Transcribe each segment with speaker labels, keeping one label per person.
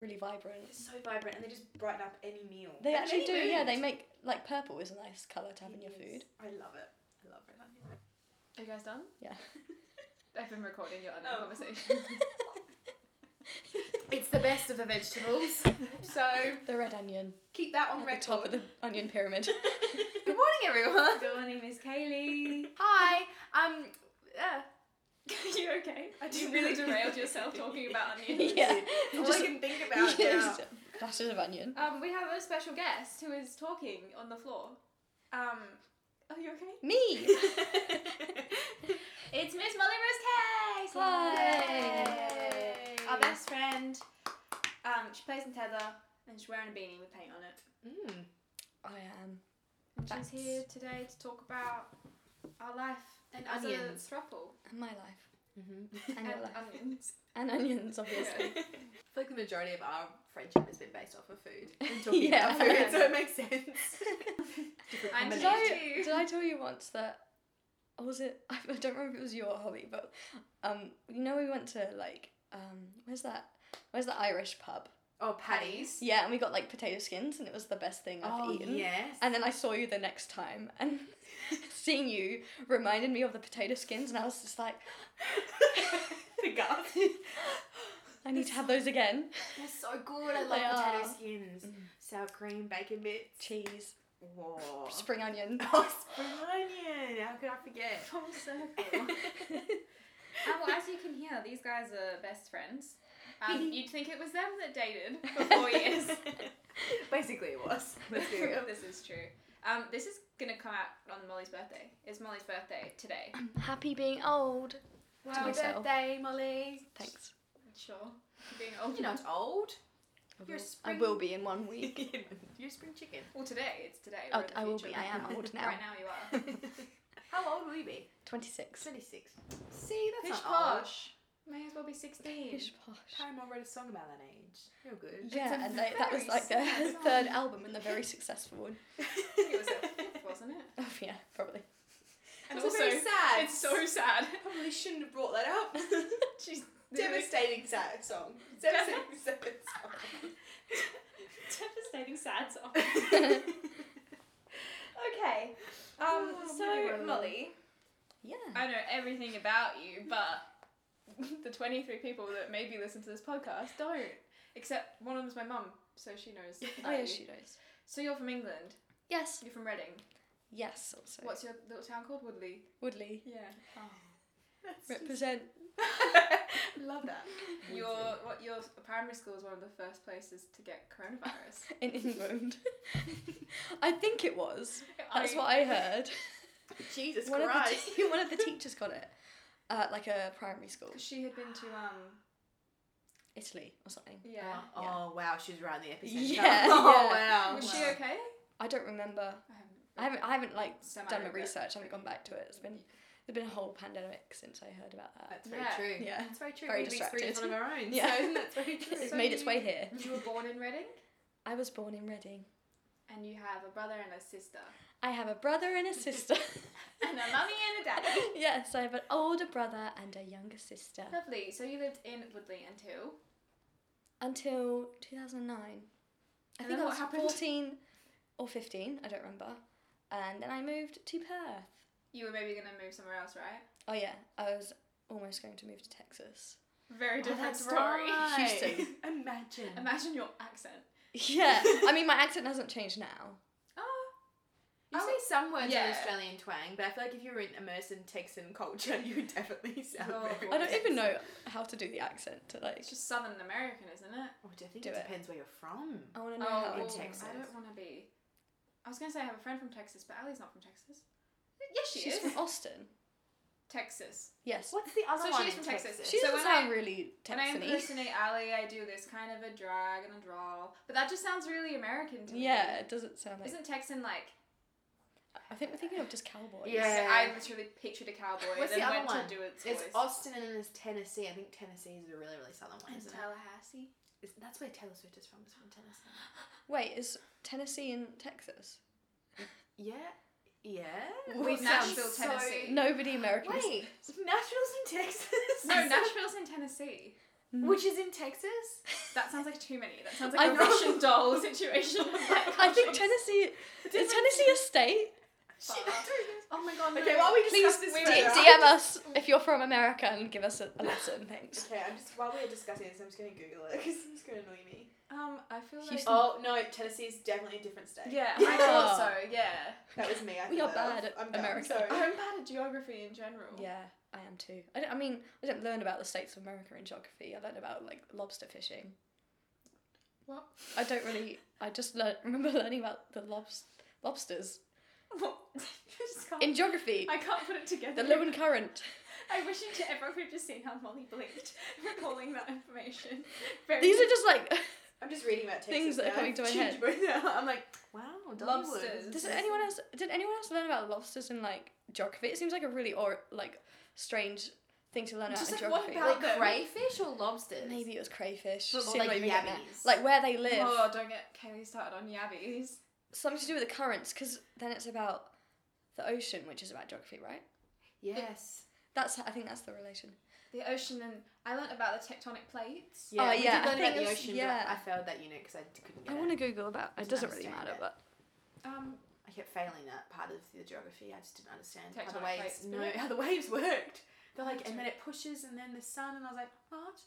Speaker 1: really vibrant.
Speaker 2: It's so vibrant, and they just brighten up any meal.
Speaker 1: They
Speaker 2: And
Speaker 1: actually
Speaker 2: any
Speaker 1: do, yeah.
Speaker 2: mood.
Speaker 1: They make like purple is a nice colour to have in your
Speaker 2: It is.
Speaker 1: food.
Speaker 2: I love it. I love it. I love it.
Speaker 3: Are you guys done?
Speaker 1: Yeah.
Speaker 3: I've been recording your other
Speaker 2: Oh.
Speaker 3: conversation.
Speaker 2: It's the best of the vegetables. so
Speaker 1: The red onion
Speaker 2: keep that on
Speaker 1: at the top of
Speaker 2: record.
Speaker 1: the onion pyramid.
Speaker 2: Good morning, everyone.
Speaker 3: Good morning, Miss Kaylee.
Speaker 2: Hi. Um. Uh,
Speaker 3: Are you okay? You really derailed yourself talking about onions.
Speaker 1: yeah.
Speaker 2: all
Speaker 1: Just-
Speaker 2: I can think about now.
Speaker 1: Just Dashes of onion.
Speaker 3: Um, we have a special guest who is talking on the floor.
Speaker 2: Um.
Speaker 3: Are you okay?
Speaker 1: Me.
Speaker 3: It's Miss Molly Rose Case!
Speaker 1: Hi.
Speaker 3: Yay.
Speaker 2: Our best friend. Um. She plays in tether, and she's wearing a beanie with paint on it.
Speaker 1: Mm. I am.
Speaker 3: And
Speaker 1: That's-
Speaker 3: she's here today to talk about our life
Speaker 2: And
Speaker 3: as
Speaker 2: onions.
Speaker 3: a thruple
Speaker 1: And my life. Mm-hmm. And
Speaker 3: and
Speaker 1: your life.
Speaker 2: um,
Speaker 3: onions.
Speaker 1: and onions, obviously.
Speaker 2: I
Speaker 3: Yeah.
Speaker 2: feel like the majority of our friendship has been based off of food and talking
Speaker 1: Yeah,
Speaker 2: about food,
Speaker 1: yeah.
Speaker 2: so it makes sense. Different
Speaker 3: I'm
Speaker 1: Did
Speaker 3: Maybe
Speaker 2: combinations.
Speaker 1: I,
Speaker 3: two.
Speaker 1: did I tell you once that or was it I don't remember if it was your hobby, but um you know we went to like um where's that where's the Irish pub?
Speaker 2: Oh, patties.
Speaker 1: Yeah, and we got like potato skins and it was the best thing I've
Speaker 2: Oh,
Speaker 1: eaten.
Speaker 2: yes.
Speaker 1: And then I saw you the next time and seeing you reminded me of the potato skins and I was just like,
Speaker 2: the gut.
Speaker 1: I need to have those again.
Speaker 2: They're so good. I
Speaker 1: They
Speaker 2: love potato
Speaker 1: are.
Speaker 2: skins.
Speaker 1: Mm.
Speaker 2: Sour cream, bacon bits.
Speaker 1: Cheese.
Speaker 2: Whoa.
Speaker 1: Spring onion.
Speaker 2: Oh, spring onion. How could I forget?
Speaker 3: Full circle. Uh, well, as you can hear, these guys are best friends. Um, you'd think it was them that dated for four years.
Speaker 2: Basically, it was. Let's be real.
Speaker 3: this is true. Um, this is gonna come out on Molly's birthday. It's Molly's birthday today.
Speaker 1: Happy being old.
Speaker 3: Well,
Speaker 1: To
Speaker 2: Happy
Speaker 1: myself.
Speaker 2: birthday, Molly.
Speaker 1: Thanks.
Speaker 3: sure. Being old.
Speaker 2: You're not old.
Speaker 1: I
Speaker 2: You're
Speaker 1: will, I
Speaker 2: spring-
Speaker 1: will be in one week.
Speaker 2: You're a spring chicken.
Speaker 3: Well, today it's today.
Speaker 1: Oh,
Speaker 3: or in the
Speaker 1: I will
Speaker 3: future.
Speaker 1: be. I am old now.
Speaker 3: Right now you are.
Speaker 2: How old will you be?
Speaker 1: 26.
Speaker 2: 26. See, that's
Speaker 3: Pish
Speaker 2: not old.
Speaker 3: posh. May as well be sixteen.
Speaker 1: Pish posh.
Speaker 2: Paramore wrote a song about that age. You're good.
Speaker 1: Yeah,
Speaker 3: a
Speaker 1: and they, that was
Speaker 3: very
Speaker 1: like their
Speaker 3: sad song.
Speaker 1: third album and the very successful one.
Speaker 3: I think it was a fifth, wasn't it?
Speaker 1: Oh, yeah, probably.
Speaker 3: And
Speaker 2: It's a
Speaker 3: also,
Speaker 2: very sad.
Speaker 3: it's so sad.
Speaker 2: Probably shouldn't have brought that up.
Speaker 3: She's
Speaker 2: Devastating sad song. Devastating sad song.
Speaker 3: devastating sad song. okay. Um.
Speaker 2: Oh, moving
Speaker 3: so
Speaker 2: on.
Speaker 3: Molly,
Speaker 1: Yeah.
Speaker 3: I know everything about you, but the twenty-three people that maybe listen to this podcast don't. Except one of them's my mum, so she knows.
Speaker 1: Oh,
Speaker 3: about
Speaker 1: yeah,
Speaker 3: you.
Speaker 1: she knows.
Speaker 3: So you're from England.
Speaker 1: Yes.
Speaker 3: You're from Reading.
Speaker 1: Yes, also.
Speaker 3: What's your little town called? Woodley. Oh.
Speaker 1: Woodley.
Speaker 3: Yeah.
Speaker 1: Represent.
Speaker 2: Love that.
Speaker 3: Your what your primary school is one of the first places to get coronavirus.
Speaker 1: in England. I think it was. That's
Speaker 3: I-
Speaker 1: what I heard.
Speaker 2: Jesus
Speaker 1: one, of the
Speaker 2: Christ.
Speaker 1: te- one of the teachers got it at like a primary school,
Speaker 3: 'Cause she had been to um
Speaker 1: Italy or something.
Speaker 3: yeah.
Speaker 2: Oh wow, she's around the episode.
Speaker 1: Yeah,
Speaker 2: Oh wow.
Speaker 3: Was she okay?
Speaker 1: I don't remember.
Speaker 3: I haven't.
Speaker 1: I haven't. I haven't like done my
Speaker 3: Semi-regret.
Speaker 1: research. I haven't gone back to it. It's been there's been a whole pandemic since I heard about that.
Speaker 2: That's very
Speaker 3: Yeah.
Speaker 2: true.
Speaker 1: Yeah,
Speaker 2: That's very true.
Speaker 1: Very
Speaker 2: We've experienced
Speaker 1: distracted.
Speaker 2: one of our own.
Speaker 1: Yeah.
Speaker 2: So that's very true.
Speaker 1: it's
Speaker 3: So
Speaker 1: made its
Speaker 3: you-
Speaker 1: way here.
Speaker 3: You were born in Reading,
Speaker 1: I was born in Reading.
Speaker 3: and you have a brother and a sister,
Speaker 1: I have a brother and a sister.
Speaker 3: and a mummy and a daddy.
Speaker 1: yes, I have an older brother and a younger sister.
Speaker 3: Lovely. So you lived in Woodley until
Speaker 1: until 2009. I
Speaker 3: And
Speaker 1: think
Speaker 3: then
Speaker 1: I
Speaker 3: what
Speaker 1: was
Speaker 3: happened?
Speaker 1: 14 or 15, I don't remember. And then I moved to Perth.
Speaker 3: you were maybe gonna move somewhere else, right?
Speaker 1: Oh, yeah, I was almost going to move to Texas.
Speaker 3: Very
Speaker 2: Oh,
Speaker 3: different
Speaker 2: that's
Speaker 3: story.
Speaker 2: right.
Speaker 1: Houston.
Speaker 2: Imagine.
Speaker 3: Imagine your accent.
Speaker 1: Yeah, I mean, my accent hasn't changed now.
Speaker 3: Oh,
Speaker 2: You
Speaker 3: Oh,
Speaker 2: say some words
Speaker 3: yeah.
Speaker 2: with Australian twang, but I feel like if you were in immersed in Texan culture, you would definitely sound
Speaker 3: Your
Speaker 2: very.
Speaker 1: I
Speaker 3: voice.
Speaker 1: don't even know how to do the accent to like.
Speaker 3: it's just Southern American, isn't it?
Speaker 2: Oh, do I think
Speaker 1: Do
Speaker 2: it
Speaker 1: it.
Speaker 2: depends where you're from.
Speaker 1: I want to know
Speaker 3: oh,
Speaker 1: how
Speaker 2: in
Speaker 3: well,
Speaker 1: to do it.
Speaker 2: Texas.
Speaker 3: I don't want to be. I was gonna say I have a friend from Texas, but Ali's not from Texas. Yes, she
Speaker 1: She's
Speaker 3: is.
Speaker 1: from Austin.
Speaker 3: Texas.
Speaker 1: Yes.
Speaker 2: What's the other
Speaker 3: So
Speaker 2: one?
Speaker 3: she's
Speaker 2: in
Speaker 3: from Texas.
Speaker 1: She
Speaker 3: So
Speaker 1: doesn't
Speaker 3: when
Speaker 1: sound
Speaker 3: I-
Speaker 1: really
Speaker 3: And I
Speaker 1: Texan
Speaker 3: impersonate Ali. I do this kind of a drag and a drawl, but that just sounds really American to me.
Speaker 1: Yeah, it doesn't sound like.
Speaker 3: Isn't Texan like?
Speaker 1: I think we're thinking of just cowboys.
Speaker 2: Yeah.
Speaker 3: I literally pictured a cowboy.
Speaker 2: What's
Speaker 3: then
Speaker 2: the other
Speaker 3: went
Speaker 2: one?
Speaker 3: to do its,
Speaker 2: It's
Speaker 3: voice.
Speaker 2: Austin and it's Tennessee. I think Tennessee is a really, really southern one,
Speaker 3: And
Speaker 2: isn't it?
Speaker 3: Tallahassee.
Speaker 2: Is- That's where Taylor Swift is from. Is from Tennessee.
Speaker 1: Wait, is Tennessee in Texas?
Speaker 2: Yeah. Yeah.
Speaker 1: With
Speaker 2: That sounds
Speaker 3: Nashville,
Speaker 2: so-
Speaker 3: Tennessee.
Speaker 1: Nobody Americans.
Speaker 2: Wait, Nashville's in Texas.
Speaker 3: No, Nashville's in Tennessee.
Speaker 4: which is in Texas.
Speaker 3: That sounds like too many. That sounds
Speaker 1: I
Speaker 3: like a
Speaker 1: know.
Speaker 3: Russian doll situation.
Speaker 1: I think Tennessee is
Speaker 3: Different
Speaker 1: Tennessee a state.
Speaker 3: Oh my god.
Speaker 4: Okay, while we
Speaker 1: Please
Speaker 4: discuss this
Speaker 1: D-
Speaker 3: we
Speaker 4: further,
Speaker 3: were-
Speaker 1: DM us if you're from America and give us a, a lesson. Thanks.
Speaker 2: Okay, I'm just while we're discussing this, I'm just gonna Google it because it's gonna annoy me.
Speaker 3: Um, I feel like.
Speaker 1: Houston.
Speaker 2: Oh no, Tennessee is definitely a different state.
Speaker 3: Yeah, I thought so. Yeah.
Speaker 2: that was me. I
Speaker 1: We
Speaker 2: thought
Speaker 1: are
Speaker 2: that
Speaker 1: bad at
Speaker 2: was- I'm done,
Speaker 1: America.
Speaker 2: sorry.
Speaker 3: I'm bad at geography in general.
Speaker 1: Yeah, I am too. I, don't- I mean, I don't learn about the states of America in geography. I learn about like lobster fishing.
Speaker 3: What?
Speaker 1: I don't really. I just learn, remember learning about the lobs, lobsters
Speaker 3: What? I just can't.
Speaker 1: in geography.
Speaker 3: I can't put it together.
Speaker 1: The Lewin Current.
Speaker 3: I wish you to everyone could have just seen how Molly blinked recalling that information. Very
Speaker 1: These are just like.
Speaker 2: I'm just reading about Texas.
Speaker 1: Things that are
Speaker 2: now.
Speaker 1: coming to my
Speaker 2: Change
Speaker 1: head.
Speaker 2: right now. I'm like, wow, Dollywood.
Speaker 3: Lobsters.
Speaker 1: Does anyone else? Did anyone else learn about lobsters in like geography? It seems like a really or like strange thing to learn about
Speaker 3: Just
Speaker 1: in
Speaker 3: like, what
Speaker 1: geography. Like,
Speaker 3: about-
Speaker 2: Like
Speaker 3: them.
Speaker 2: crayfish or lobsters?
Speaker 1: maybe it was crayfish.
Speaker 2: But more
Speaker 1: See
Speaker 2: like
Speaker 1: what you get there.
Speaker 2: yabbies.
Speaker 1: Like where they live.
Speaker 3: Oh, don't get Kaylee started on yabbies.
Speaker 1: Something to do with the currents, because then it's about the ocean, which is about geography, right?
Speaker 2: Yes.
Speaker 1: That's I think that's the relation.
Speaker 3: The ocean and I learned about the tectonic plates.
Speaker 2: Yeah,
Speaker 1: Oh,
Speaker 2: we
Speaker 1: yeah,
Speaker 2: did
Speaker 1: I
Speaker 2: learn about
Speaker 1: think
Speaker 2: the
Speaker 1: it's-
Speaker 2: ocean,
Speaker 1: yeah.
Speaker 2: but I failed that unit because I d- couldn't get
Speaker 1: I
Speaker 2: it.
Speaker 1: want to Google that. It
Speaker 2: Didn't
Speaker 1: doesn't really
Speaker 2: understand
Speaker 1: matter,
Speaker 2: it.
Speaker 1: but
Speaker 3: Um,
Speaker 2: I kept failing that part of the geography. I just didn't understand how
Speaker 3: Tectonic
Speaker 2: the waves.
Speaker 3: plates,
Speaker 2: no,
Speaker 3: really?
Speaker 2: how the waves worked. They're like,
Speaker 3: Tectonic.
Speaker 2: and then it pushes, and then the sun, and I was like, what?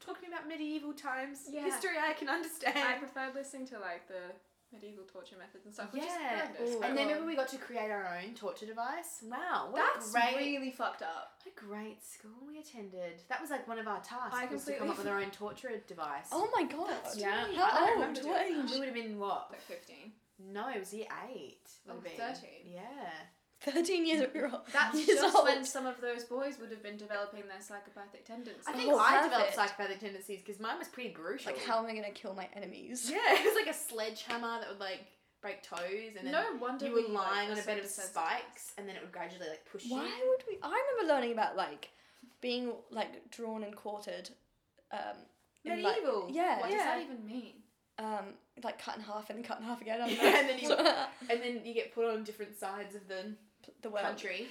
Speaker 2: Talking about medieval times,
Speaker 3: Yeah.
Speaker 2: history I can understand.
Speaker 3: I preferred listening to like the medieval torture methods and stuff, which
Speaker 2: Yeah.
Speaker 3: is horrendous.
Speaker 1: Ooh.
Speaker 3: I
Speaker 2: and then
Speaker 3: love-
Speaker 2: remember we got to create our own torture device. Wow, what
Speaker 3: that's
Speaker 2: a great,
Speaker 3: really fucked up.
Speaker 2: what a great school we attended. That was like one of our tasks
Speaker 3: I
Speaker 2: was to come
Speaker 3: completely
Speaker 2: up with our own torture device.
Speaker 1: oh my god,
Speaker 3: That's
Speaker 2: yeah.
Speaker 3: really-
Speaker 1: How
Speaker 3: I don't
Speaker 1: old?
Speaker 3: remember doing
Speaker 1: What
Speaker 3: that.
Speaker 1: age?
Speaker 2: we would have been what?
Speaker 3: Like 15.
Speaker 2: No, it was year eight. would
Speaker 3: Oh,
Speaker 2: have been.
Speaker 3: 13.
Speaker 2: Yeah.
Speaker 1: thirteen years old.
Speaker 3: That's
Speaker 1: years
Speaker 3: just
Speaker 1: old.
Speaker 3: when some of those boys would have been developing their psychopathic tendencies.
Speaker 2: I think
Speaker 1: Oh,
Speaker 2: I developed
Speaker 1: perfect.
Speaker 2: psychopathic tendencies because mine was pretty brutal.
Speaker 1: Like how am I gonna kill my enemies?
Speaker 2: Yeah, it was like a sledgehammer that would like break toes, and then
Speaker 3: no wonder
Speaker 2: you
Speaker 3: we
Speaker 2: were lying on
Speaker 3: like,
Speaker 2: a
Speaker 3: are
Speaker 2: bed of
Speaker 3: so desensitized.
Speaker 2: spikes, and then it would gradually like push
Speaker 1: Why
Speaker 2: you.
Speaker 1: would we? I remember learning about like being like drawn and quartered. Um, in, like-
Speaker 2: Medieval.
Speaker 1: yeah.
Speaker 3: What
Speaker 1: yeah.
Speaker 3: does
Speaker 2: Yeah.
Speaker 3: that even mean?
Speaker 1: Um, like cut in half and then cut in half again. I don't
Speaker 2: Yeah,
Speaker 1: know.
Speaker 2: and then you-
Speaker 1: So-
Speaker 2: And then you get put on different sides of the
Speaker 1: the world.
Speaker 2: country.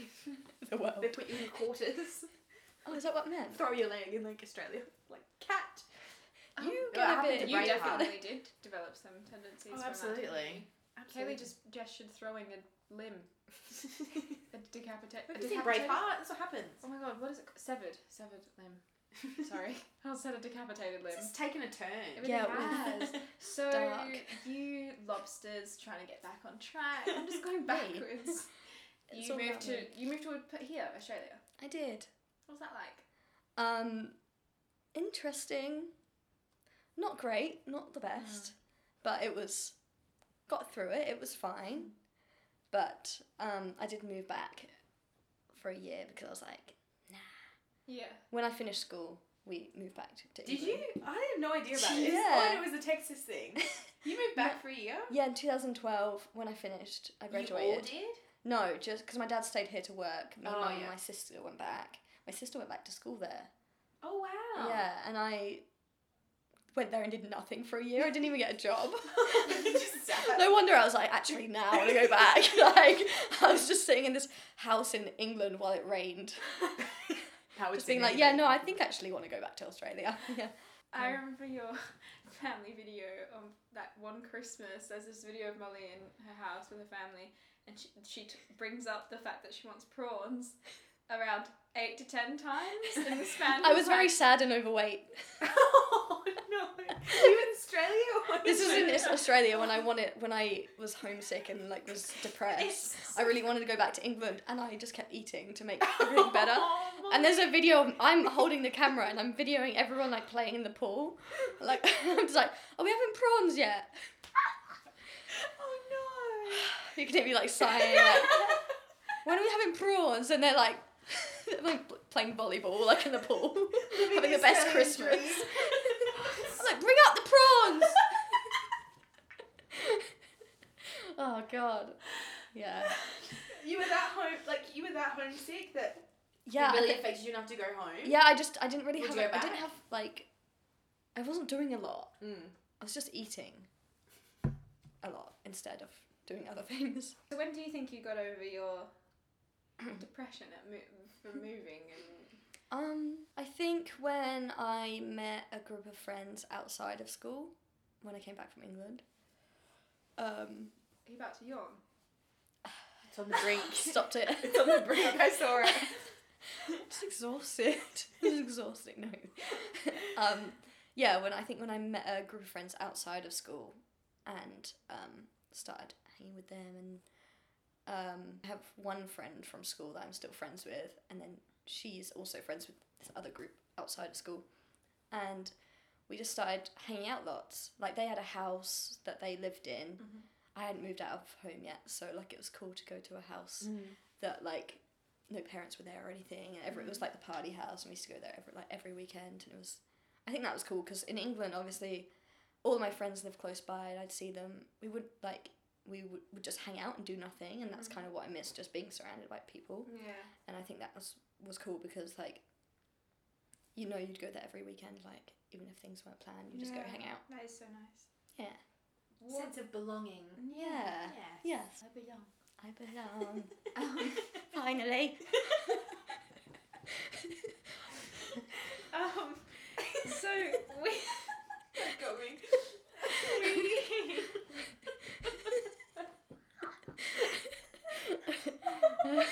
Speaker 1: The world.
Speaker 2: They put you in quarters,
Speaker 1: Oh, is that what it meant?
Speaker 2: throw your leg in like Australia, like cat.
Speaker 3: Um,
Speaker 1: You get a
Speaker 2: well, Oh,
Speaker 1: bit.
Speaker 2: I happened
Speaker 3: You
Speaker 2: Braveheart.
Speaker 3: definitely did develop some
Speaker 2: Oh,
Speaker 3: tendencies. from that,
Speaker 2: absolutely.
Speaker 3: didn't you? Kaylee
Speaker 2: Absolutely.
Speaker 3: just gestured throwing a limb, a decapitate.
Speaker 2: Look,
Speaker 3: A
Speaker 2: you see
Speaker 3: decapitated.
Speaker 2: Braveheart. That's what happens.
Speaker 3: Oh my god, what is it? Severed, severed limb. Sorry, I said a decapitated limb.
Speaker 2: This is taking a turn.
Speaker 3: Everything
Speaker 1: Yeah, it
Speaker 3: has. So
Speaker 1: dark.
Speaker 3: you lobsters trying to get back on track. I'm just going
Speaker 1: Me?
Speaker 3: backwards.
Speaker 1: It's
Speaker 3: you
Speaker 1: all
Speaker 3: moved
Speaker 1: about
Speaker 3: to
Speaker 1: me.
Speaker 3: you moved to a- here, Australia.
Speaker 1: I did.
Speaker 3: What was that like?
Speaker 1: Um, interesting. Not great. Not the best.
Speaker 2: Hmm.
Speaker 1: But it was. Got through it. It was fine. But um, I did move back for a year because I was like,
Speaker 3: Yeah.
Speaker 1: when I finished school, we moved back to. to
Speaker 2: Did you?
Speaker 1: England.
Speaker 2: I had no idea about this.
Speaker 1: Yeah.
Speaker 2: I thought it was a Texas thing. You moved back for a year.
Speaker 1: Yeah, in 2012, when I finished, I graduated.
Speaker 2: You all did.
Speaker 1: No, just because my dad stayed here to work. Me,
Speaker 2: Oh,
Speaker 1: mum, and
Speaker 2: yeah.
Speaker 1: my sister went back. My sister went back to school there.
Speaker 2: Oh wow.
Speaker 1: Yeah, and I went there and did nothing for a year. I didn't even get a job.
Speaker 2: Just sad.
Speaker 1: No wonder I was like, actually, now I want to go back. like, I was just sitting in this house in England while it rained,
Speaker 2: How
Speaker 1: just being like, yeah, no, I think I actually want to go back to Australia. yeah.
Speaker 3: I
Speaker 1: Mm.
Speaker 3: remember your family video of that one Christmas. There's this video of Molly in her house with her family, and she, she t- brings up the fact that she wants prawns around eight to ten times in the span.
Speaker 1: I
Speaker 3: of,
Speaker 1: was very
Speaker 3: like-
Speaker 1: sad and overweight.
Speaker 2: oh no. Are you in Australia? Or
Speaker 1: This was in Australia when I wanted when I was homesick and like was depressed. I really wanted to go back to England, and I just kept eating to make everything better.
Speaker 2: Oh,
Speaker 1: And there's a video of I'm holding the camera and I'm videoing everyone like playing in the pool. Like I'm just like, are we having prawns yet?
Speaker 2: oh
Speaker 1: You can hear me like sighing.
Speaker 2: no.
Speaker 1: Like, when are we having prawns? And they're like, they're, like pl- playing volleyball like in the pool,
Speaker 2: Living
Speaker 1: having the best
Speaker 2: Australian
Speaker 1: Christmas.
Speaker 2: dream.
Speaker 1: I'm like, bring out the prawns. oh god. Yeah.
Speaker 2: you were that home, like you were that homesick that
Speaker 1: Yeah. I
Speaker 2: it really
Speaker 1: think-
Speaker 2: affected you enough to go home.
Speaker 1: yeah. I just I didn't really
Speaker 2: Would
Speaker 1: have
Speaker 2: you go
Speaker 1: like, I didn't
Speaker 2: back?
Speaker 1: have like I wasn't doing a lot.
Speaker 2: Mm.
Speaker 1: I was just eating a lot instead of doing other things.
Speaker 3: So when do you think you got over your depression at mo- from moving and
Speaker 1: Um, I think when I met a group of friends outside of school, when I came back from England. Um,
Speaker 3: Are you about to yawn?
Speaker 2: It's on the brink.
Speaker 1: stopped it.
Speaker 2: it's on the brink. I saw it.
Speaker 1: just exhausted. just exhausting. No. um, yeah, when I think when I met a group of friends outside of school, and um, started hanging with them, and um, I have one friend from school that I'm still friends with, and then she's also friends with this other group outside of school, and we just started hanging out lots. Like they had a house that they lived in.
Speaker 3: Mhm.
Speaker 1: I hadn't moved out of home yet, so like it was cool to go to a house that like no parents were there or anything and every, it was like the party house and we used to go there every, like every weekend and it was i think that was cool because in england obviously all my friends live close by and i'd see them we would like we would, would just hang out and do nothing and that's kind of what i miss just being surrounded by people
Speaker 3: Yeah.
Speaker 1: and i think that was was cool because like you know you'd go there every weekend like even if things weren't planned you just go
Speaker 3: Yeah.
Speaker 1: hang out
Speaker 3: That is so nice.
Speaker 1: Yeah.
Speaker 2: Sense of belonging.
Speaker 1: yeah yes
Speaker 2: I belong.
Speaker 1: i belong um, finally
Speaker 3: Um, so we
Speaker 2: Got me.
Speaker 1: I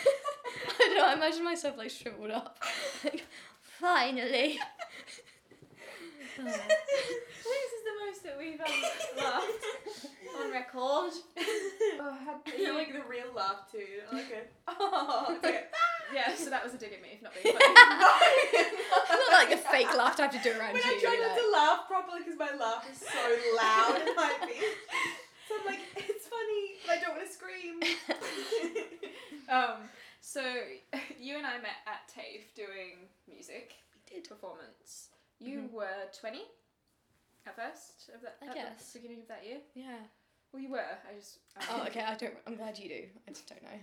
Speaker 1: don't know, I imagine myself like shriveled up. Like, finally.
Speaker 3: this is the most that we've um, laughed on record. oh, had you
Speaker 2: like the real laugh too. Like a
Speaker 3: oh, okay. yeah. So that was a dig at me, if not being funny.
Speaker 1: Not like the fake laugh I have to do around
Speaker 2: when
Speaker 1: you.
Speaker 2: I try
Speaker 1: like,
Speaker 2: not to laugh properly because my laugh is so loud and high pitched. So I'm like, it's funny, but I don't want to scream.
Speaker 3: um, so you and I met at TAFE doing music
Speaker 1: did.
Speaker 3: performance. You
Speaker 1: Mhm.
Speaker 3: were twenty at first of that.
Speaker 1: I
Speaker 3: at
Speaker 1: guess.
Speaker 3: the beginning of that year.
Speaker 1: Yeah.
Speaker 3: Well, you were. I just.
Speaker 1: Oh, okay. I don't. I'm glad you do. I just don't know.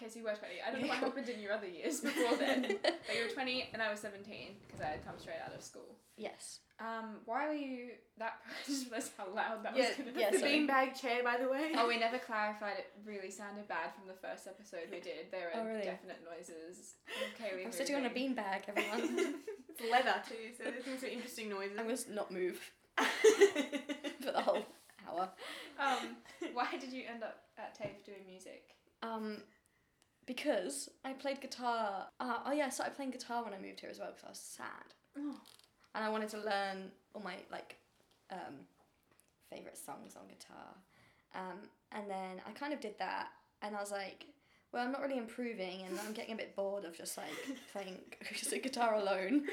Speaker 3: Okay, so you were twenty. I don't know what happened in your other years before then, but you were twenty and I was seventeen because I had come straight out of school.
Speaker 1: yes.
Speaker 3: Um, why were you that? I just realised how loud that
Speaker 2: Yeah,
Speaker 3: was going to
Speaker 1: yeah,
Speaker 3: be.
Speaker 2: the
Speaker 1: sorry.
Speaker 2: beanbag chair, by the way.
Speaker 3: Oh, we never clarified. It really sounded bad from the first episode we did. There were
Speaker 1: Oh, really?
Speaker 3: definite noises. Okay, we.
Speaker 1: I'm sitting on a
Speaker 3: moving.
Speaker 1: beanbag, everyone.
Speaker 2: it's leather too, so there's some interesting noises.
Speaker 1: I must not move for the whole hour.
Speaker 3: Um, why did you end up at TAFE doing music?
Speaker 1: Um, because I played guitar. Uh, oh yeah, I started playing guitar when I moved here as well because I was sad.
Speaker 3: Oh.
Speaker 1: And I wanted to learn all my like um, favorite songs on guitar. Um, and then I kind of did that, and I was like, well, I'm not really improving, and I'm getting a bit bored of just like playing acoustic guitar alone.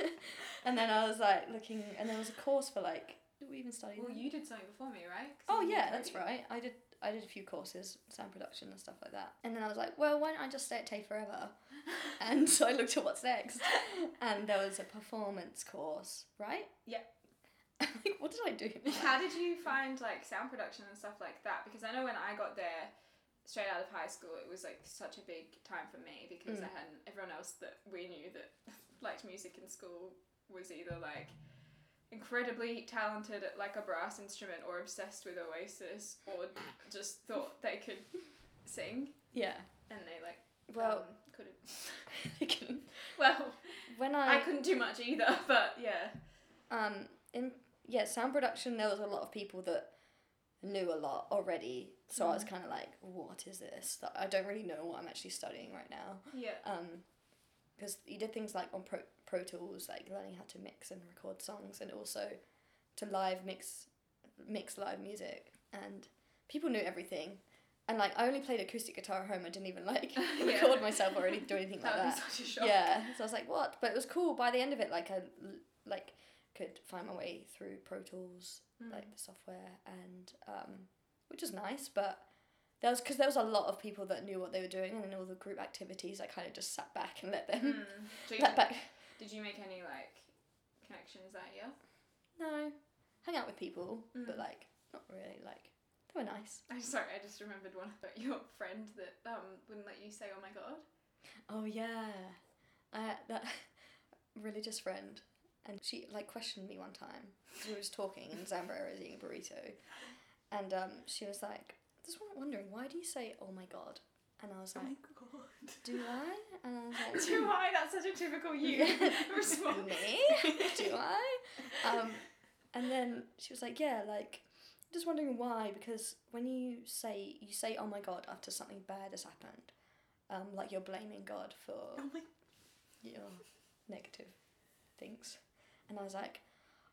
Speaker 1: and then I was like looking, and there was a course for like. Did we even study?
Speaker 3: Well,
Speaker 1: that?
Speaker 3: you did something before me, right? 'Cause
Speaker 1: Oh
Speaker 3: you
Speaker 1: yeah,
Speaker 3: did
Speaker 1: that's right. I did I did a few courses, sound production and stuff like that. And then I was like, well, why don't I just stay at TAFE forever? and so I looked at what's next, and there was a performance course, right?
Speaker 3: Yeah.
Speaker 1: I'm like, what did I do?
Speaker 3: How did you find like sound production and stuff like that? Because I know when I got there, straight out of high school, it was like such a big time for me because
Speaker 1: Mm.
Speaker 3: I hadn't everyone else that we knew that liked music in school was either like incredibly talented at like a brass instrument or obsessed with Oasis or just thought they could sing
Speaker 1: Yeah.
Speaker 3: and they like
Speaker 1: Well,
Speaker 3: um, couldn't.
Speaker 1: I couldn't-
Speaker 3: Well,
Speaker 1: when
Speaker 3: I
Speaker 1: I,
Speaker 3: couldn't do much either, but yeah.
Speaker 1: um in yeah sound production, there was a lot of people that knew a lot already. So
Speaker 3: Mm.
Speaker 1: I was kind of like, what is this? That- I don't really know what I'm actually studying right now.
Speaker 3: Yeah.
Speaker 1: um because you did things like on pro, pro tools like learning how to mix and record songs and also to live mix mix live music and people knew everything and like i only played acoustic guitar at home i didn't even like
Speaker 3: Yeah.
Speaker 1: record myself or really do anything like
Speaker 3: That would be
Speaker 1: that
Speaker 3: such a shock.
Speaker 1: yeah so i was like what but it was cool by the end of it like i l- like could find my way through pro tools
Speaker 3: Mm.
Speaker 1: like the software and um, which was nice but there was because there was a lot of people that knew what they were doing and in all the group activities i kind of just sat back and let them
Speaker 3: Mm. So you
Speaker 1: let back
Speaker 3: Did you make any like connections that year?
Speaker 1: no hang out with people but
Speaker 3: Mm.
Speaker 1: like not really like they were nice
Speaker 3: I'm sorry, I just remembered one about your friend that um wouldn't let you say "Oh my god."
Speaker 1: oh yeah i that religious friend and she like questioned me one time 'cause we were just talking and Zambra was eating a burrito and um, she was like just wondering why do you say oh my god And I was
Speaker 2: Oh
Speaker 1: like,
Speaker 2: my god.
Speaker 1: do I? And I was like,
Speaker 3: Do I? That's such a typical you
Speaker 1: Yeah.
Speaker 3: response.
Speaker 1: me? Do I? Um, and then she was like, yeah, like, just wondering why, because when you say, you say, oh my god, after something bad has happened, um, like you're blaming God for
Speaker 2: Oh my
Speaker 1: your negative things. And I was like,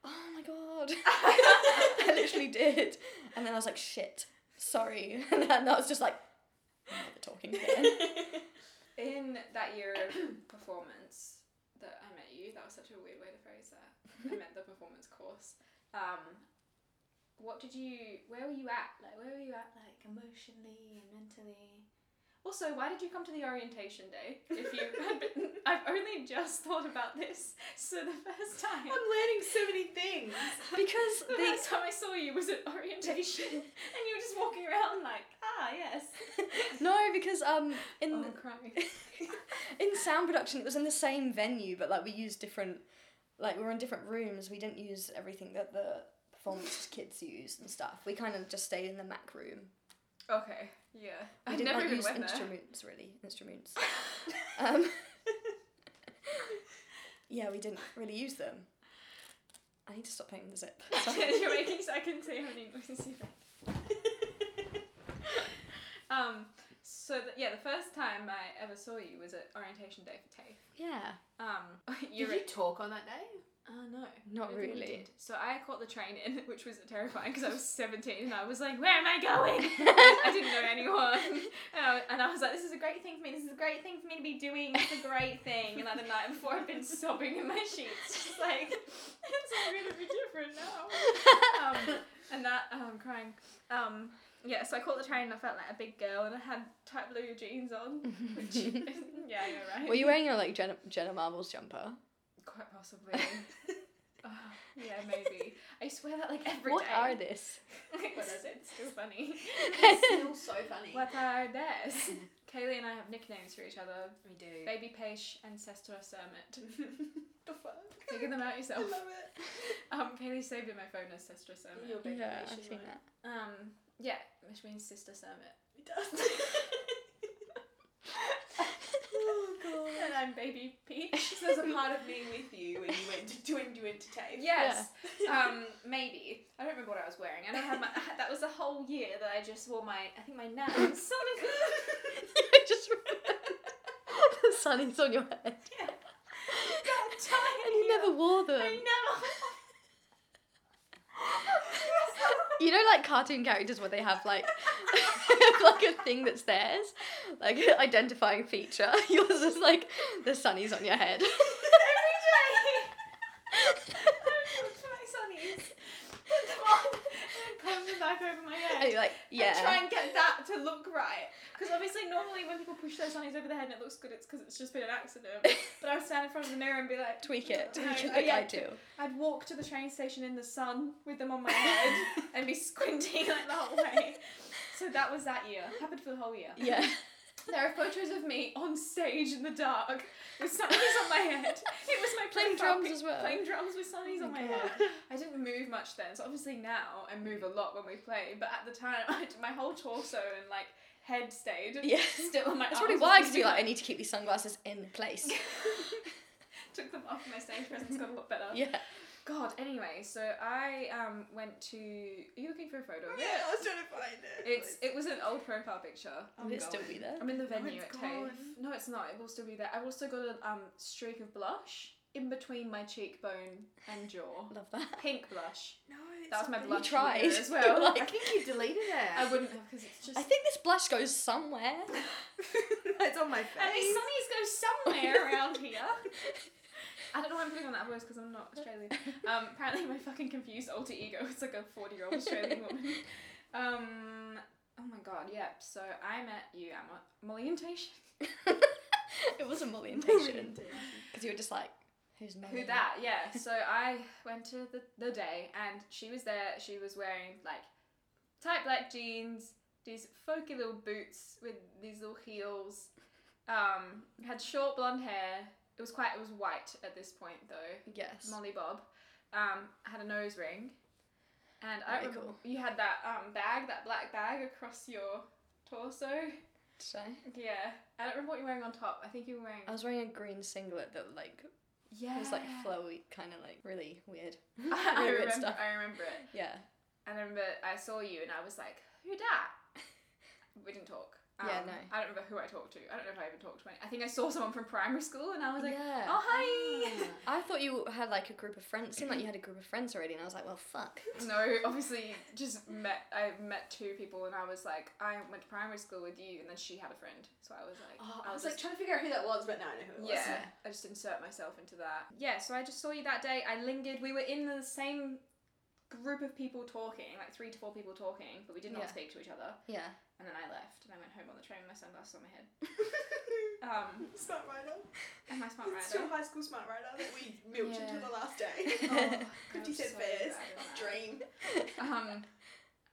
Speaker 1: oh my god. I literally did. And then I was like, shit, sorry. And then I was just like, I'm never talking again.
Speaker 3: In that year of performance that I met you, that was such a weird way to phrase that. I met the performance course. Um, what did you? Where were you at? Like, where were you at? Like emotionally and mentally. Also, why did you come to the orientation day? If you had been, I've only just thought about this. So the first time,
Speaker 2: I'm learning so many things.
Speaker 1: because
Speaker 3: the
Speaker 1: they,
Speaker 3: first time I saw you was at orientation, and you were just walking around like, ah, yes.
Speaker 1: no, because um, in
Speaker 3: Oh, I'm crying.
Speaker 1: in sound production it was in the same venue but like we used different like we were in different rooms we didn't use everything that the performance kids used and stuff we kind of just stayed in the mac room
Speaker 3: Okay. Yeah.
Speaker 1: we
Speaker 3: I
Speaker 1: didn't
Speaker 3: never
Speaker 1: like
Speaker 3: even
Speaker 1: use
Speaker 3: went there.
Speaker 1: instruments really instruments um, yeah we didn't really use them i need to stop playing with the zip Sorry.
Speaker 3: You're making so I can see how many noises you make. um. So the, yeah, the first time I ever saw you was at orientation day for TAFE.
Speaker 1: yeah
Speaker 3: E. Um,
Speaker 2: Did
Speaker 3: you
Speaker 2: you
Speaker 3: were.
Speaker 2: talk on that day?
Speaker 3: Oh no.
Speaker 1: not
Speaker 3: I don't think we
Speaker 1: really
Speaker 3: did. So I caught the train in, which was terrifying because I was 17 and I was like, where am I going? I didn't know anyone. And I, and I was like, this is a great thing for me. This is a great thing for me to be doing. It's a great thing. And like the night before, I've been sobbing in my sheets. Just like, it's all going to be different now. Um, and that, oh, I'm crying. Um, yeah, so I caught the train and I felt like a big girl and I had tight blue jeans on. Which, yeah, you're right.
Speaker 1: were you wearing your like jenna, jenna marbles jumper
Speaker 3: Quite possibly. Oh, yeah, maybe. I swear that like every day.
Speaker 1: what are this
Speaker 3: It's- it's still funny.
Speaker 2: It's still so funny.
Speaker 3: What are this? Kaylee and I have nicknames for each other.
Speaker 2: We do.
Speaker 3: Baby Pesh and Sestor Sermit.
Speaker 2: the fuck?
Speaker 3: Figure them out
Speaker 2: I
Speaker 3: yourself.
Speaker 2: love it.
Speaker 3: Um, Kaylee saved in my phone as Sestor Sermit.
Speaker 2: Your baby
Speaker 1: yeah
Speaker 2: face,
Speaker 1: i've
Speaker 2: you
Speaker 1: seen
Speaker 2: know.
Speaker 1: that
Speaker 3: Um, yeah, which means Sister Sermit.
Speaker 2: It does. oh god.
Speaker 3: And I'm Baby Peach.
Speaker 2: So there's a part of me with you when you went to when you went to tape.
Speaker 3: Yes. Um, maybe. I don't remember what I was wearing. I don't have my. I had- that was the whole year that I just wore my. I think my nan. Sonic.
Speaker 1: I just the sun is on your head.
Speaker 3: That tie.
Speaker 1: And you never wore
Speaker 3: I
Speaker 1: them.
Speaker 3: know.
Speaker 1: You know, like cartoon characters where they have like like a thing that's theirs, like an identifying feature. Yours is like the sunnies on your head.
Speaker 3: Every day. I put my sunnies, put them on, and comb them back over my
Speaker 1: And
Speaker 3: head.
Speaker 1: you're like,
Speaker 3: And try
Speaker 1: yeah.
Speaker 3: and get that to look right. Because obviously, normally when people push their sunnies over their head and it looks good, it's because it's just been an accident. But I would stand in front of the mirror and be like, "Oh,
Speaker 1: Tweak it to make it
Speaker 3: No,
Speaker 1: look
Speaker 3: yeah.
Speaker 1: ideal.
Speaker 3: I'd walk to the train station in the sun with them on my head and be squinting like that way. So that was that year. Happened for the whole year.
Speaker 1: Yeah.
Speaker 3: There are photos of me on stage in the dark with sunnies on my head. It was my
Speaker 1: Playing
Speaker 3: profile
Speaker 1: drums
Speaker 3: pic-
Speaker 1: as well.
Speaker 3: Playing drums with sunnies
Speaker 1: Oh
Speaker 3: on
Speaker 1: my
Speaker 3: my head. I didn't move much then, so obviously now I move a lot when we play. But at the time, I, my whole torso and like head stayed
Speaker 1: Yeah.
Speaker 3: still on my.
Speaker 1: That's probably
Speaker 3: arms
Speaker 1: why,
Speaker 3: were
Speaker 1: because you're like, I
Speaker 3: just-
Speaker 1: need to keep these sunglasses in place.
Speaker 3: Took them off. My stage presence got a lot better.
Speaker 1: Yeah.
Speaker 3: God. Anyway, so I um went to. Are you looking for a photo of it?
Speaker 2: Yeah, I was trying to find it.
Speaker 3: It's it was an old profile picture.
Speaker 1: Would it still be there?
Speaker 3: I'm in the
Speaker 2: No,
Speaker 3: venue
Speaker 2: it's
Speaker 3: at
Speaker 2: gone.
Speaker 3: TAFE. Oh, No, it's not. It will still be there. I've also got an um, streak of blush in between my cheekbone and jaw.
Speaker 1: Love that.
Speaker 3: Pink blush.
Speaker 2: No, it's
Speaker 3: That was my
Speaker 2: not
Speaker 3: blush.
Speaker 1: You tried.
Speaker 3: in the mirror as well.
Speaker 1: Like-
Speaker 2: there. I think you deleted it.
Speaker 3: I wouldn't have because it's just.
Speaker 1: I think this blush goes somewhere.
Speaker 2: it's on my face.
Speaker 3: At least sunnies go somewhere around here. I don't know why I'm putting on that voice because I'm not Australian. Um, apparently, my fucking confused alter ego is like a 40 year old Australian woman. Um, oh my god, yep. So I met you at my orientation.
Speaker 1: it was a molly intention. Because you were just like, who's Molly?
Speaker 3: Who that? Yeah. So I went to the, the day and she was there. She was wearing like tight black jeans, these folky little boots with these little heels. Um, had short blonde hair. It was quite. It was white at this point though.
Speaker 1: Yes.
Speaker 3: Molly Bob. Um, had a nose ring, and I
Speaker 1: Very
Speaker 3: remember you had that um bag, that black bag across your torso.
Speaker 1: today.
Speaker 3: Yeah. I don't remember what you're wearing on top. I think you were wearing.
Speaker 1: I was wearing a green singlet that like
Speaker 3: yeah.
Speaker 1: Oh, was like flowy, kind of like really weird.
Speaker 3: I,
Speaker 1: really weird
Speaker 3: remember,
Speaker 1: stuff.
Speaker 3: I remember it.
Speaker 1: Yeah,
Speaker 3: And I remember I saw you and I was like, who dat? We didn't talk. Um,
Speaker 1: Yeah, no.
Speaker 3: I don't remember who I talked to. I don't know if I even talked to any. I think I saw someone from primary school and I was like,
Speaker 1: yeah.
Speaker 3: oh, hi.
Speaker 1: I thought you had like a group of friends. Seemed like you had a group of friends already, and I was like, well, fuck.
Speaker 3: no, obviously, just met. I met two people and I was like, I went to primary school with you, and then she had a friend. So I was like,
Speaker 2: Oh,
Speaker 3: I was
Speaker 2: like
Speaker 3: just-
Speaker 2: trying to figure out who that was, but now I know who it was.
Speaker 3: Yeah, I just insert myself into that. Yeah, so I just saw you that day. I lingered. We were in the same group of people talking, like three to four people talking, but we did
Speaker 1: Yeah.
Speaker 3: not speak to each other.
Speaker 1: Yeah.
Speaker 3: And then I left and I went home on the train with my sunglasses on my head. Um,
Speaker 2: smart writer.
Speaker 3: and my smart
Speaker 2: It's still
Speaker 3: rider.
Speaker 2: high school smart writer that we milked
Speaker 1: Yeah.
Speaker 2: until the last day.
Speaker 3: Oh,
Speaker 2: Fifty cent fares. Dream.
Speaker 3: Um,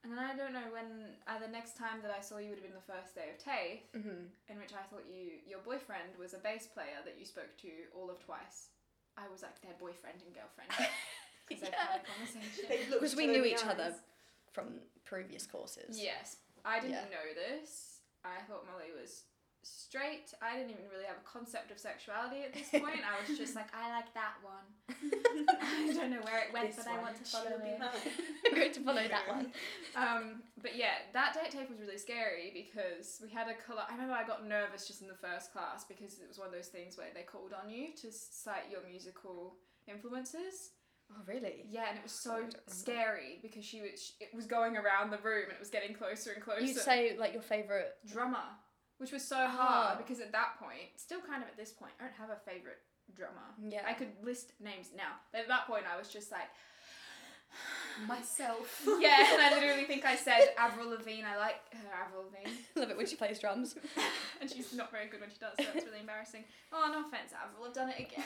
Speaker 3: and then I don't know when uh, the next time that I saw you would have been the first day of TAFE,
Speaker 1: hmm
Speaker 3: in which I thought you your boyfriend was a bass player that you spoke to all of twice. I was like their boyfriend and girlfriend. Because I've had a conversation.
Speaker 2: They looked
Speaker 1: Because we
Speaker 2: each other
Speaker 1: knew
Speaker 2: in the
Speaker 1: each other
Speaker 2: eyes.
Speaker 1: from previous courses.
Speaker 3: Yes, I didn't
Speaker 1: Yeah.
Speaker 3: know this. I thought Molly was straight. I didn't even really have a concept of sexuality at this point. I was just like, I like that one. I don't know where it went,
Speaker 2: This
Speaker 3: but I
Speaker 2: one,
Speaker 3: want to
Speaker 2: she'll
Speaker 3: follow
Speaker 2: be
Speaker 3: it.
Speaker 2: mine.
Speaker 1: Going to follow that one.
Speaker 3: Um, but yeah, that date tape was really scary because we had a colour. I remember I got nervous just in the first class because it was one of those things where they called on you to cite your musical influences.
Speaker 1: Oh, really?
Speaker 3: Yeah, and it was
Speaker 1: I
Speaker 3: so
Speaker 1: don't remember.
Speaker 3: scary because she was it was going around the room and it was getting closer and closer.
Speaker 1: You say like your favorite.
Speaker 3: drummer, which was so hard
Speaker 1: Oh.
Speaker 3: because at that point, still kind of at this point, I don't have a favorite drummer.
Speaker 1: Yeah.
Speaker 3: I could list names now, but at that point, I was just like,
Speaker 2: Myself.
Speaker 3: yeah, and I literally think I said Avril Lavigne. I like her Avril Lavigne,
Speaker 1: love it when she plays drums.
Speaker 3: and she's not very good when she does, so it's really embarrassing. Oh, no offense, Avril, I've done it again.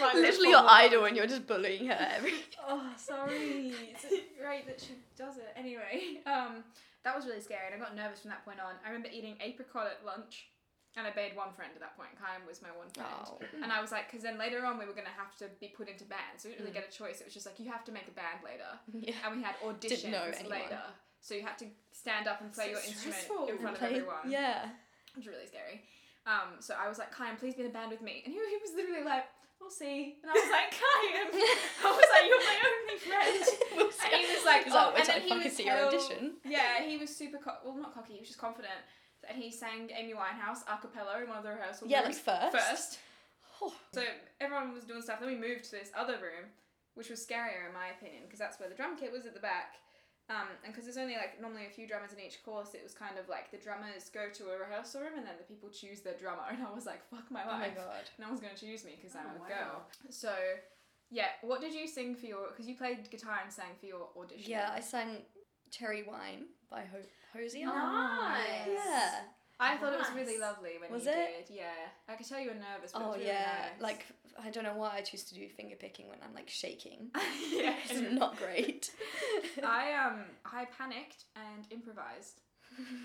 Speaker 2: Right,
Speaker 1: Literally
Speaker 2: that's
Speaker 1: your idol, and you're just bullying her every.
Speaker 3: oh, sorry. It's great that she does it. Anyway, um, that was really scary, and I got nervous from that point on. I remember eating apricot at lunch, and I made one friend at that point. Kyan was my one friend.
Speaker 1: Oh.
Speaker 3: And I was like, because then later on we were going to have to be put into bands. So we didn't really get a choice. It was just like, you have to make a band later.
Speaker 1: Yeah.
Speaker 3: And we had auditions
Speaker 1: know anyone.
Speaker 3: later. So you had to stand up and
Speaker 2: So
Speaker 3: play your instrument
Speaker 2: stressful.
Speaker 3: in front of
Speaker 1: Play-
Speaker 3: everyone.
Speaker 1: Yeah.
Speaker 3: It was really scary. Um, so I was like, Kyan, please be in a band with me. And he, he was literally like, we'll see. And I was like, Kyan. I was like, you're my only friend.
Speaker 1: We'll
Speaker 3: And he
Speaker 1: see.
Speaker 3: was like,
Speaker 1: He's
Speaker 3: oh,
Speaker 1: wait
Speaker 3: and
Speaker 1: till I
Speaker 3: then he
Speaker 1: fucking
Speaker 3: was
Speaker 1: see your
Speaker 3: hell-
Speaker 1: audition.
Speaker 3: Yeah, he was super, co- well, not cocky, he was just confident. And he sang Amy Winehouse a cappella in one of the rehearsal
Speaker 1: Yeah, like
Speaker 3: rooms
Speaker 1: first.
Speaker 3: first.
Speaker 1: Oh.
Speaker 3: So everyone was doing stuff. Then we moved to this other room, which was scarier in my opinion, because that's where the drum kit was at the back. Um, and because there's only like normally a few drummers in each course, it was kind of like the drummers go to a rehearsal room and then the people choose their drummer. And I was like, fuck my
Speaker 1: Oh my
Speaker 3: life.
Speaker 1: god.
Speaker 3: no one's going to choose me because I'm
Speaker 2: Oh,
Speaker 3: a girl. So yeah, what did you sing for your? Because you played guitar and sang for your audition.
Speaker 1: Yeah, I sang Cherry Wine by Ho- Hosea.
Speaker 3: Nice.
Speaker 1: Yeah.
Speaker 3: I thought it was
Speaker 2: Nice.
Speaker 3: really lovely when
Speaker 1: Was
Speaker 3: you
Speaker 1: it?
Speaker 3: did. Yeah, I could tell you were nervous. But it
Speaker 1: Oh
Speaker 3: was really
Speaker 1: yeah.
Speaker 3: nice.
Speaker 1: Like I don't know why I choose to do finger picking when I'm like shaking.
Speaker 3: yeah,
Speaker 1: It's not great.
Speaker 3: I um I panicked and improvised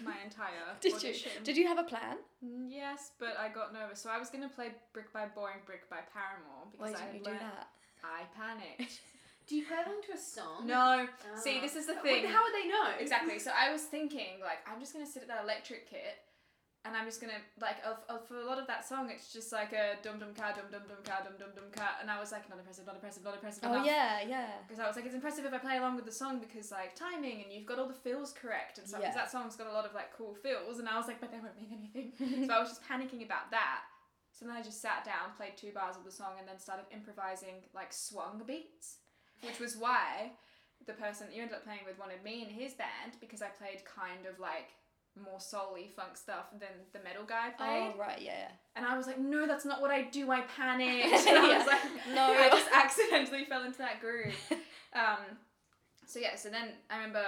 Speaker 3: my entire
Speaker 1: Did you?
Speaker 3: audition.
Speaker 1: Did you have a plan?
Speaker 3: Mm, yes, but I got nervous, so I was gonna play Brick by Boring Brick by Paramore
Speaker 1: Why
Speaker 3: because
Speaker 1: didn't
Speaker 3: I had
Speaker 1: you do
Speaker 3: learned-
Speaker 1: that?
Speaker 3: I panicked.
Speaker 2: Do you play along to a song?
Speaker 3: no,
Speaker 2: Ah.
Speaker 3: see, this is the
Speaker 2: But
Speaker 3: thing.
Speaker 2: How would they know?
Speaker 3: exactly. So I was thinking like I'm just gonna sit at that electric kit. And I'm just gonna like of, of, for a lot of that song, it's just like a dum dum car, dum dum dum car, dum dum dum car, and I was like not impressive, not impressive, not impressive.
Speaker 1: Oh
Speaker 3: enough.
Speaker 1: yeah, yeah.
Speaker 3: Because I was like, it's impressive if I play along with the song because like timing and you've got all the fills correct and stuff.
Speaker 1: Yeah.
Speaker 3: Because that song's got a lot of like cool fills, and I was like, but they won't mean anything. so I was just panicking about that. So then I just sat down, played two bars of the song, and then started improvising like swung beats, which was why the person that you ended up playing with wanted me in his band because I played kind of like more soul-y funk stuff than the metal guy played.
Speaker 1: Oh right, yeah.
Speaker 3: And I was like, no, that's not what I do. I panicked. And I
Speaker 1: Yeah.
Speaker 3: was like,
Speaker 1: No.
Speaker 3: I just accidentally fell into that groove. Um, so yeah, so then I remember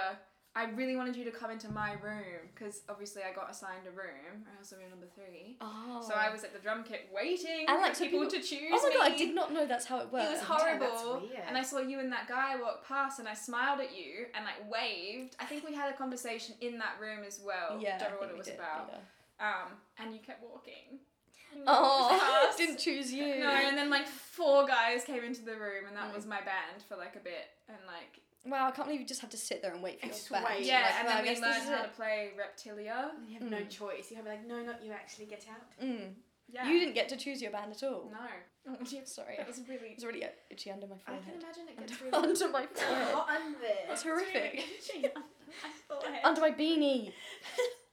Speaker 3: I really wanted you to come into my room because obviously I got assigned a room, rehearsal room number three.
Speaker 1: Oh.
Speaker 3: So I was at the drum kit waiting
Speaker 1: And, like,
Speaker 3: for
Speaker 1: so
Speaker 3: people,
Speaker 1: people-
Speaker 3: to choose
Speaker 1: Oh my god,
Speaker 3: me.
Speaker 1: I did not know that's how it worked.
Speaker 3: It was
Speaker 2: that's
Speaker 3: horrible.
Speaker 2: weird.
Speaker 3: And I saw you and that guy walk past, and I smiled at you and like waved. I think we had a conversation in that room as well.
Speaker 1: Yeah. I
Speaker 3: don't know
Speaker 1: think
Speaker 3: what it
Speaker 1: we
Speaker 3: was
Speaker 1: did
Speaker 3: about.
Speaker 1: later.
Speaker 3: Um, and you kept walking.
Speaker 1: Oh,
Speaker 3: Us.
Speaker 1: didn't choose you.
Speaker 3: No, and then like four guys came into the room, and
Speaker 1: Mm.
Speaker 3: that was my band for like a bit, and like
Speaker 1: Wow, I can't believe you just had to sit there and wait for
Speaker 2: And
Speaker 1: your
Speaker 2: just
Speaker 1: band.
Speaker 2: wait.
Speaker 3: yeah,
Speaker 1: Like,
Speaker 3: and
Speaker 1: well,
Speaker 3: then
Speaker 1: I
Speaker 3: we
Speaker 1: guess this
Speaker 3: learned
Speaker 1: is
Speaker 3: how to
Speaker 1: it.
Speaker 3: play Reptilia.
Speaker 2: You have no
Speaker 1: Mm.
Speaker 2: choice. You have like, no, not you. Actually, get out.
Speaker 1: Mm.
Speaker 3: Yeah.
Speaker 1: You didn't get to choose your band at all. Oh,
Speaker 3: No.
Speaker 1: Sorry,
Speaker 3: That
Speaker 1: it
Speaker 3: was really.
Speaker 1: was really itchy under my
Speaker 3: I can
Speaker 1: forehead.
Speaker 3: imagine it
Speaker 1: Under,
Speaker 3: gets really. Oh,
Speaker 1: under my forehead.
Speaker 2: Hot under
Speaker 1: That's horrific.
Speaker 3: It's really itchy under my forehead.
Speaker 1: under my beanie.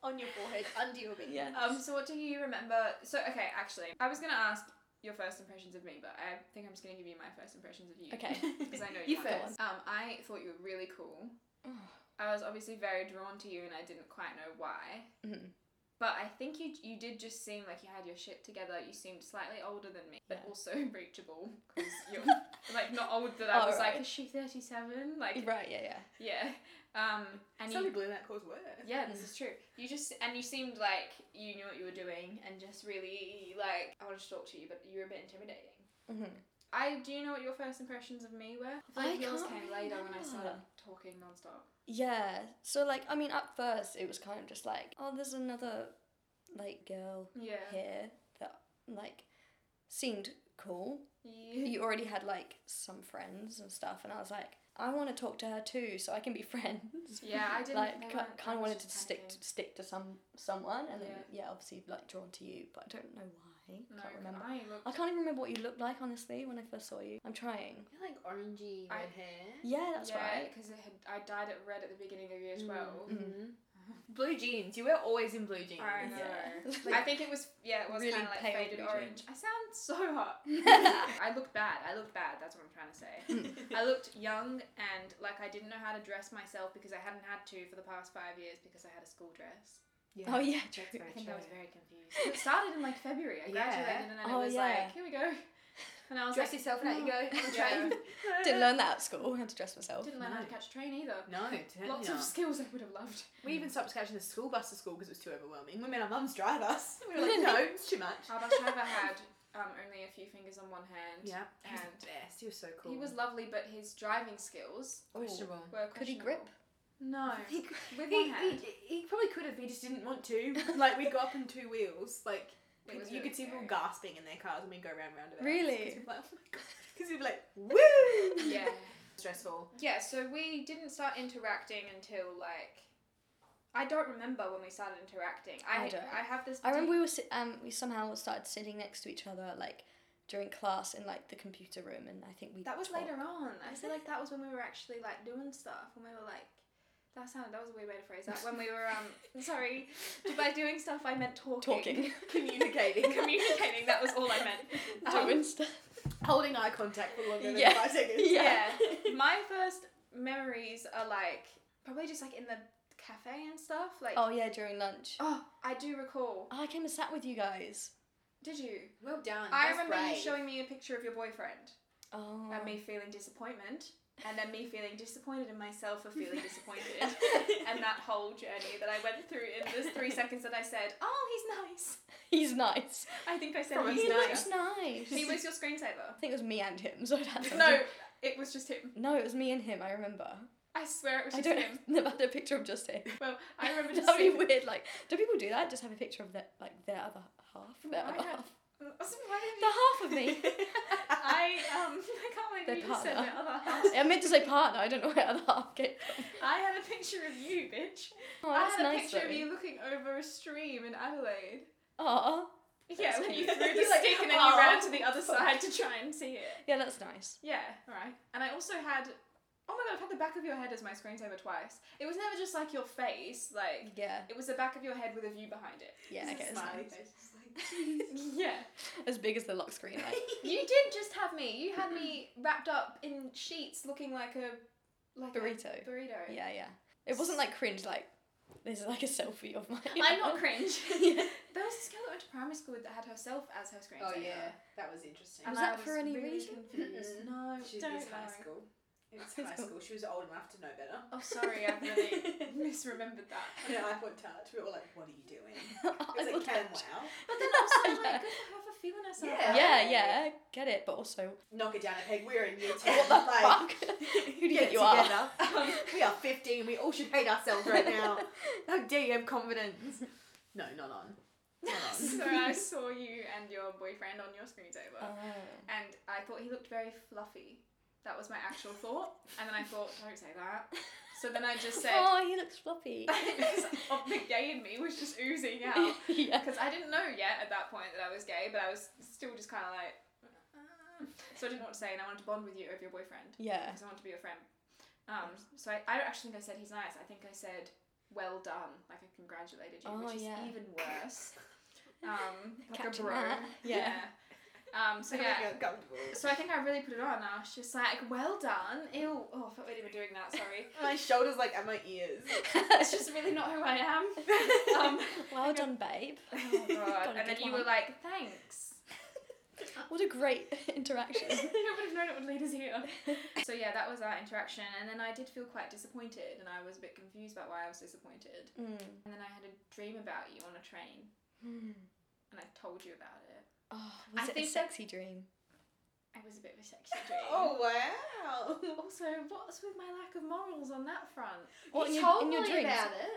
Speaker 2: on your forehead, under your beard.
Speaker 1: Yeah.
Speaker 3: Um, so what do you remember? So okay, actually, I was gonna ask your first impressions of me, but I think I'm just gonna give you my first impressions of you.
Speaker 1: Okay.
Speaker 3: Because I know
Speaker 1: You
Speaker 3: you,
Speaker 1: first.
Speaker 3: first. Um, I thought you were really cool.
Speaker 1: Oh.
Speaker 3: I was obviously very drawn to you, and I didn't quite know why.
Speaker 1: Mm.
Speaker 3: But I think you you did just seem like you had your shit together. You seemed slightly older than me, but
Speaker 1: Yeah.
Speaker 3: also reachable because you're like not old that I
Speaker 1: Oh,
Speaker 3: was
Speaker 1: right.
Speaker 3: like, is she thirty seven? Like
Speaker 1: Right, yeah, yeah.
Speaker 3: yeah. Um, and
Speaker 2: Some
Speaker 3: you
Speaker 2: people in that cause worse.
Speaker 3: yeah, this is true. You just and you seemed like you knew what you were doing and just really like I wanted to talk to you, but you were a bit intimidating.
Speaker 1: Mhm.
Speaker 3: I do you know what your first impressions of me were? I
Speaker 1: I
Speaker 3: feel like yours
Speaker 1: can't
Speaker 3: came
Speaker 1: really
Speaker 3: later when I started
Speaker 1: remember.
Speaker 3: talking nonstop.
Speaker 1: Yeah. So like I mean at first it was kind of just like, oh there's another like girl
Speaker 3: Yeah.
Speaker 1: here that like seemed cool.
Speaker 3: Yeah.
Speaker 1: You already had like some friends and stuff and I was like, I want to talk to her too so I can be friends.
Speaker 3: Yeah, I didn't
Speaker 1: Like
Speaker 3: they
Speaker 1: ki-
Speaker 3: weren't- I
Speaker 1: kind of
Speaker 3: was
Speaker 1: wanted to
Speaker 3: just
Speaker 1: stick
Speaker 3: panicking.
Speaker 1: to stick to some someone and then yeah,
Speaker 3: Yeah.
Speaker 1: obviously like drawn to you, but I don't know why.
Speaker 3: No,
Speaker 1: can't remember.
Speaker 3: I looked
Speaker 1: I can't even remember what you looked like honestly when I first saw you. I'm trying.
Speaker 2: You're like orangey
Speaker 3: I-
Speaker 2: hair.
Speaker 1: Yeah, that's
Speaker 3: yeah,
Speaker 1: right.
Speaker 3: because I dyed it red at the beginning of year
Speaker 2: Mm.
Speaker 3: 12.
Speaker 2: Mhm. Blue jeans. You were always in blue jeans.
Speaker 3: I know.
Speaker 1: Yeah.
Speaker 3: I think it was, yeah, it was
Speaker 1: Really
Speaker 3: kind of like
Speaker 1: pale
Speaker 3: faded
Speaker 1: blue
Speaker 3: orange. I sound so hot. I looked bad. I looked bad. That's what I'm trying to say.
Speaker 2: Mm.
Speaker 3: I looked young and like I didn't know how to dress myself because I hadn't had to for the past five years because I had a school dress.
Speaker 2: yeah.
Speaker 1: Oh yeah,
Speaker 2: That's
Speaker 1: true.
Speaker 2: very
Speaker 3: I think
Speaker 2: true.
Speaker 3: I was very confused. It started in like February. I
Speaker 2: Yeah.
Speaker 3: graduated and then
Speaker 1: Oh,
Speaker 3: it was
Speaker 1: yeah.
Speaker 3: like, here we go. And I was
Speaker 2: Dress
Speaker 3: like,
Speaker 2: yourself and out you go on the
Speaker 3: Yeah.
Speaker 2: train.
Speaker 1: Didn't learn that at school. How to dress myself.
Speaker 3: didn't learn how to
Speaker 2: No.
Speaker 3: catch a train either.
Speaker 2: No, didn't
Speaker 3: Lots
Speaker 2: ya?
Speaker 3: of skills I would have loved.
Speaker 2: We even stopped catching the school bus to school because it was too overwhelming. We made our mums drive us. We were like, no, it's too much.
Speaker 3: Our bus driver had um, only a few fingers on one hand.
Speaker 2: Yeah, he was
Speaker 3: And-
Speaker 2: the best. He was so cool.
Speaker 3: He was lovely, but his driving skills
Speaker 2: questionable.
Speaker 3: were
Speaker 1: Could he grip?
Speaker 3: questionable. No.
Speaker 2: He,
Speaker 3: With
Speaker 2: he,
Speaker 3: one hand.
Speaker 2: he, he probably could have, but he just didn't want to. Like we'd go up on two wheels, like
Speaker 3: It
Speaker 2: you
Speaker 3: was
Speaker 2: could
Speaker 3: really
Speaker 2: see people
Speaker 3: scary.
Speaker 2: gasping in their cars when we go round roundabouts.
Speaker 1: Really?
Speaker 2: Because like, oh my god, because he'd be like, woo.
Speaker 3: Yeah.
Speaker 2: Stressful.
Speaker 3: Yeah, so we didn't start interacting until like I don't remember when we started interacting. I
Speaker 1: I don't.
Speaker 3: I have this
Speaker 1: I remember
Speaker 3: deep-
Speaker 1: we were sit- um we somehow started sitting next to each other like during class in like the computer room, and I think we
Speaker 3: that was
Speaker 1: talked.
Speaker 3: later on. I
Speaker 1: Was
Speaker 3: feel like that was when we were actually like doing stuff when we were like that sounded that was a weird way to phrase that. When we were um sorry. By doing stuff I meant talking.
Speaker 1: talking,
Speaker 2: Communicating.
Speaker 3: Communicating, that was all I meant. Um,
Speaker 1: doing stuff.
Speaker 2: Holding eye contact for longer than
Speaker 1: Yeah.
Speaker 2: five seconds.
Speaker 1: Yeah.
Speaker 3: yeah. My first memories are like probably just like in the cafe and stuff. Like
Speaker 1: Oh yeah, during lunch.
Speaker 3: oh I do recall.
Speaker 1: Oh, I came and sat with you guys.
Speaker 3: Did you?
Speaker 2: Well done.
Speaker 3: I
Speaker 2: That's
Speaker 3: remember you
Speaker 2: brave.
Speaker 3: showing me a picture of your boyfriend
Speaker 1: Oh.
Speaker 3: and me feeling disappointment, and then me feeling disappointed in myself for feeling disappointed, and that whole journey that I went through in those three seconds that I said, "Oh, he's nice."
Speaker 1: he's nice.
Speaker 3: I think I said
Speaker 2: From
Speaker 3: he's
Speaker 1: He
Speaker 2: his
Speaker 3: nice.
Speaker 1: looks nice.
Speaker 3: He was your screensaver.
Speaker 1: I think it was me and him. So that's
Speaker 3: No, it was just him.
Speaker 1: No, it was me and him. I remember.
Speaker 3: I swear it was
Speaker 1: I
Speaker 3: just
Speaker 1: don't
Speaker 3: him.
Speaker 1: never had a picture of just him.
Speaker 3: Well, I remember just
Speaker 1: That'd be
Speaker 3: seeing-
Speaker 1: weird. Like, do people do that? Just have a picture of their like their other half, their
Speaker 3: I
Speaker 1: other
Speaker 3: had-
Speaker 1: half,
Speaker 3: Why did
Speaker 1: the
Speaker 3: you-
Speaker 1: half of me.
Speaker 3: I um I can't believe
Speaker 1: Their
Speaker 3: you just said
Speaker 1: partner.
Speaker 3: that other
Speaker 1: I
Speaker 3: half.
Speaker 1: meant to say partner. I don't know where other half came. from.
Speaker 3: I had a picture of you, bitch.
Speaker 1: Oh,
Speaker 3: I
Speaker 1: that's
Speaker 3: had a
Speaker 1: nice.
Speaker 3: picture of
Speaker 1: though.
Speaker 3: you looking over a stream in Adelaide.
Speaker 1: Aw.
Speaker 3: Yeah, when you
Speaker 2: cute.
Speaker 3: threw the
Speaker 2: You're like,
Speaker 3: stick and then
Speaker 2: "Aw."
Speaker 3: you ran to the other side to try and see it.
Speaker 1: yeah, that's nice.
Speaker 3: Yeah, alright. And I also had oh my god, I've had the back of your head as my screensaver twice. It was never just like your face, like
Speaker 1: Yeah,
Speaker 3: it was the back of your head with a view behind it.
Speaker 1: yeah, I
Speaker 2: Just
Speaker 1: guess
Speaker 2: a
Speaker 1: it's
Speaker 2: smiley
Speaker 1: nice.
Speaker 2: face, just like,
Speaker 3: Yeah.
Speaker 1: As big as the lock screen, like
Speaker 3: You did just have me. You had me wrapped up in sheets looking like a like
Speaker 1: Burrito.
Speaker 3: A burrito.
Speaker 1: yeah, yeah. It wasn't like cringe. Like this is like a selfie of my.
Speaker 3: I'm not cringe.
Speaker 1: Yeah.
Speaker 3: There was this girl that went to primary school that had herself as her screensaver.
Speaker 2: oh yeah, that was interesting.
Speaker 3: And
Speaker 1: Was
Speaker 3: I
Speaker 1: that for any
Speaker 3: really
Speaker 1: reason?
Speaker 3: confused. No,
Speaker 2: She was
Speaker 3: don't
Speaker 2: high
Speaker 3: know.
Speaker 2: school. It was
Speaker 1: High
Speaker 2: high
Speaker 1: school.
Speaker 2: school. She was old enough to know better.
Speaker 3: Oh, sorry, I really misremembered that.
Speaker 2: Yeah, I went touch. We were all like, "What are you doing?" It
Speaker 1: I
Speaker 2: was like,
Speaker 1: will
Speaker 2: "Can
Speaker 1: catch-
Speaker 2: wow,
Speaker 3: But then also,
Speaker 1: Yeah.
Speaker 3: like, good for her for feeling herself.
Speaker 2: Yeah.
Speaker 1: Yeah, yeah, get it. But also,
Speaker 2: knock it down a peg. We're in year ten.
Speaker 1: what the fuck?
Speaker 2: like,
Speaker 1: Who do you
Speaker 2: get
Speaker 1: think
Speaker 2: it
Speaker 1: you are?
Speaker 2: together. we are fifteen. We all should hate ourselves right now. How dare you have confidence? No, not on.
Speaker 3: so I saw you and your boyfriend on your screensaver.
Speaker 1: Oh.
Speaker 3: and I thought he looked very fluffy. That was my actual thought, and then I thought, don't say that. So then I just said,
Speaker 1: oh, he looks floppy.
Speaker 3: of the gay in me was just oozing out
Speaker 1: yeah.
Speaker 3: because I didn't know yet at that point that I was gay, but I was still just kind of like, "Uh." so I didn't know what to say, and I wanted to bond with you over your boyfriend
Speaker 1: Yeah.
Speaker 3: because I wanted to be your friend. Um, so I, I don't actually think I said he's nice. I think I said well done, like I congratulated you,
Speaker 1: Oh,
Speaker 3: which is
Speaker 1: yeah.
Speaker 3: even worse. Um, like
Speaker 1: Catching
Speaker 3: a bro.
Speaker 1: that. Yeah. Oh
Speaker 3: Yeah. Um, so
Speaker 2: Sounds
Speaker 3: yeah,
Speaker 2: uncomfortable.
Speaker 3: so I think I really put it on. I was just like, well done. Ew. Oh, I felt weird even doing that. Sorry.
Speaker 2: My shoulders like at my ears.
Speaker 3: That's just really not who I am. Um,
Speaker 1: well done, babe.
Speaker 3: oh
Speaker 1: Got
Speaker 3: god.
Speaker 1: a
Speaker 3: And then
Speaker 1: good
Speaker 3: you
Speaker 1: one.
Speaker 3: were like, thanks.
Speaker 1: What a great interaction.
Speaker 3: I would have known it would lead us here. So yeah, that was our interaction, and then I did feel quite disappointed, and I was a bit confused about why I was disappointed.
Speaker 1: Mm.
Speaker 3: And then I had a dream about you on a train,
Speaker 1: Hmm.
Speaker 3: and I told you about it.
Speaker 1: Oh, was
Speaker 3: I
Speaker 1: it a
Speaker 3: think that-
Speaker 1: sexy dream?
Speaker 3: It was a bit of a sexy dream.
Speaker 2: Oh wow.
Speaker 3: Also, what's with my lack of morals on that front?
Speaker 1: Well, in
Speaker 2: you
Speaker 1: your-
Speaker 2: told
Speaker 1: in your
Speaker 2: me
Speaker 1: dreams.
Speaker 2: about it.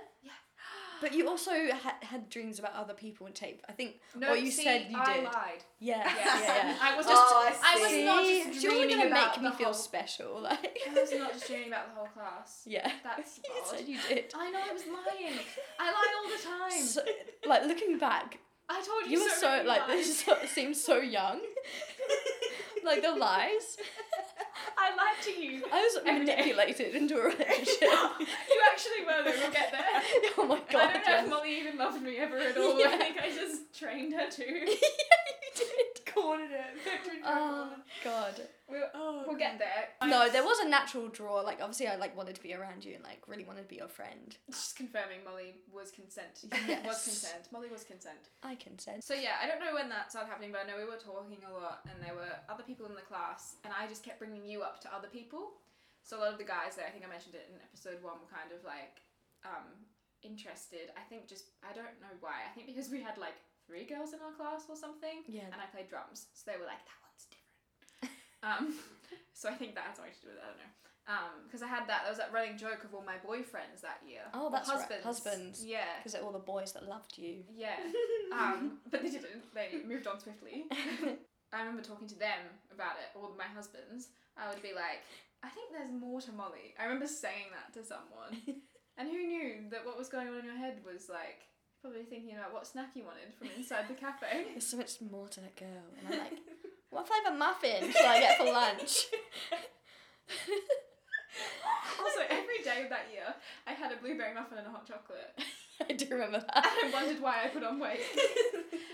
Speaker 1: But you also had, had dreams about other people in tape. I think.
Speaker 3: No,
Speaker 1: Or you
Speaker 3: see,
Speaker 1: said you
Speaker 3: I
Speaker 1: did.
Speaker 3: lied.
Speaker 1: Yeah.
Speaker 3: Yes.
Speaker 1: Yeah. yeah.
Speaker 3: I was
Speaker 2: Oh,
Speaker 3: just.
Speaker 2: I
Speaker 3: I, was
Speaker 2: see.
Speaker 3: not just
Speaker 1: you're
Speaker 3: dreaming
Speaker 1: gonna
Speaker 3: about
Speaker 1: make
Speaker 3: the
Speaker 1: me feel
Speaker 3: whole-
Speaker 1: special. Like.
Speaker 3: I was not just dreaming about the whole class.
Speaker 1: yeah.
Speaker 3: That's
Speaker 1: You
Speaker 3: odd.
Speaker 1: said you did.
Speaker 3: I know I was lying. I lie all the time.
Speaker 1: So, like looking back,
Speaker 3: I told you.
Speaker 1: you were
Speaker 3: so
Speaker 1: so
Speaker 3: many
Speaker 1: like
Speaker 3: lies.
Speaker 1: this so, seems so young. like the lies.
Speaker 3: I lied to you.
Speaker 1: I was
Speaker 3: Every day.
Speaker 1: manipulated into a relationship.
Speaker 3: You actually were. though, We'll get there.
Speaker 1: oh my god.
Speaker 3: I don't know
Speaker 1: yes.
Speaker 3: if Molly even loved me ever at all.
Speaker 1: Yeah.
Speaker 3: I think I just trained her to.
Speaker 1: yeah, you did.
Speaker 2: Cornered it.
Speaker 1: Oh god.
Speaker 3: We'll,
Speaker 2: Oh,
Speaker 3: we'll get there.
Speaker 1: No, there was a natural draw. Like obviously, I like wanted to be around you and like really wanted to be your friend.
Speaker 3: Just confirming Molly was consent.
Speaker 1: Yes.
Speaker 3: Was consent. Molly was consent.
Speaker 1: I can sense.
Speaker 3: So yeah, I don't know when that started happening, but I know we were talking a lot, and there were other people in the class, and I just kept bringing you up to other people. So a lot of the guys that I think I mentioned it in episode one were kind of like um, interested. I think just I don't know why. I think because we had like three girls in our class or something,
Speaker 1: Yeah.
Speaker 3: and I played drums, so they were like that one's different. um, so I think that had something to do with it. I don't know. Because I had that, there was that running joke of all my boyfriends that year.
Speaker 1: Oh,
Speaker 3: Or
Speaker 1: that's right,
Speaker 3: husbands.
Speaker 1: husbands.
Speaker 3: Yeah.
Speaker 1: Because they're all the boys that loved you.
Speaker 3: Yeah.
Speaker 2: Ah,
Speaker 3: Um, but they didn't. They moved on swiftly. I remember talking to them about it, or my husbands. I would be like, I think there's more to Molly. I remember saying that to someone. and who knew that what was going on in your head was like, probably thinking about what snack you wanted from inside the cafe.
Speaker 1: There's so much more to that girl. And I'm like, what flavour muffin shall I get for lunch?
Speaker 3: also, every day of that year, I had a blueberry muffin and a hot chocolate.
Speaker 1: I do remember
Speaker 3: And
Speaker 1: that.
Speaker 3: I wondered why I put on weight.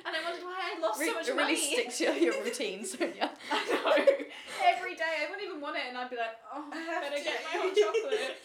Speaker 3: and I wondered why I lost
Speaker 1: Re-
Speaker 3: so much
Speaker 1: it really
Speaker 3: money.
Speaker 1: sticks to your, your routine, Sonia.
Speaker 3: I know. Every day, I wouldn't even want it, and I'd be like, oh,
Speaker 2: I have
Speaker 3: better
Speaker 2: to.
Speaker 3: get my hot chocolate.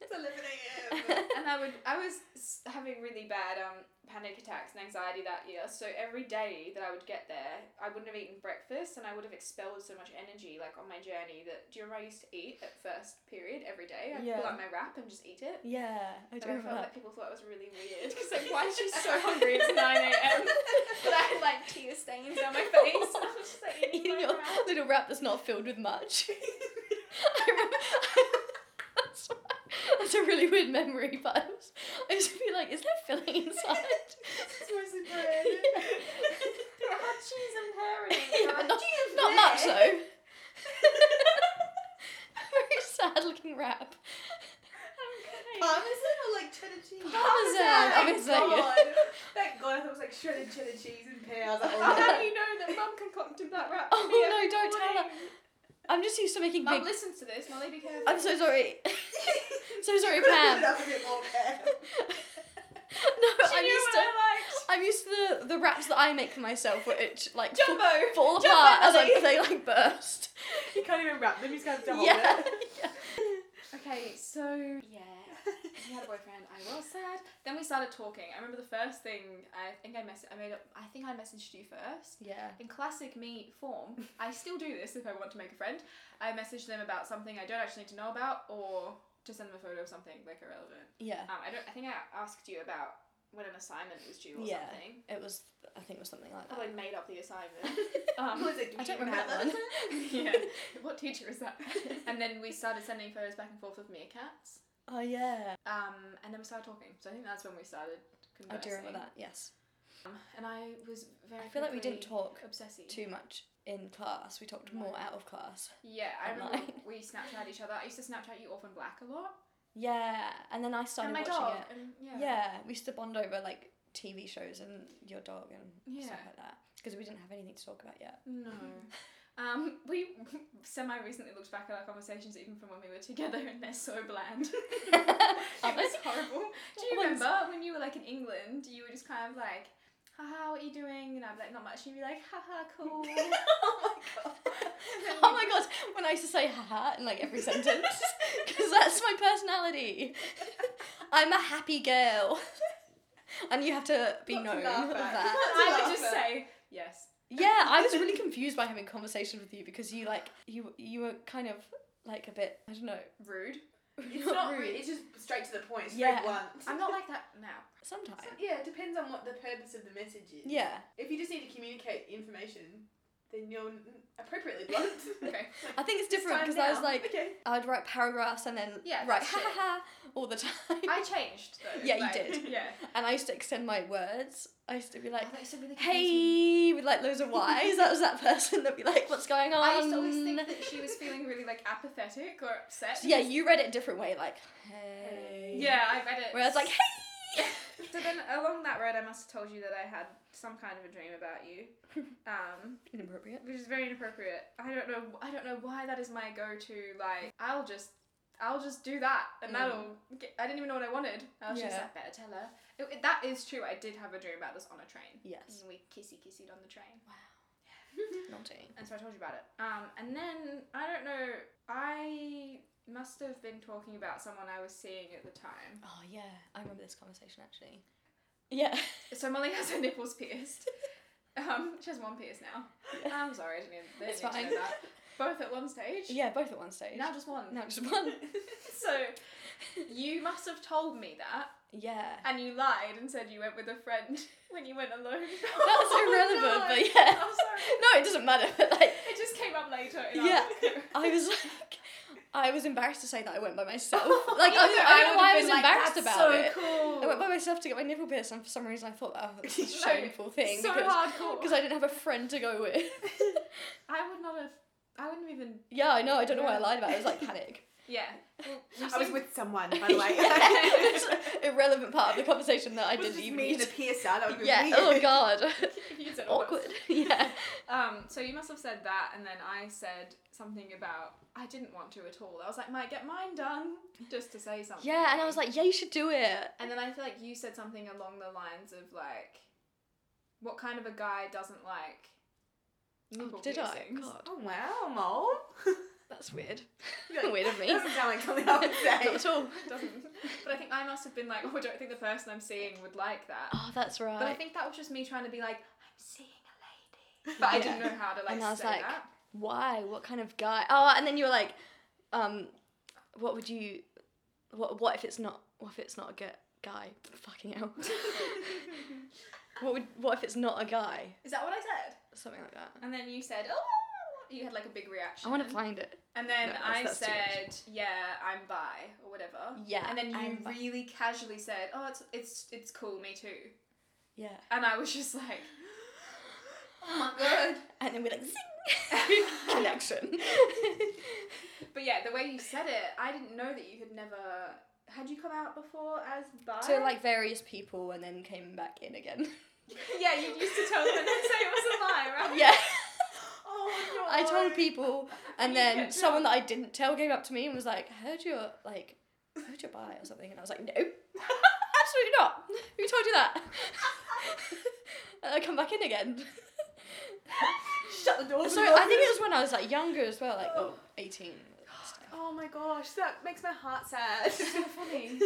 Speaker 2: It's 11 a.m.
Speaker 3: and I would, I was s- having really bad um panic attacks and anxiety that year. So every day that I would get there, I wouldn't have eaten breakfast, and I would have expelled so much energy, like on my journey. That do you remember I used to eat at first period every day? I'd
Speaker 1: Yeah.
Speaker 3: pull out my wrap and just eat it.
Speaker 1: Yeah, I do
Speaker 3: But I
Speaker 1: remember
Speaker 3: felt
Speaker 1: that.
Speaker 3: like people thought it was really weird because like, why is she so hungry? It's nine a.m. but I had like tear stains on my face. I was just like eating
Speaker 1: Eating
Speaker 3: my
Speaker 1: your
Speaker 3: wrap.
Speaker 1: little wrap that's not filled with much. I remember, that's, that's a really weird memory, but I, was, I used to be like, is there filling inside?
Speaker 2: It's mostly bread.
Speaker 3: I had cheese and
Speaker 1: Yeah,
Speaker 3: herring.
Speaker 1: but not, not much though. Very sad looking wrap.
Speaker 2: Parmesan or like cheddar cheese?
Speaker 1: Parmesan,
Speaker 3: Oh
Speaker 1: obviously.
Speaker 2: Thank God. Thank God. I thought it was like shredded cheddar cheese and pear. I was like, oh,
Speaker 3: How
Speaker 2: no.
Speaker 3: do you know that Mum concocted that wrap?
Speaker 1: Oh no, don't tell her. I'm just used to making
Speaker 3: Mum
Speaker 1: big.
Speaker 3: listens to this, Molly, be careful.
Speaker 1: I'm so sorry. so sorry,
Speaker 2: Could have put it
Speaker 1: Pam.
Speaker 2: up a bit more, Pam.
Speaker 1: No,
Speaker 3: She
Speaker 1: I'm
Speaker 3: knew
Speaker 1: used
Speaker 3: what
Speaker 1: to.
Speaker 3: I liked.
Speaker 1: I'm used to the, the wraps that I make for myself, which like fall,
Speaker 3: Jumbo!
Speaker 1: fall
Speaker 3: Jumbo
Speaker 1: apart as like,
Speaker 3: Lily.
Speaker 1: they like burst.
Speaker 2: You can't even wrap them. You just have to hold
Speaker 1: Yeah.
Speaker 2: it.
Speaker 3: Okay, so yeah, he had a boyfriend. I was sad. Then we started talking. I remember the first thing I think I mess I made up. I think I messaged you first.
Speaker 1: Yeah.
Speaker 3: In classic me form, I still do this if I want to make a friend. I message them about something I don't actually need to know about, or to send them a photo of something like irrelevant.
Speaker 1: Yeah.
Speaker 3: Um, I don't. I think I asked you about when an assignment was due or
Speaker 1: Yeah.
Speaker 3: something.
Speaker 1: It was. I think it was something like that.
Speaker 3: Probably made up the assignment. Um,
Speaker 2: Was it, do
Speaker 1: I
Speaker 2: we
Speaker 1: don't
Speaker 2: even have
Speaker 1: remember
Speaker 2: that?
Speaker 3: yeah. What teacher is that? And then we started sending photos back and forth of meerkats.
Speaker 1: Oh yeah.
Speaker 3: Um, and then we started talking. So I think that's when we started
Speaker 1: I
Speaker 3: conversing.
Speaker 1: do remember that. Yes.
Speaker 3: Um, and I was very.
Speaker 1: I feel like we didn't
Speaker 3: quickly
Speaker 1: talk
Speaker 3: obsessive.
Speaker 1: too much in class. We talked more out of class.
Speaker 3: Yeah, I remember
Speaker 1: online.
Speaker 3: we Snapchat each other. I used to Snapchat you off in black a lot.
Speaker 1: Yeah, and then I started
Speaker 3: and my
Speaker 1: watching
Speaker 3: dog.
Speaker 1: it.
Speaker 3: And yeah.
Speaker 1: Yeah. we used to bond over like TV shows and your dog and stuff
Speaker 3: Yeah.
Speaker 1: like that because we didn't have anything to talk about yet.
Speaker 3: No. Um, we semi recently looked back at our conversations, even from when we were together, and they're so bland. it was horrible. Do you
Speaker 1: What ones?
Speaker 3: remember when you were like in England? You were just kind of like, haha, what are you doing? And I'd be like, not much. And you'd be like, haha, cool.
Speaker 2: oh my god.
Speaker 1: oh my god, when I used to say haha in like every sentence because that's my personality. I'm a happy girl. And you have to be
Speaker 2: Not to
Speaker 1: known
Speaker 2: laugh
Speaker 1: of
Speaker 2: at.
Speaker 1: that.
Speaker 3: I would
Speaker 2: laugh
Speaker 3: just
Speaker 2: at.
Speaker 3: say, yes.
Speaker 1: Yeah, I was really confused by having conversations with you because you like you you were kind of like a bit I don't know.
Speaker 3: Rude.
Speaker 2: It's not rude. It's just straight to the point. Straight
Speaker 1: Yeah.
Speaker 2: blunt.
Speaker 3: I'm not like that now.
Speaker 1: Sometimes.
Speaker 2: So, yeah, it depends on what the purpose of the message is.
Speaker 1: Yeah.
Speaker 2: If you just need to communicate information, then you're n- appropriately blunt.
Speaker 3: Okay.
Speaker 1: I think it's different
Speaker 3: time
Speaker 1: because I was
Speaker 3: now.
Speaker 1: like
Speaker 2: okay.
Speaker 1: I'd write paragraphs and then
Speaker 3: Yeah,
Speaker 1: write
Speaker 3: that's
Speaker 1: ha
Speaker 3: it.
Speaker 1: ha ha all the time.
Speaker 3: I changed though.
Speaker 1: Yeah, you
Speaker 3: like-
Speaker 1: did.
Speaker 3: Yeah.
Speaker 1: and I used to extend my words. I used to be like,
Speaker 3: Oh, that used to really confuse me.
Speaker 1: hey, with like loads of Y's. that was that person that'd be like, what's going on?
Speaker 3: I used to always think that she was feeling really like apathetic or upset.
Speaker 1: yeah, you read it a different way, like, hey.
Speaker 3: Yeah, I read it.
Speaker 1: Whereas, like, hey!
Speaker 3: So then along that road, I must have told you that I had some kind of a dream about you, um,
Speaker 1: Inappropriate.
Speaker 3: which is very inappropriate. I don't know. I don't know why that is my go-to. Like, I'll just, I'll just do that, and
Speaker 1: Mm.
Speaker 3: that'll. Get, I didn't even know what I wanted. I was just
Speaker 1: Yeah.
Speaker 3: like, better tell her. It- it- that is true. I did have a dream about this on a train.
Speaker 1: Yes.
Speaker 3: And we kissy kissied on the train. Mm.
Speaker 1: Naughty.
Speaker 3: And so I told you about it. Um, and then I don't know. I must have been talking about someone I was seeing at the time.
Speaker 1: Oh, yeah. I remember this conversation actually. Yeah.
Speaker 3: So Molly has her nipples pierced. Um, she has one pierce now. I'm sorry, I didn't even, they
Speaker 1: It's
Speaker 3: didn't
Speaker 1: fine.
Speaker 3: need to know that. Both at one stage.
Speaker 1: yeah, both at one stage.
Speaker 3: Now just one.
Speaker 1: now just one.
Speaker 3: So you must have told me that,
Speaker 1: Yeah.
Speaker 3: and you lied and said you went with a friend when you went alone.
Speaker 2: Oh
Speaker 3: Oh,
Speaker 1: That's irrelevant, but yeah.
Speaker 3: I'm sorry.
Speaker 1: No, it doesn't matter. But like,
Speaker 3: It just came up later. in our-
Speaker 1: Yeah. I was like, I was embarrassed to say that I went by myself.
Speaker 2: Oh.
Speaker 1: Oh, Like, I,
Speaker 3: Either
Speaker 1: I don't know why I
Speaker 3: would've
Speaker 1: was
Speaker 3: been like,
Speaker 1: embarrassed
Speaker 3: "That's
Speaker 1: about
Speaker 3: so
Speaker 1: it.
Speaker 3: Cool.
Speaker 1: I went by myself to get my nipple pierced, and for some reason I thought, oh, that's a
Speaker 3: No,
Speaker 1: shameful thing
Speaker 3: so
Speaker 1: because
Speaker 3: hardcore.
Speaker 1: because I didn't have a friend to go with.
Speaker 3: I would not have. I wouldn't have even.
Speaker 1: yeah, I know. I don't know why I
Speaker 3: Yeah.
Speaker 1: lied about it. It was like panic.
Speaker 3: Yeah. Well, you
Speaker 2: I was
Speaker 3: seem-
Speaker 2: with someone, by the way.
Speaker 1: Yeah, it's an irrelevant part of the conversation that I
Speaker 2: It was
Speaker 1: didn't
Speaker 2: just
Speaker 1: even
Speaker 2: me
Speaker 1: need
Speaker 2: and the
Speaker 1: to.
Speaker 2: piercer. That would be
Speaker 1: Yeah.
Speaker 2: weird.
Speaker 1: Oh god.
Speaker 3: if you'd said all those-
Speaker 1: Awkward. Yeah.
Speaker 3: Um, so you must have said that, and then I said something about I didn't want to at all. I was like, might get mine done, just to say something.
Speaker 1: Yeah, and I was like, yeah, you should do it.
Speaker 3: and then I feel like you said something along the lines of like, what kind of a guy doesn't like nipple
Speaker 1: Oh, did I?
Speaker 3: piercings?
Speaker 1: God,
Speaker 2: Oh wow, mole.
Speaker 1: that's weird.
Speaker 2: You're like,
Speaker 1: weird of me.
Speaker 2: Doesn't sound like something I would say.
Speaker 1: Not at all.
Speaker 3: Doesn't. But I think I must have been like, oh, I don't think the person I'm seeing would like that.
Speaker 1: Oh, that's
Speaker 3: But I
Speaker 1: right.
Speaker 3: think that was just me trying to be like, I'm seeing a lady, but I didn't
Speaker 1: Yeah.
Speaker 3: know how to like
Speaker 1: And I was
Speaker 3: say
Speaker 1: like,
Speaker 3: that.
Speaker 1: Why? What kind of guy? Oh, and then you were like, um, what would you? What? What if it's not? What if it's not a gu- guy? Fucking hell. what would? What if it's not a guy?
Speaker 3: Is that what I said?
Speaker 1: Something like that.
Speaker 3: And then you said, oh, you had like a big reaction.
Speaker 1: I want to find it.
Speaker 3: And then
Speaker 1: No, that's-
Speaker 3: I
Speaker 1: that's too much.
Speaker 3: said, "Yeah, I'm bi or whatever."
Speaker 1: Yeah,
Speaker 3: And then you
Speaker 1: I'm bi.
Speaker 3: really casually said, "Oh, it's it's it's cool, me too."
Speaker 1: Yeah.
Speaker 3: And I was just like, "Oh my god!"
Speaker 1: And then we're like, zing! connection.
Speaker 3: But yeah, the way you said it, I didn't know that you had never had you come out before as bi.
Speaker 1: to like various people and then came back in again.
Speaker 3: yeah, you used to tell them and say it was a lie, right?
Speaker 1: yeah.
Speaker 2: Oh no.
Speaker 1: I told people, and
Speaker 3: You
Speaker 1: then
Speaker 3: get
Speaker 1: someone that I didn't tell came up to me and was like, "Heard your like, heard your buy or something," and I was like, "No, absolutely not. Who told you that?" and I come back in again.
Speaker 2: Shut the
Speaker 3: Oh,
Speaker 2: door.
Speaker 1: so I think it was when I was like younger as well, like well, eighteen. and stuff.
Speaker 2: Oh my gosh, that makes my heart sad.
Speaker 3: It's so funny.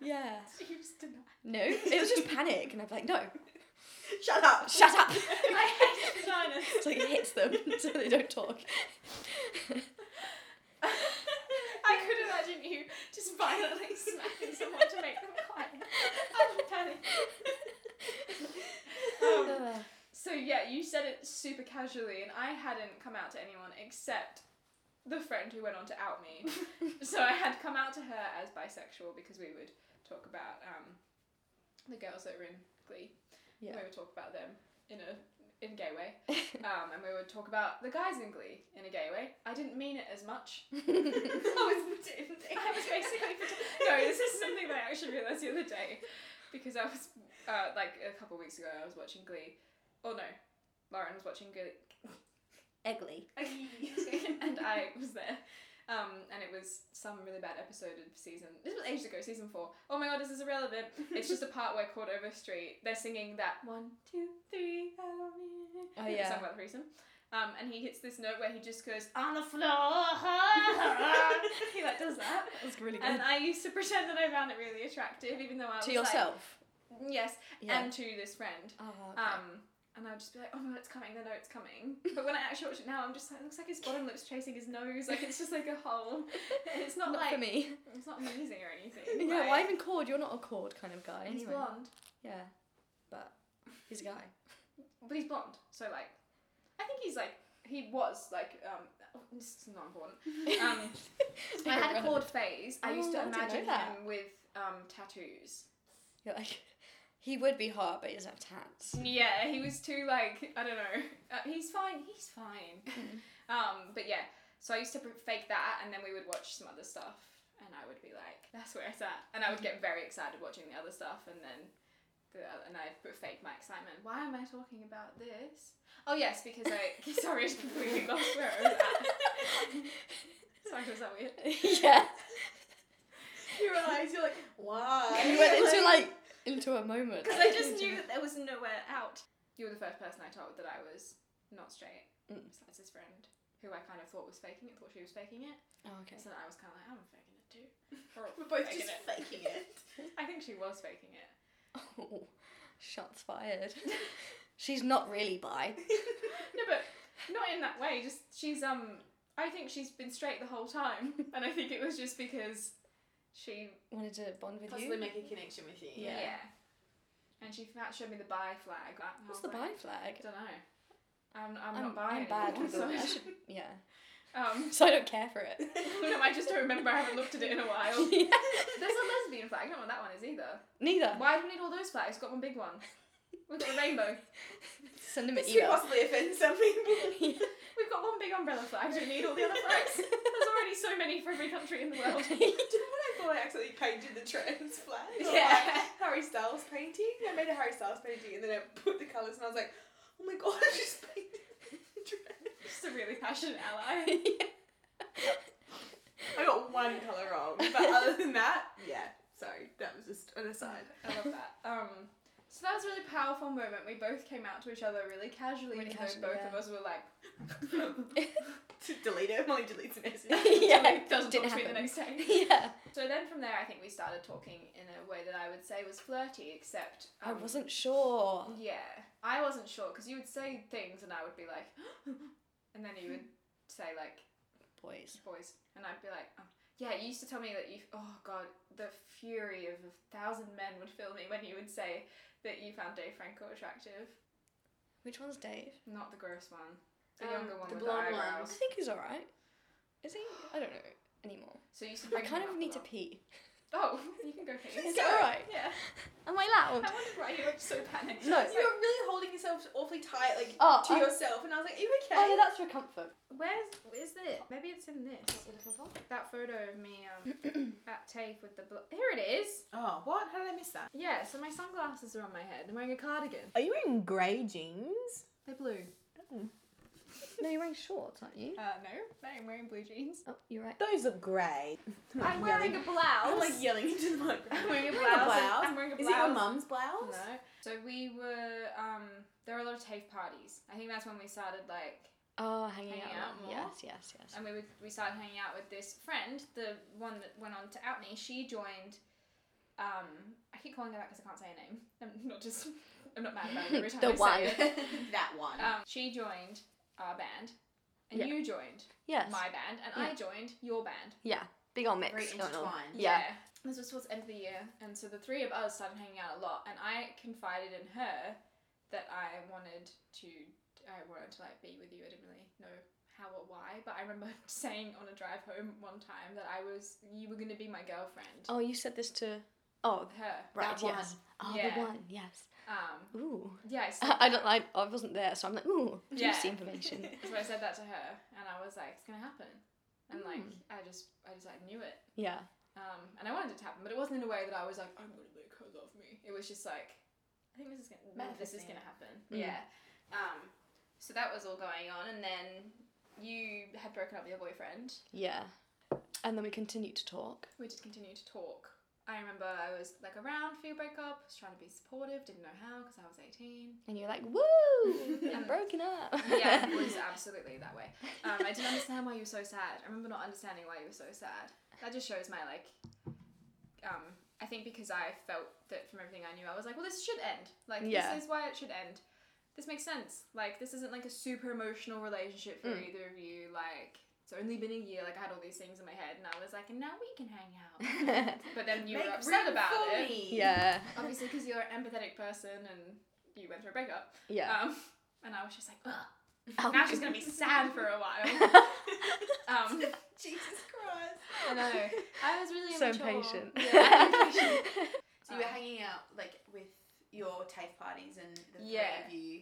Speaker 1: Yeah.
Speaker 3: you just did not.
Speaker 1: No, it was just panic, and I'm like, "No,
Speaker 2: Shut up.
Speaker 1: shut up."
Speaker 3: I hate vaginas.
Speaker 1: so it hits them, so they don't talk.
Speaker 3: I could imagine you just violently smacking someone to make them quiet. I'm panic. Um,
Speaker 1: Ugh.
Speaker 3: so yeah, you said it super casually, and I hadn't come out to anyone except the friend who went on to out me. so I had come out to her as bisexual because we would talk about um, the girls that were in Glee.
Speaker 1: Yeah.
Speaker 3: We would talk about them in a in a gay way, um, and we would talk about the guys in Glee in a gay way. I didn't mean it as much.
Speaker 2: I was intimidated.
Speaker 3: I was basically no. This is something that I actually realized the other day, because I was uh, like a couple of weeks ago. I was watching Glee. Oh no, Lauren was watching Glee,
Speaker 1: Eggly.
Speaker 3: and I was there. Um, and it was some really bad episode of season. This was ages ago, season four. Oh my god, this is irrelevant. It's just a part where Cordova Street they're singing that one, two, three, hello me.
Speaker 1: Oh,
Speaker 3: It's a
Speaker 1: yeah.
Speaker 3: song about the threesome. Um, and he hits this note where he just goes on the floor. he like does that,
Speaker 1: That's really
Speaker 3: and I used to pretend that I found it really attractive, even though I was
Speaker 1: to yourself.
Speaker 3: Like, yes,
Speaker 1: yeah.
Speaker 3: and to this friend.
Speaker 1: oh, okay.
Speaker 3: Um, and I would just be like, oh no, it's coming, the note's coming. But when I actually watch it now, I'm just like, it looks like his bottom lip's chasing his nose, like it's just like a hole. And it's not,
Speaker 1: not
Speaker 3: like,
Speaker 1: for me.
Speaker 3: it's not amazing or anything.
Speaker 1: Yeah,
Speaker 3: like,
Speaker 1: why even chord? You're not a chord kind of guy.
Speaker 3: and He's
Speaker 1: Anyway.
Speaker 3: blonde.
Speaker 1: Yeah, but he's a guy.
Speaker 3: But he's blonde, so like, I think he's like, he was like, um, oh, this is not important. Um, I had a
Speaker 1: Irrelevant.
Speaker 3: chord phase. I used
Speaker 1: Oh,
Speaker 3: to
Speaker 1: I didn't know
Speaker 3: imagine
Speaker 1: that.
Speaker 3: him with um, tattoos.
Speaker 1: You're like, he would be hot, but he doesn't have tats.
Speaker 3: Yeah, he was too like I don't know. Uh, he's fine. He's fine. um, but yeah, so I used to pr- fake that, and then we would watch some other stuff, and I would be like, "That's where it's at," and I would get very excited watching the other stuff, and then. The, oth- and I would fake my excitement. Why am I talking about this? Oh yes, because I sorry, I completely lost where I was at. Sorry, was that weird?
Speaker 1: yeah,
Speaker 2: Your eyes, you're like, why?
Speaker 1: you went into like into a moment.
Speaker 3: Because I just knew that there was nowhere out. You were the first person I told that I was not straight.
Speaker 1: Mm.
Speaker 3: Besides his friend, who I kind of thought was faking it, thought she was faking it.
Speaker 1: Oh, okay.
Speaker 3: So then I was kind of like, I'm faking it too. Or
Speaker 2: We're both
Speaker 3: faking
Speaker 2: just faking it.
Speaker 3: it. I think she was faking it.
Speaker 1: Oh, shots fired. She's not really bi.
Speaker 3: No, but not in that way. Just she's um. I think she's been straight the whole time, and I think it was just because she
Speaker 1: Wanted to bond with
Speaker 2: Possibly
Speaker 1: you.
Speaker 2: make a connection with you.
Speaker 1: Yeah.
Speaker 3: And she fa- showed me the bi flag. I- I
Speaker 1: What's
Speaker 3: was
Speaker 1: the bi
Speaker 3: like,
Speaker 1: flag?
Speaker 3: I don't know. I'm I'm,
Speaker 1: I'm,
Speaker 3: not bi.
Speaker 1: I'm bad
Speaker 3: anymore,
Speaker 1: with all
Speaker 3: so-
Speaker 1: that. I should, yeah.
Speaker 3: um,
Speaker 1: So I don't care for it.
Speaker 3: No, I just don't remember. I haven't looked at it in a while.
Speaker 1: Yeah.
Speaker 3: There's a lesbian flag. I don't know what that one is either.
Speaker 1: Neither.
Speaker 3: Why do we need all those flags? Got one big one. We've got the rainbow.
Speaker 1: Send them an
Speaker 2: This could
Speaker 1: email.
Speaker 2: possibly offend some people.
Speaker 3: We've got one big umbrella flag. Do we need all the other flags? There's already so many for every country in the world.
Speaker 2: Do you know what I thought I accidentally painted the trans flag?
Speaker 3: Yeah.
Speaker 2: Like, Harry Styles painting. I made a Harry Styles painting and then I put the colours and I was like, oh my god, I just painted the trans.
Speaker 3: Just a really passionate ally.
Speaker 2: I got one colour wrong, but other than that, yeah. Sorry, that was just an aside.
Speaker 3: I love that. Um, so that was a really powerful moment. We both came out to each other really casually,
Speaker 1: Really
Speaker 3: even
Speaker 1: casually,
Speaker 3: though both
Speaker 1: yeah.
Speaker 3: of us were like,
Speaker 2: Delete it. Molly deletes the message.
Speaker 1: yeah.
Speaker 3: doesn't
Speaker 1: Didn't
Speaker 3: talk to me the
Speaker 1: happen.
Speaker 3: next day.
Speaker 1: Yeah.
Speaker 3: So then from there, I think we started talking in a way that I would say was flirty, except
Speaker 1: I
Speaker 3: um,
Speaker 1: wasn't sure.
Speaker 3: Yeah, I wasn't sure because you would say things and I would be like, and then you would say like
Speaker 1: Boys.
Speaker 3: boys, and I'd be like, oh. yeah. You used to tell me that you, oh god, the fury of a thousand men would fill me when you would say that you found Dave Franco attractive,
Speaker 1: Which one's Dave?
Speaker 3: not the gross one, the
Speaker 2: Um,
Speaker 3: younger one
Speaker 2: the
Speaker 3: with the
Speaker 2: blonde one.
Speaker 1: I
Speaker 3: eyebrows.
Speaker 1: think he's alright. Is he? I don't know anymore.
Speaker 3: So you used to
Speaker 1: I
Speaker 3: bring
Speaker 1: kind
Speaker 3: him
Speaker 1: of
Speaker 3: up
Speaker 1: need
Speaker 3: a
Speaker 1: to
Speaker 3: lot.
Speaker 1: pee.
Speaker 3: Oh, you can go pee.
Speaker 1: Is it alright?
Speaker 3: Yeah.
Speaker 1: Am I
Speaker 3: I
Speaker 1: loud?
Speaker 3: wondered why you were so panicked.
Speaker 1: No.
Speaker 3: I was
Speaker 2: You
Speaker 3: like,
Speaker 2: were really holding yourself awfully tight, like
Speaker 1: Oh,
Speaker 2: to
Speaker 1: I-
Speaker 2: yourself, and I was like, Are you okay?
Speaker 1: Oh, yeah, that's for comfort.
Speaker 3: Where's is it? Maybe it's in this. That photo of me um, at TAFE with the bl- here it is.
Speaker 2: oh, what? How did I miss that?
Speaker 3: Yeah, so my sunglasses are on my head. I'm wearing a cardigan.
Speaker 2: Are you wearing grey jeans?
Speaker 3: They're blue.
Speaker 1: No, you're wearing shorts, aren't you?
Speaker 3: Uh, no, I'm wearing blue jeans.
Speaker 1: Oh, you're right.
Speaker 2: Those look grey.
Speaker 3: I'm wearing a blouse.
Speaker 2: I'm like yelling into the microphone.
Speaker 3: I'm wearing a
Speaker 2: You're
Speaker 3: blouse.
Speaker 2: wearing a blouse?
Speaker 3: I'm wearing a blouse.
Speaker 2: Is it your mum's blouse?
Speaker 3: No. So we were. Um, there were a lot of TAFE parties. I think that's when we started like,
Speaker 1: Oh, hanging,
Speaker 3: Hanging
Speaker 1: out.
Speaker 3: out
Speaker 1: more.
Speaker 3: more?
Speaker 1: Yes, yes, yes.
Speaker 3: and we would, we started hanging out with this friend, the one that went on to Outney. She joined. Um, I keep calling her that because I can't say her name. I'm not just. I'm not mad about it every time
Speaker 1: The
Speaker 3: I
Speaker 1: one.
Speaker 3: say it.
Speaker 2: that one.
Speaker 3: Um, she joined our band, and
Speaker 1: Yeah.
Speaker 3: you joined
Speaker 1: yes.
Speaker 3: my band, and I joined your band.
Speaker 1: Yeah. Big old mix.
Speaker 2: Very
Speaker 1: going on.
Speaker 2: intertwined.
Speaker 1: Yeah.
Speaker 3: This was towards the end of the year, and so the three of us started hanging out a lot, and I confided in her that I wanted to, I wanted to like be with you. I didn't really know how or why, but I remember saying on a drive home one time that I was, you were going to be my girlfriend.
Speaker 1: Oh, you said this to Oh,
Speaker 3: her.
Speaker 1: right,
Speaker 2: That
Speaker 1: yes. Oh,
Speaker 3: Yeah.
Speaker 1: the one, yes.
Speaker 3: Um,
Speaker 1: Ooh.
Speaker 3: yeah, I, said
Speaker 1: I don't. I, I wasn't there, so I'm like, ooh,
Speaker 3: Yeah.
Speaker 1: juicy information.
Speaker 3: So I said that to her, and I was like, "It's gonna happen," and like
Speaker 1: Mm.
Speaker 3: I just, I just like knew it,
Speaker 1: yeah.
Speaker 3: um, and I wanted it to happen, but it wasn't in a way that I was like, "I'm gonna make her love me." It was just like, I think this is gonna, this is
Speaker 4: Manifesting
Speaker 3: gonna happen.
Speaker 1: Mm.
Speaker 3: Yeah. Um, so that was all going on, and then you had broken up with your boyfriend.
Speaker 1: Yeah. And then we continued to talk.
Speaker 3: We just continued to talk. I remember I was like around for your breakup, was trying to be supportive, didn't know how because I was eighteen. Um,
Speaker 1: And you're like, woo, I'm broken up.
Speaker 3: Yeah, it was absolutely that way. Um, I didn't understand why you were so sad. I remember not understanding why you were so sad. That just shows my like. Um, I think because I felt that from everything I knew, I was like, well, this should end. Like,
Speaker 1: Yeah.
Speaker 3: this is why it should end. This makes sense. Like, this isn't like a super emotional relationship for
Speaker 1: Mm.
Speaker 3: either of you. Like, it's only been a year. Like, I had all these things in my head, and I was like, and now we can hang out. But then you
Speaker 2: Make
Speaker 3: were upset
Speaker 2: room
Speaker 3: about
Speaker 2: for
Speaker 3: it,
Speaker 2: me.
Speaker 1: yeah.
Speaker 3: obviously, because you're an empathetic person and you went through a breakup.
Speaker 1: Yeah.
Speaker 3: Um, and I was just like, ugh.
Speaker 1: Oh,
Speaker 3: Um, now she's
Speaker 1: God.
Speaker 3: gonna be sad for a while. Um,
Speaker 2: Jesus Christ.
Speaker 3: I know. I was really
Speaker 1: so
Speaker 3: immature.
Speaker 1: impatient.
Speaker 3: Yeah, impatient.
Speaker 2: So you were
Speaker 3: Um,
Speaker 2: hanging out like with your TAFE parties and the three
Speaker 3: Yeah.
Speaker 2: of you.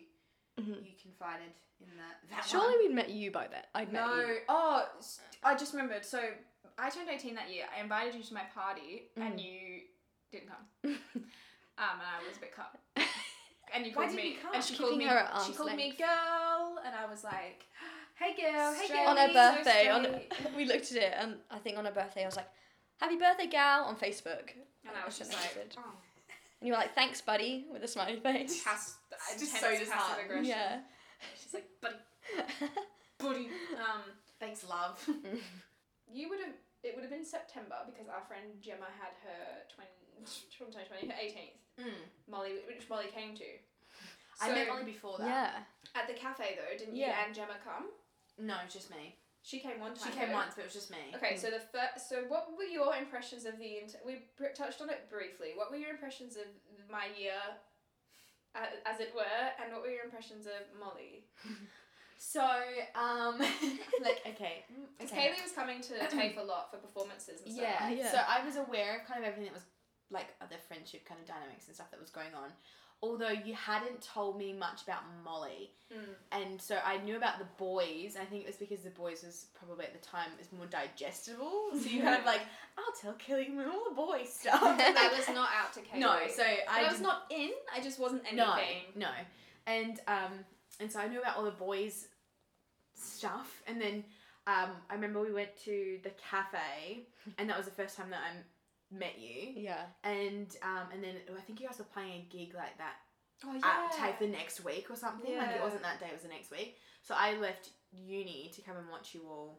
Speaker 1: Mhm.
Speaker 2: You confided in that. that
Speaker 1: Surely
Speaker 2: one.
Speaker 1: we'd met you by then. I'd met
Speaker 3: no.
Speaker 1: you.
Speaker 3: Oh, s- I just remembered. So I turned eighteen that year. I invited you to my party, and you didn't come. Um, and I was a bit cut. And you
Speaker 2: Why
Speaker 3: called
Speaker 2: didn't
Speaker 3: me,
Speaker 2: you come?
Speaker 3: and she
Speaker 1: Keeping
Speaker 3: called me.
Speaker 1: her at
Speaker 3: She
Speaker 1: arm's
Speaker 3: called me girl, and I was like,
Speaker 2: Hey girl, hey
Speaker 3: straight,
Speaker 2: girl.
Speaker 1: On her
Speaker 3: so
Speaker 1: birthday, on-
Speaker 3: straight.
Speaker 1: we looked at it, and I think on her birthday, I was like, "Happy birthday, gal!" on Facebook.
Speaker 3: and I was just
Speaker 1: sent a
Speaker 3: like,
Speaker 1: message.
Speaker 3: oh,
Speaker 1: and you were like, "Thanks, buddy," with a smiley face.
Speaker 3: pass,
Speaker 2: It's just
Speaker 3: intense
Speaker 2: so
Speaker 3: passive
Speaker 2: disheartening.
Speaker 3: aggression.
Speaker 1: Yeah.
Speaker 3: She's like, buddy, buddy. Um,
Speaker 2: Thanks, love.
Speaker 3: you would have. It would have been September because our friend Gemma had her 20, from 2020, her 18th. Molly, which Molly came to. Mm. So
Speaker 2: I met Molly before that.
Speaker 1: yeah.
Speaker 3: at the cafe though, didn't
Speaker 1: Yeah.
Speaker 3: you and Gemma come?
Speaker 2: No, it's just me.
Speaker 3: She came one
Speaker 2: She
Speaker 3: time.
Speaker 2: came
Speaker 3: though.
Speaker 2: once, but it was just me.
Speaker 3: Oh Okay, so the first. So what were your impressions of the? Int- we br- touched on it briefly. What were your impressions of my year, uh, as it were, and what were your impressions of Molly?
Speaker 2: So, um, like, okay.
Speaker 3: Because Kaylee was coming to TAFE a lot for performances and stuff.
Speaker 2: Yeah.
Speaker 1: Oh, yeah.
Speaker 2: So I was aware of kind of everything that was like other friendship kind of dynamics and stuff that was going on. Although you hadn't told me much about Molly,
Speaker 3: Mm.
Speaker 2: and so I knew about the boys. I think it was because the boys was probably at the time it was more digestible. So you kind of like, I'll tell Kelly all the boy stuff.
Speaker 3: I was not out to Kaylee.
Speaker 2: no, so
Speaker 3: I,
Speaker 2: I,
Speaker 3: was
Speaker 2: didn't-
Speaker 3: not in. I just wasn't anything.
Speaker 2: no, no, and um, and so I knew about all the boys stuff, and then um, I remember we went to the cafe, and that was the first time that I met you,
Speaker 1: Yeah.
Speaker 2: and um, and then I think you guys were playing a gig like that
Speaker 3: Oh yeah.
Speaker 2: at type the next week or something. Like it
Speaker 3: Yeah.
Speaker 2: wasn't that day, it was the next week. So I left uni to come and watch you all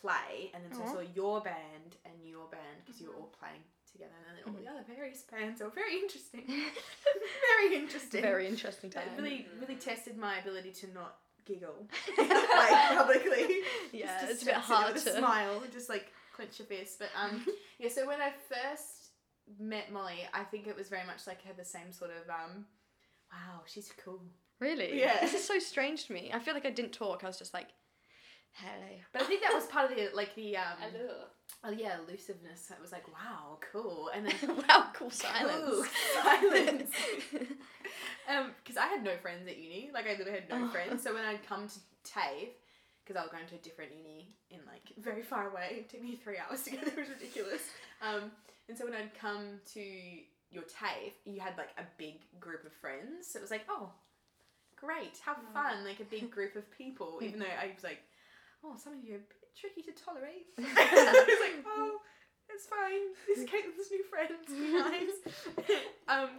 Speaker 2: play, and then so I
Speaker 1: Aw.
Speaker 2: saw your band and your band because you were all playing together, and then all
Speaker 3: Mm-hmm.
Speaker 2: the other various bands. They were very interesting. very interesting.
Speaker 1: Very interesting time.
Speaker 2: That uh, really,
Speaker 1: Um,
Speaker 2: really tested my ability to not giggle like
Speaker 1: yeah,
Speaker 2: publicly. Just to
Speaker 1: it's a bit
Speaker 2: sit
Speaker 1: hard
Speaker 2: with a
Speaker 1: to.
Speaker 2: smile, just like clench your fist. But um, yeah. So when I first met Molly, I think it was very much like I had the same sort of um, wow, she's cool.
Speaker 1: Really?
Speaker 2: Yeah.
Speaker 1: This is so strange to me. I feel like I didn't talk. I was just like, hello.
Speaker 2: But I think that was part of the like the um,
Speaker 3: Hello.
Speaker 2: oh yeah, elusiveness. It was like wow, cool, and then
Speaker 1: wow, cool silence.
Speaker 2: Ooh, silence. um, because I had no friends at uni. Like I literally had no
Speaker 1: Oh.
Speaker 2: friends. So when I'd come to TAFE, because I was going to a different uni in like very far away, it took me three hours to get there. It was ridiculous. Um, and so when I'd come to your TAFE, you had like a big group of friends. So it was like, oh, great, have
Speaker 3: Mm.
Speaker 2: fun, like a big group of people. Even though I was like, oh, some of you are a bit tricky to tolerate. I was like, oh, it's fine. This is Caitlin's new friends. Be nice. um,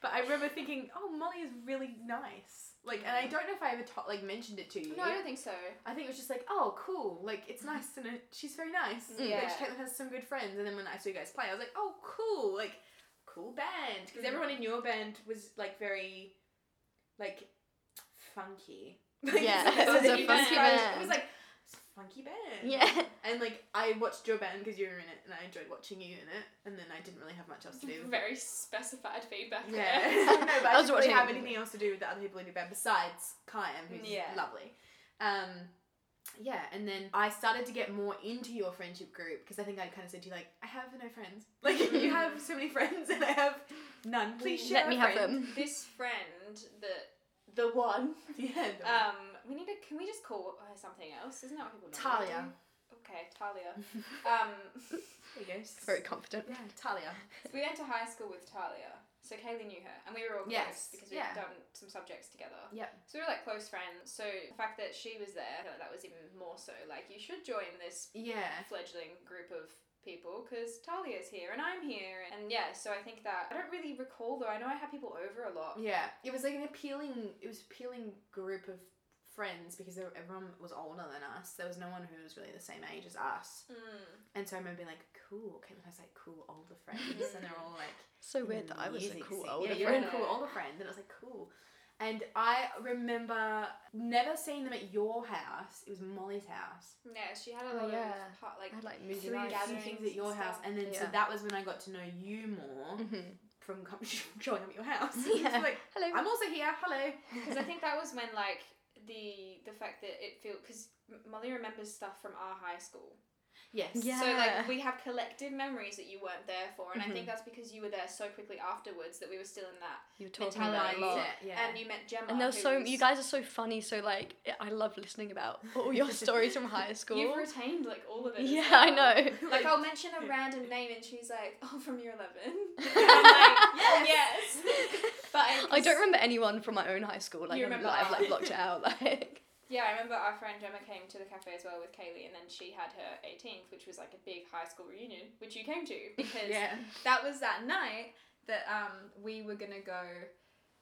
Speaker 2: but I remember thinking, oh, Molly is really nice. Like, and I don't know if I ever to- like mentioned it to you.
Speaker 3: Mm. No, I don't think so.
Speaker 2: I think it was just like, oh, cool. Like, it's nice and it, she's very nice. Like,
Speaker 3: Yeah.
Speaker 2: Caitlin has some good friends. And then when I saw you guys play, I was like, oh, cool. Like, cool band. Because
Speaker 3: Mhm.
Speaker 2: everyone in your band was like very, like, funky. Like,
Speaker 1: Yeah,
Speaker 2: that's
Speaker 1: it
Speaker 2: what
Speaker 1: was a
Speaker 2: you
Speaker 1: funky
Speaker 2: described. It
Speaker 1: band.
Speaker 2: was like it's a funky band.
Speaker 1: yeah.
Speaker 2: And like I watched your band because you were in it, and I enjoyed watching you in it. And then I didn't really have much else to do. with it.
Speaker 3: Very specified feedback.
Speaker 2: Yeah.
Speaker 3: there.
Speaker 2: no, but
Speaker 1: I
Speaker 2: I,
Speaker 1: was
Speaker 2: didn't really
Speaker 1: watching-
Speaker 2: have anything else to do with the other people in your band besides Kyan, who's
Speaker 3: Yeah.
Speaker 2: lovely. Um, yeah, and then I started to get more into your friendship group because I think I kind of said to you like, I have no friends. Like you have so many friends and I have none. Please
Speaker 1: Mm.
Speaker 2: share
Speaker 1: Let me
Speaker 2: a
Speaker 1: have
Speaker 2: friend.
Speaker 1: them.
Speaker 3: this friend that the one.
Speaker 2: Yeah. the-
Speaker 1: Uh,
Speaker 3: Um, we need to. Can we just call her something else? Isn't that what people normally
Speaker 2: Talia.
Speaker 3: do? Okay, Talia. um,
Speaker 2: There you go.
Speaker 1: Very confident.
Speaker 2: Yeah, Talia.
Speaker 3: so we went to high school with Talia. So Kaylee knew her, and we were all
Speaker 2: Yes,
Speaker 3: close because we
Speaker 2: yeah.
Speaker 3: had done some subjects together.
Speaker 2: Yep.
Speaker 3: So we were like close friends. So the fact that she was there, I feel like that was even more so. Like you should join this
Speaker 2: Yeah.
Speaker 3: fledgling group of people because Talia's here and I'm here and yeah so I think that I don't really recall though I know I had people over a lot
Speaker 2: Yeah, it was like an appealing. It was appealing group of friends because they were, everyone was older than us. There was no one who was really the same age as us.
Speaker 3: Mm.
Speaker 2: And so I remember being like, "Cool." Caitlin has like cool older friends, and they're all like
Speaker 1: So
Speaker 2: in
Speaker 1: weird
Speaker 2: the
Speaker 1: that I was a
Speaker 2: music
Speaker 1: cool
Speaker 2: scene.
Speaker 1: older
Speaker 2: yeah, you were
Speaker 1: friend.
Speaker 2: a cool older friend, and I was like, "Cool." And I remember never seeing them at your house. It was Molly's house.
Speaker 3: Hmm. yeah she had a
Speaker 1: Oh,
Speaker 3: lot
Speaker 1: yeah.
Speaker 3: of part, like
Speaker 1: I had like
Speaker 2: So
Speaker 1: movie nights.
Speaker 2: we did a few
Speaker 3: gatherings
Speaker 2: things at your
Speaker 3: and
Speaker 2: house,
Speaker 3: stuff.
Speaker 2: and then so
Speaker 1: Yeah.
Speaker 2: that was when I got to know you more
Speaker 1: Mhm.
Speaker 2: from com- showing up at your house.
Speaker 1: Yeah.
Speaker 2: It's like,
Speaker 1: Hello.
Speaker 2: I'm also here. Hello.
Speaker 3: Because I think that was when like the the fact that it feel because Molly remembers stuff from our high school.
Speaker 2: Yes.
Speaker 1: Yeah.
Speaker 3: So like we have collective memories that you weren't there for, and I think
Speaker 1: Mhm.
Speaker 3: that's because you were there so quickly afterwards that we were still in that.
Speaker 1: you were talking about
Speaker 3: mentality.
Speaker 1: a lot.
Speaker 2: Yeah, yeah.
Speaker 3: And you met Gemma.
Speaker 1: And there's so
Speaker 3: who's-
Speaker 1: you guys are so funny. So like I- I love listening about all your stories from high school.
Speaker 3: You've retained like all of it. as
Speaker 1: yeah,
Speaker 3: well.
Speaker 1: I know.
Speaker 3: Like
Speaker 2: Like,
Speaker 3: I'll mention a random name and she's like, "Oh, from year 11. And I'm like,
Speaker 1: Yes.
Speaker 3: yes. But I,
Speaker 1: I don't remember anyone from my own high school. Like
Speaker 3: You
Speaker 1: I've-
Speaker 3: remember
Speaker 1: I've like
Speaker 2: ours.
Speaker 1: blocked it out. Like
Speaker 3: Yeah, I remember our friend Gemma came to the cafe as well with Kaylee, and then she had her 18th, which was like a big high school reunion, which you came to because
Speaker 2: yeah.
Speaker 3: that was that night that um, we were gonna go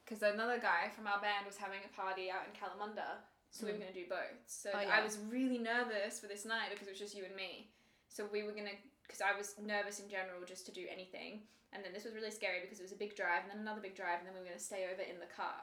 Speaker 3: because another guy from our band was having a party out in Kalamunda, so we were gonna do both. So
Speaker 1: Oh,
Speaker 3: I
Speaker 1: yeah.
Speaker 3: was really nervous for this night because it was just you and me. So we were gonna because I was nervous in general just to do anything, and then this was really scary because it was a big drive and then another big drive, and then we were gonna stay over in the car.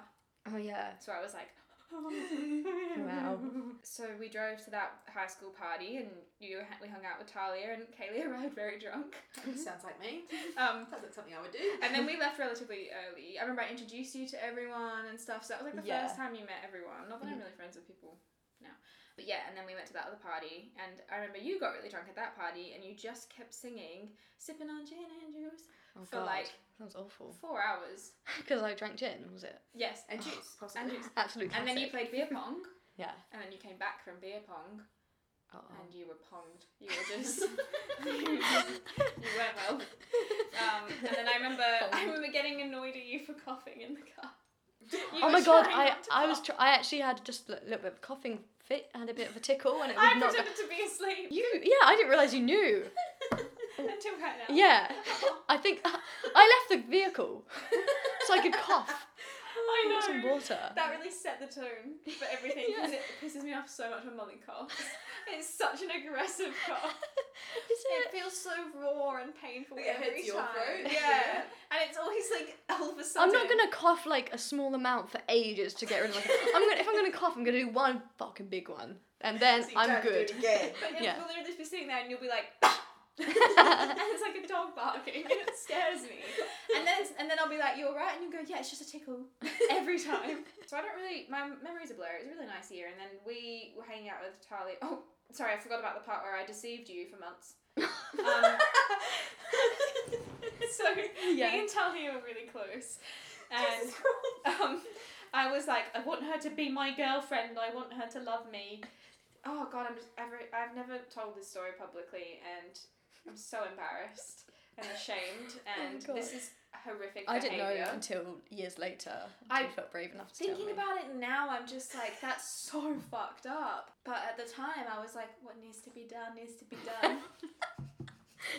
Speaker 1: oh yeah.
Speaker 3: So I was like.
Speaker 1: Wow.
Speaker 3: So we drove to that high school party, and you we hung out with Talia, and Kaylee arrived very drunk.
Speaker 2: Sounds like me.
Speaker 3: Um,
Speaker 2: Sounds like something I would do.
Speaker 3: and then we left relatively early. I remember I introduced you to everyone and stuff, so that was like the
Speaker 1: Yeah. Mm.
Speaker 3: first time you met everyone. Not that I'm really friends with people now. But yeah, and then we went to that other party, and I remember you got really drunk at that party, and you just kept singing, sipping on gin and juice
Speaker 1: Oh,
Speaker 3: for like
Speaker 1: sounds awful.
Speaker 3: four hours.
Speaker 1: Because I drank gin, was it?
Speaker 3: Yes,
Speaker 2: and juice, possibly.
Speaker 3: and juice.
Speaker 1: Absolutely.
Speaker 3: And then you played beer pong,
Speaker 1: Yeah.
Speaker 3: and then you came back from beer pong,
Speaker 1: Oh.
Speaker 3: and you were ponged. You were just, you weren't well. Um, and then I remember, I remember getting annoyed at you for coughing in the car. You
Speaker 1: oh
Speaker 3: were
Speaker 1: my god,
Speaker 3: trying
Speaker 1: I
Speaker 3: not to
Speaker 1: I was
Speaker 3: cough.
Speaker 1: tr- I actually had just a little bit of coughing fit and a bit of a tickle and it would
Speaker 3: I
Speaker 1: not go.
Speaker 3: pretended to be asleep
Speaker 1: You yeah, I didn't realize you knew.
Speaker 3: until right now.
Speaker 1: Yeah. I think I left the vehicle so I could cough and get
Speaker 3: I
Speaker 1: some
Speaker 3: know.
Speaker 1: water.
Speaker 3: That really set the tone for everything because it pisses me off so much when Molly coughs. It's such an aggressive cough.
Speaker 1: Is
Speaker 3: It
Speaker 1: it?
Speaker 3: feels so raw and painful
Speaker 2: Like, it
Speaker 3: every
Speaker 2: hurts your
Speaker 3: time.
Speaker 2: throat.
Speaker 3: Yeah, and it's always like all of a
Speaker 1: I'm
Speaker 3: sudden.
Speaker 1: not gonna cough like a small amount for ages to get rid of. Like, I'm gonna if I'm gonna cough, I'm gonna do one fucking big one, and then
Speaker 2: So you
Speaker 1: I'm
Speaker 2: don't do
Speaker 1: good.
Speaker 2: it again.
Speaker 3: But it
Speaker 1: yeah.
Speaker 3: will literally just be sitting there and you'll be like. and it's like a dog barking and it scares me. And then and then I'll be like, "You're right," and you go, "Yeah, it's just a tickle." every time. So I don't really. My memories are blurry. It was a really nice year, and then we were hanging out with Charlie. Oh, sorry, I forgot about the part where I deceived you for months. Um, so
Speaker 1: Yeah.
Speaker 3: me and Talia were really close, and um, I was like, I want her to be my girlfriend. I want her to love me. Oh God, I'm just, I've, re- I've never told this story publicly, and I'm so embarrassed and ashamed. And
Speaker 1: Oh God.
Speaker 3: this is horrific.
Speaker 1: I didn't know
Speaker 3: behaviour.
Speaker 1: until years later.
Speaker 3: I-
Speaker 1: I felt brave enough to tell
Speaker 3: Thinking
Speaker 1: me.
Speaker 3: about it now, I'm just like, that's so fucked up. But at the time, I was like, what needs to be done needs to be done.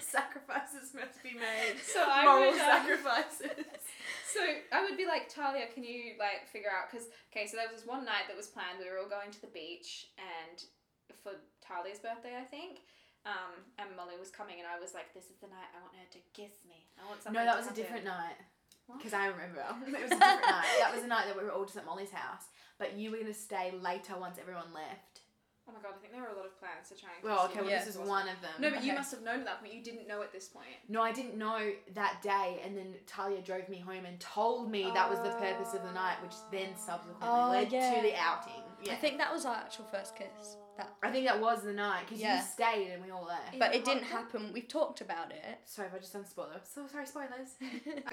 Speaker 2: sacrifices must be made.
Speaker 3: so I
Speaker 2: Moral
Speaker 3: would, um,
Speaker 2: sacrifices.
Speaker 3: so I would be like, Talia, can you like figure out? Because okay, so there was this one night that was planned. We were all going to the beach, and for Talia's birthday, I think. Um, and Molly was coming, and I was like, "This is the night I want her to kiss me. I want something."
Speaker 2: no, that
Speaker 3: to
Speaker 2: was a
Speaker 3: happen."
Speaker 2: different night.
Speaker 3: What?
Speaker 2: Because I remember. It was a different night. That was the night that we were all just at Molly's house. But you were going to stay later once everyone left.
Speaker 3: Oh my god, I think there were a lot of plans to try and.
Speaker 2: Well,
Speaker 3: kiss
Speaker 2: okay,
Speaker 3: you.
Speaker 2: well,
Speaker 1: Yeah.
Speaker 2: this is
Speaker 3: Wasn't-
Speaker 2: one of them.
Speaker 3: No, but you
Speaker 1: Okay.
Speaker 3: must have known that, but you didn't know at this point.
Speaker 2: No, I didn't know that day, and then Talia drove me home and told me that was the purpose of the night, which then subsequently
Speaker 1: Oh,
Speaker 2: led to
Speaker 1: yeah.
Speaker 2: the outing. Yeah.
Speaker 1: I think that was our actual first kiss. That-
Speaker 2: I think that was the night because
Speaker 1: Yeah.
Speaker 2: you stayed and we all left.
Speaker 1: But it
Speaker 3: Yeah,
Speaker 1: didn't
Speaker 3: hot-
Speaker 1: happen. We've talked about it.
Speaker 2: Sorry if I just done spoiler. So sorry, spoilers.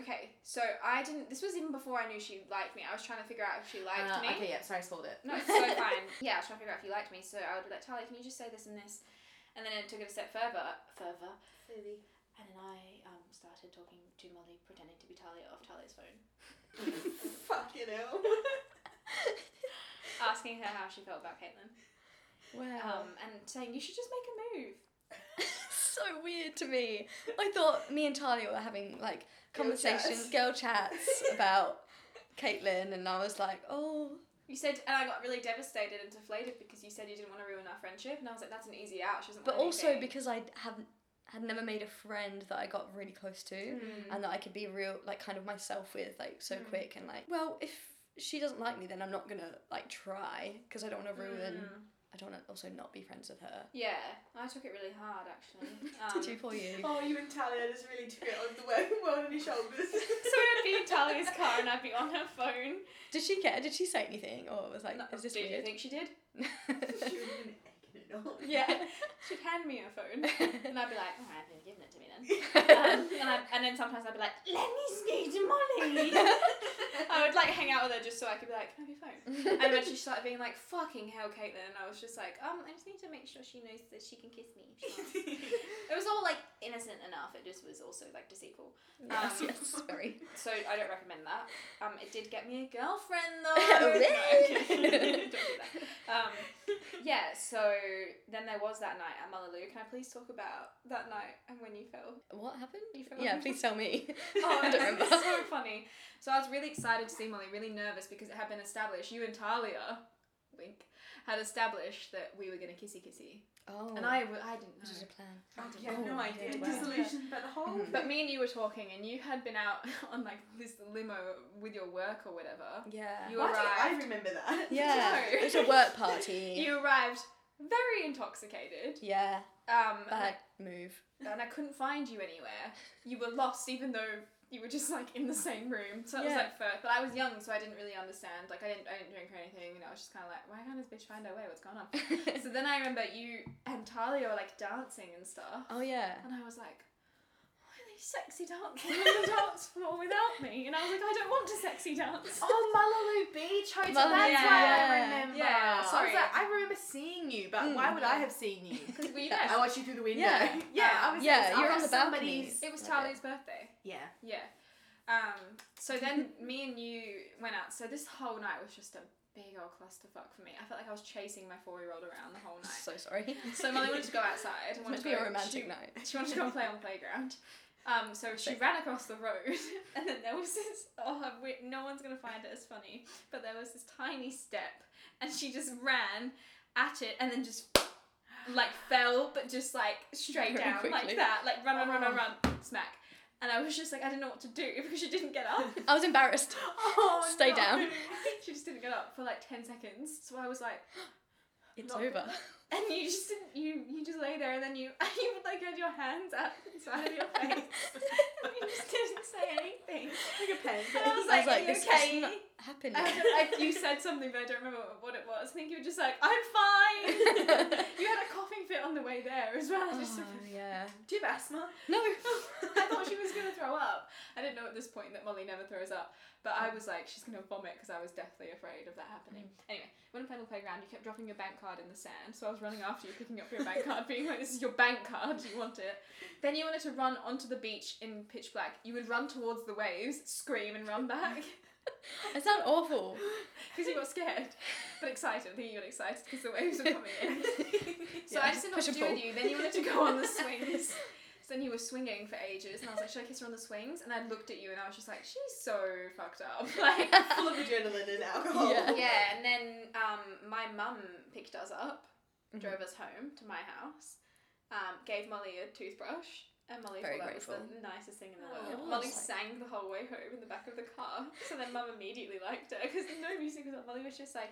Speaker 3: Okay, so I didn't. This was even before I knew she liked me. I was trying to figure out if she liked
Speaker 2: Uh,
Speaker 3: me.
Speaker 2: Okay, yeah, sorry, I spoiled it.
Speaker 3: No, it's so fine. Yeah, I was trying to figure out if you liked me, so I would be like, Tali, can you just say this and this? And then I took it a step further, further, and then I um, started talking to Molly, pretending to be Talia off Talia's phone,
Speaker 2: Fucking hell.
Speaker 3: asking her how she felt about Caitlin,
Speaker 1: wow.
Speaker 3: um, and saying you should just make a move.
Speaker 1: so weird to me. I thought me and Talia were having like
Speaker 2: Girl
Speaker 1: conversations,
Speaker 2: chats.
Speaker 1: girl chats about Caitlin, and I was like, oh,
Speaker 3: You said, and I got really devastated and deflated because you said you didn't want to ruin our friendship, and I was like, that's an easy out. She doesn't.
Speaker 1: but
Speaker 3: want
Speaker 1: also
Speaker 3: anything."
Speaker 1: because I had had never made a friend that I got really close to,
Speaker 3: Mm.
Speaker 1: and that I could be real, like kind of myself with, like so
Speaker 3: Mm.
Speaker 1: quick, and like, well, if she doesn't like me, then I'm not gonna like try because I don't want to ruin.
Speaker 3: Mm.
Speaker 1: I don't want to also not be friends with her.
Speaker 3: Yeah, I took it really hard actually. Um,
Speaker 1: Did you for you?
Speaker 2: Oh, you and Talia just really took it on the way, well on your shoulders.
Speaker 3: so I'd be in Talia's car and I'd be on her phone.
Speaker 1: Did she care? Did she say anything, or was like,
Speaker 3: No,
Speaker 1: is this
Speaker 3: Did you
Speaker 1: weird?
Speaker 3: think she did?
Speaker 2: She would have been egging it on.
Speaker 3: Yeah. She'd hand me her phone. And I'd be like, oh, I've been given it to me then. Um, and, I, and then sometimes I'd be like, let me speak to Molly. I would like hang out with her just so I could be like, can I have your phone? And then she started being like, fucking hell, Caitlin. And I was just like, um, I just need to make sure she knows that she can kiss me. if she wants." it was all like innocent enough. It just was also like deceitful.
Speaker 1: yes,
Speaker 3: Um,
Speaker 1: yes, very.
Speaker 3: So I don't recommend that. Um, it did get me a girlfriend
Speaker 1: Oh,
Speaker 3: though. No, I'm
Speaker 1: really?
Speaker 3: kidding. don't do that. Um, yeah. So then there was that night at Mullaloo. Can I please talk about that night and when you fell?
Speaker 1: What happened?
Speaker 3: You fell.
Speaker 1: Yeah, please tell me.
Speaker 3: Oh,
Speaker 1: I don't
Speaker 3: it's-
Speaker 1: remember.
Speaker 3: it's so funny. So I was really excited to see Molly, really nervous because it had been established. You and Talia, wink, had established that we were gonna kissy kissy,
Speaker 1: Oh,
Speaker 3: and I, w- I didn't
Speaker 1: this is a
Speaker 3: know.
Speaker 1: plan.
Speaker 2: I
Speaker 3: I
Speaker 2: have
Speaker 3: didn't
Speaker 2: no
Speaker 3: know.
Speaker 2: idea.
Speaker 1: Yeah.
Speaker 2: Disillusioned by the whole
Speaker 1: Mhm.
Speaker 3: But me and you were talking, and you had been out on like this limo with your work or whatever.
Speaker 1: Yeah.
Speaker 3: You
Speaker 2: Why do I
Speaker 3: arrived.
Speaker 2: remember that?
Speaker 1: yeah.
Speaker 3: No.
Speaker 1: It's a work party.
Speaker 3: You arrived very intoxicated.
Speaker 1: yeah.
Speaker 3: Um, and I-
Speaker 1: Bad move.
Speaker 3: and I couldn't find you anywhere. You were lost, even though you were just like in the same room. So it was
Speaker 1: Yeah.
Speaker 3: like first, but I was young, so I didn't really understand. Like I didn't, I didn't drink or anything, and I was just kind of like, why can't this bitch find her way? What's going on? so then I remember you and Talia were like dancing and stuff,
Speaker 1: oh yeah.
Speaker 3: and I was like. "Why are they Sexy dancing on the dance floor without me, and I was like, I don't want to sexy dance.
Speaker 2: Oh, Malaloo Beach Hotel.
Speaker 1: Malaloo,
Speaker 2: That's why I
Speaker 1: yeah.
Speaker 2: remember.
Speaker 3: Yeah,
Speaker 2: I
Speaker 3: sorry.
Speaker 2: was like, I remember seeing you, but
Speaker 1: Mm.
Speaker 2: why would I have seen you?
Speaker 3: Because we
Speaker 1: That-
Speaker 2: I watched you through the window.
Speaker 1: Yeah.
Speaker 2: yeah. I was
Speaker 1: Yeah,
Speaker 2: I
Speaker 1: you're on
Speaker 2: was
Speaker 1: the balcony.
Speaker 2: somebody's-
Speaker 3: it was
Speaker 1: Love it.
Speaker 3: Talia's birthday.
Speaker 2: Yeah.
Speaker 3: Yeah. Um, so then me and you went out. So this whole night was just a big old clusterfuck for me. I felt like I was chasing my four year old around the whole night.
Speaker 1: So sorry.
Speaker 3: So Molly wanted to go outside. and
Speaker 1: It's meant
Speaker 3: wanted
Speaker 1: to
Speaker 3: to
Speaker 1: be a
Speaker 3: go-
Speaker 1: romantic
Speaker 3: she,
Speaker 1: night.
Speaker 3: She wanted to go and play on the playground. Um, so she ran across the road, and then there was this. Oh, I wi- no one's gonna find it as funny, but there was this tiny step, and she just ran at it, and then just like fell, but just like straight
Speaker 1: Very
Speaker 3: down
Speaker 1: quickly. Oh.
Speaker 3: like that, like run, run, run, run, run, smack. And I was just like, I didn't know what to do because she didn't get up.
Speaker 1: I was embarrassed.
Speaker 2: Oh,
Speaker 1: Stay
Speaker 2: no.
Speaker 1: down.
Speaker 3: she just didn't get up for like ten seconds. So I was like,
Speaker 1: It's
Speaker 3: Not-
Speaker 1: over.
Speaker 3: and you just didn't, you you just lay there and then you you would like had your hands out inside of your face. you just didn't say anything.
Speaker 2: Like a pen.
Speaker 3: And I was
Speaker 1: I
Speaker 3: like,
Speaker 1: was like,
Speaker 3: "Are you
Speaker 1: this is
Speaker 3: okay?
Speaker 1: not Happened.
Speaker 3: I don't- I- you said something, but I don't remember what it was. I think you were just like, I'm fine. you had a coughing fit on the way there as well. I, just,
Speaker 1: oh, yeah.
Speaker 2: Do you have asthma?
Speaker 1: No.
Speaker 3: I thought she was going to throw up. I didn't know at this point that Molly never throws up, but I was like, she's going to vomit because I was deathly afraid of that happening.
Speaker 1: Mm.
Speaker 3: Anyway, when I played on the playground, you kept dropping your bank card in the sand, so I was running after you, picking up your bank card, being like, this is your bank card, do you want it? Then you wanted to run onto the beach in pitch black. You would run towards the waves, scream, and run back.
Speaker 1: I sound awful.
Speaker 3: Because you got scared, but excited. I think you got excited because the waves were coming in. So I
Speaker 1: Yeah,
Speaker 3: just didn't know
Speaker 1: push
Speaker 3: what to
Speaker 1: and
Speaker 3: do with
Speaker 1: pull.
Speaker 3: you. Then you wanted to go on the swings. So then you were swinging for ages, and I was like, "Should I kiss her on the swings?" And I looked at you, and I was just like, "She's so fucked up." Like,
Speaker 2: Full of adrenaline and alcohol.
Speaker 1: Yeah.
Speaker 3: yeah. And then um, my mum picked us up, drove us home to my house, um, gave Molly a toothbrush. And Molly
Speaker 1: Very
Speaker 3: thought that was
Speaker 1: grateful.
Speaker 3: the nicest thing in the
Speaker 2: Oh,
Speaker 3: world.
Speaker 1: it was.
Speaker 3: Molly sang the whole way home in the back of the car. So then Mum immediately liked her because no music was on. Molly was just like,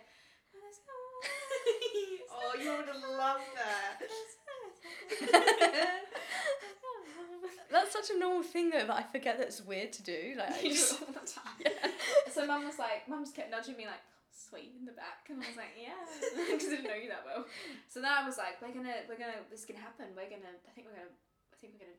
Speaker 3: "Let's go."
Speaker 2: oh, you would have loved that.
Speaker 1: That's such a normal thing though that I forget that's weird to do. Like I
Speaker 3: You do
Speaker 1: just
Speaker 3: it all the time. So mum was like, mum just kept nudging me like, so sweet in the back, and I was like, yeah, because I didn't know you that well. So then I was like, we're gonna, we're gonna, this can happen. We're gonna, I think we're gonna, I think we're gonna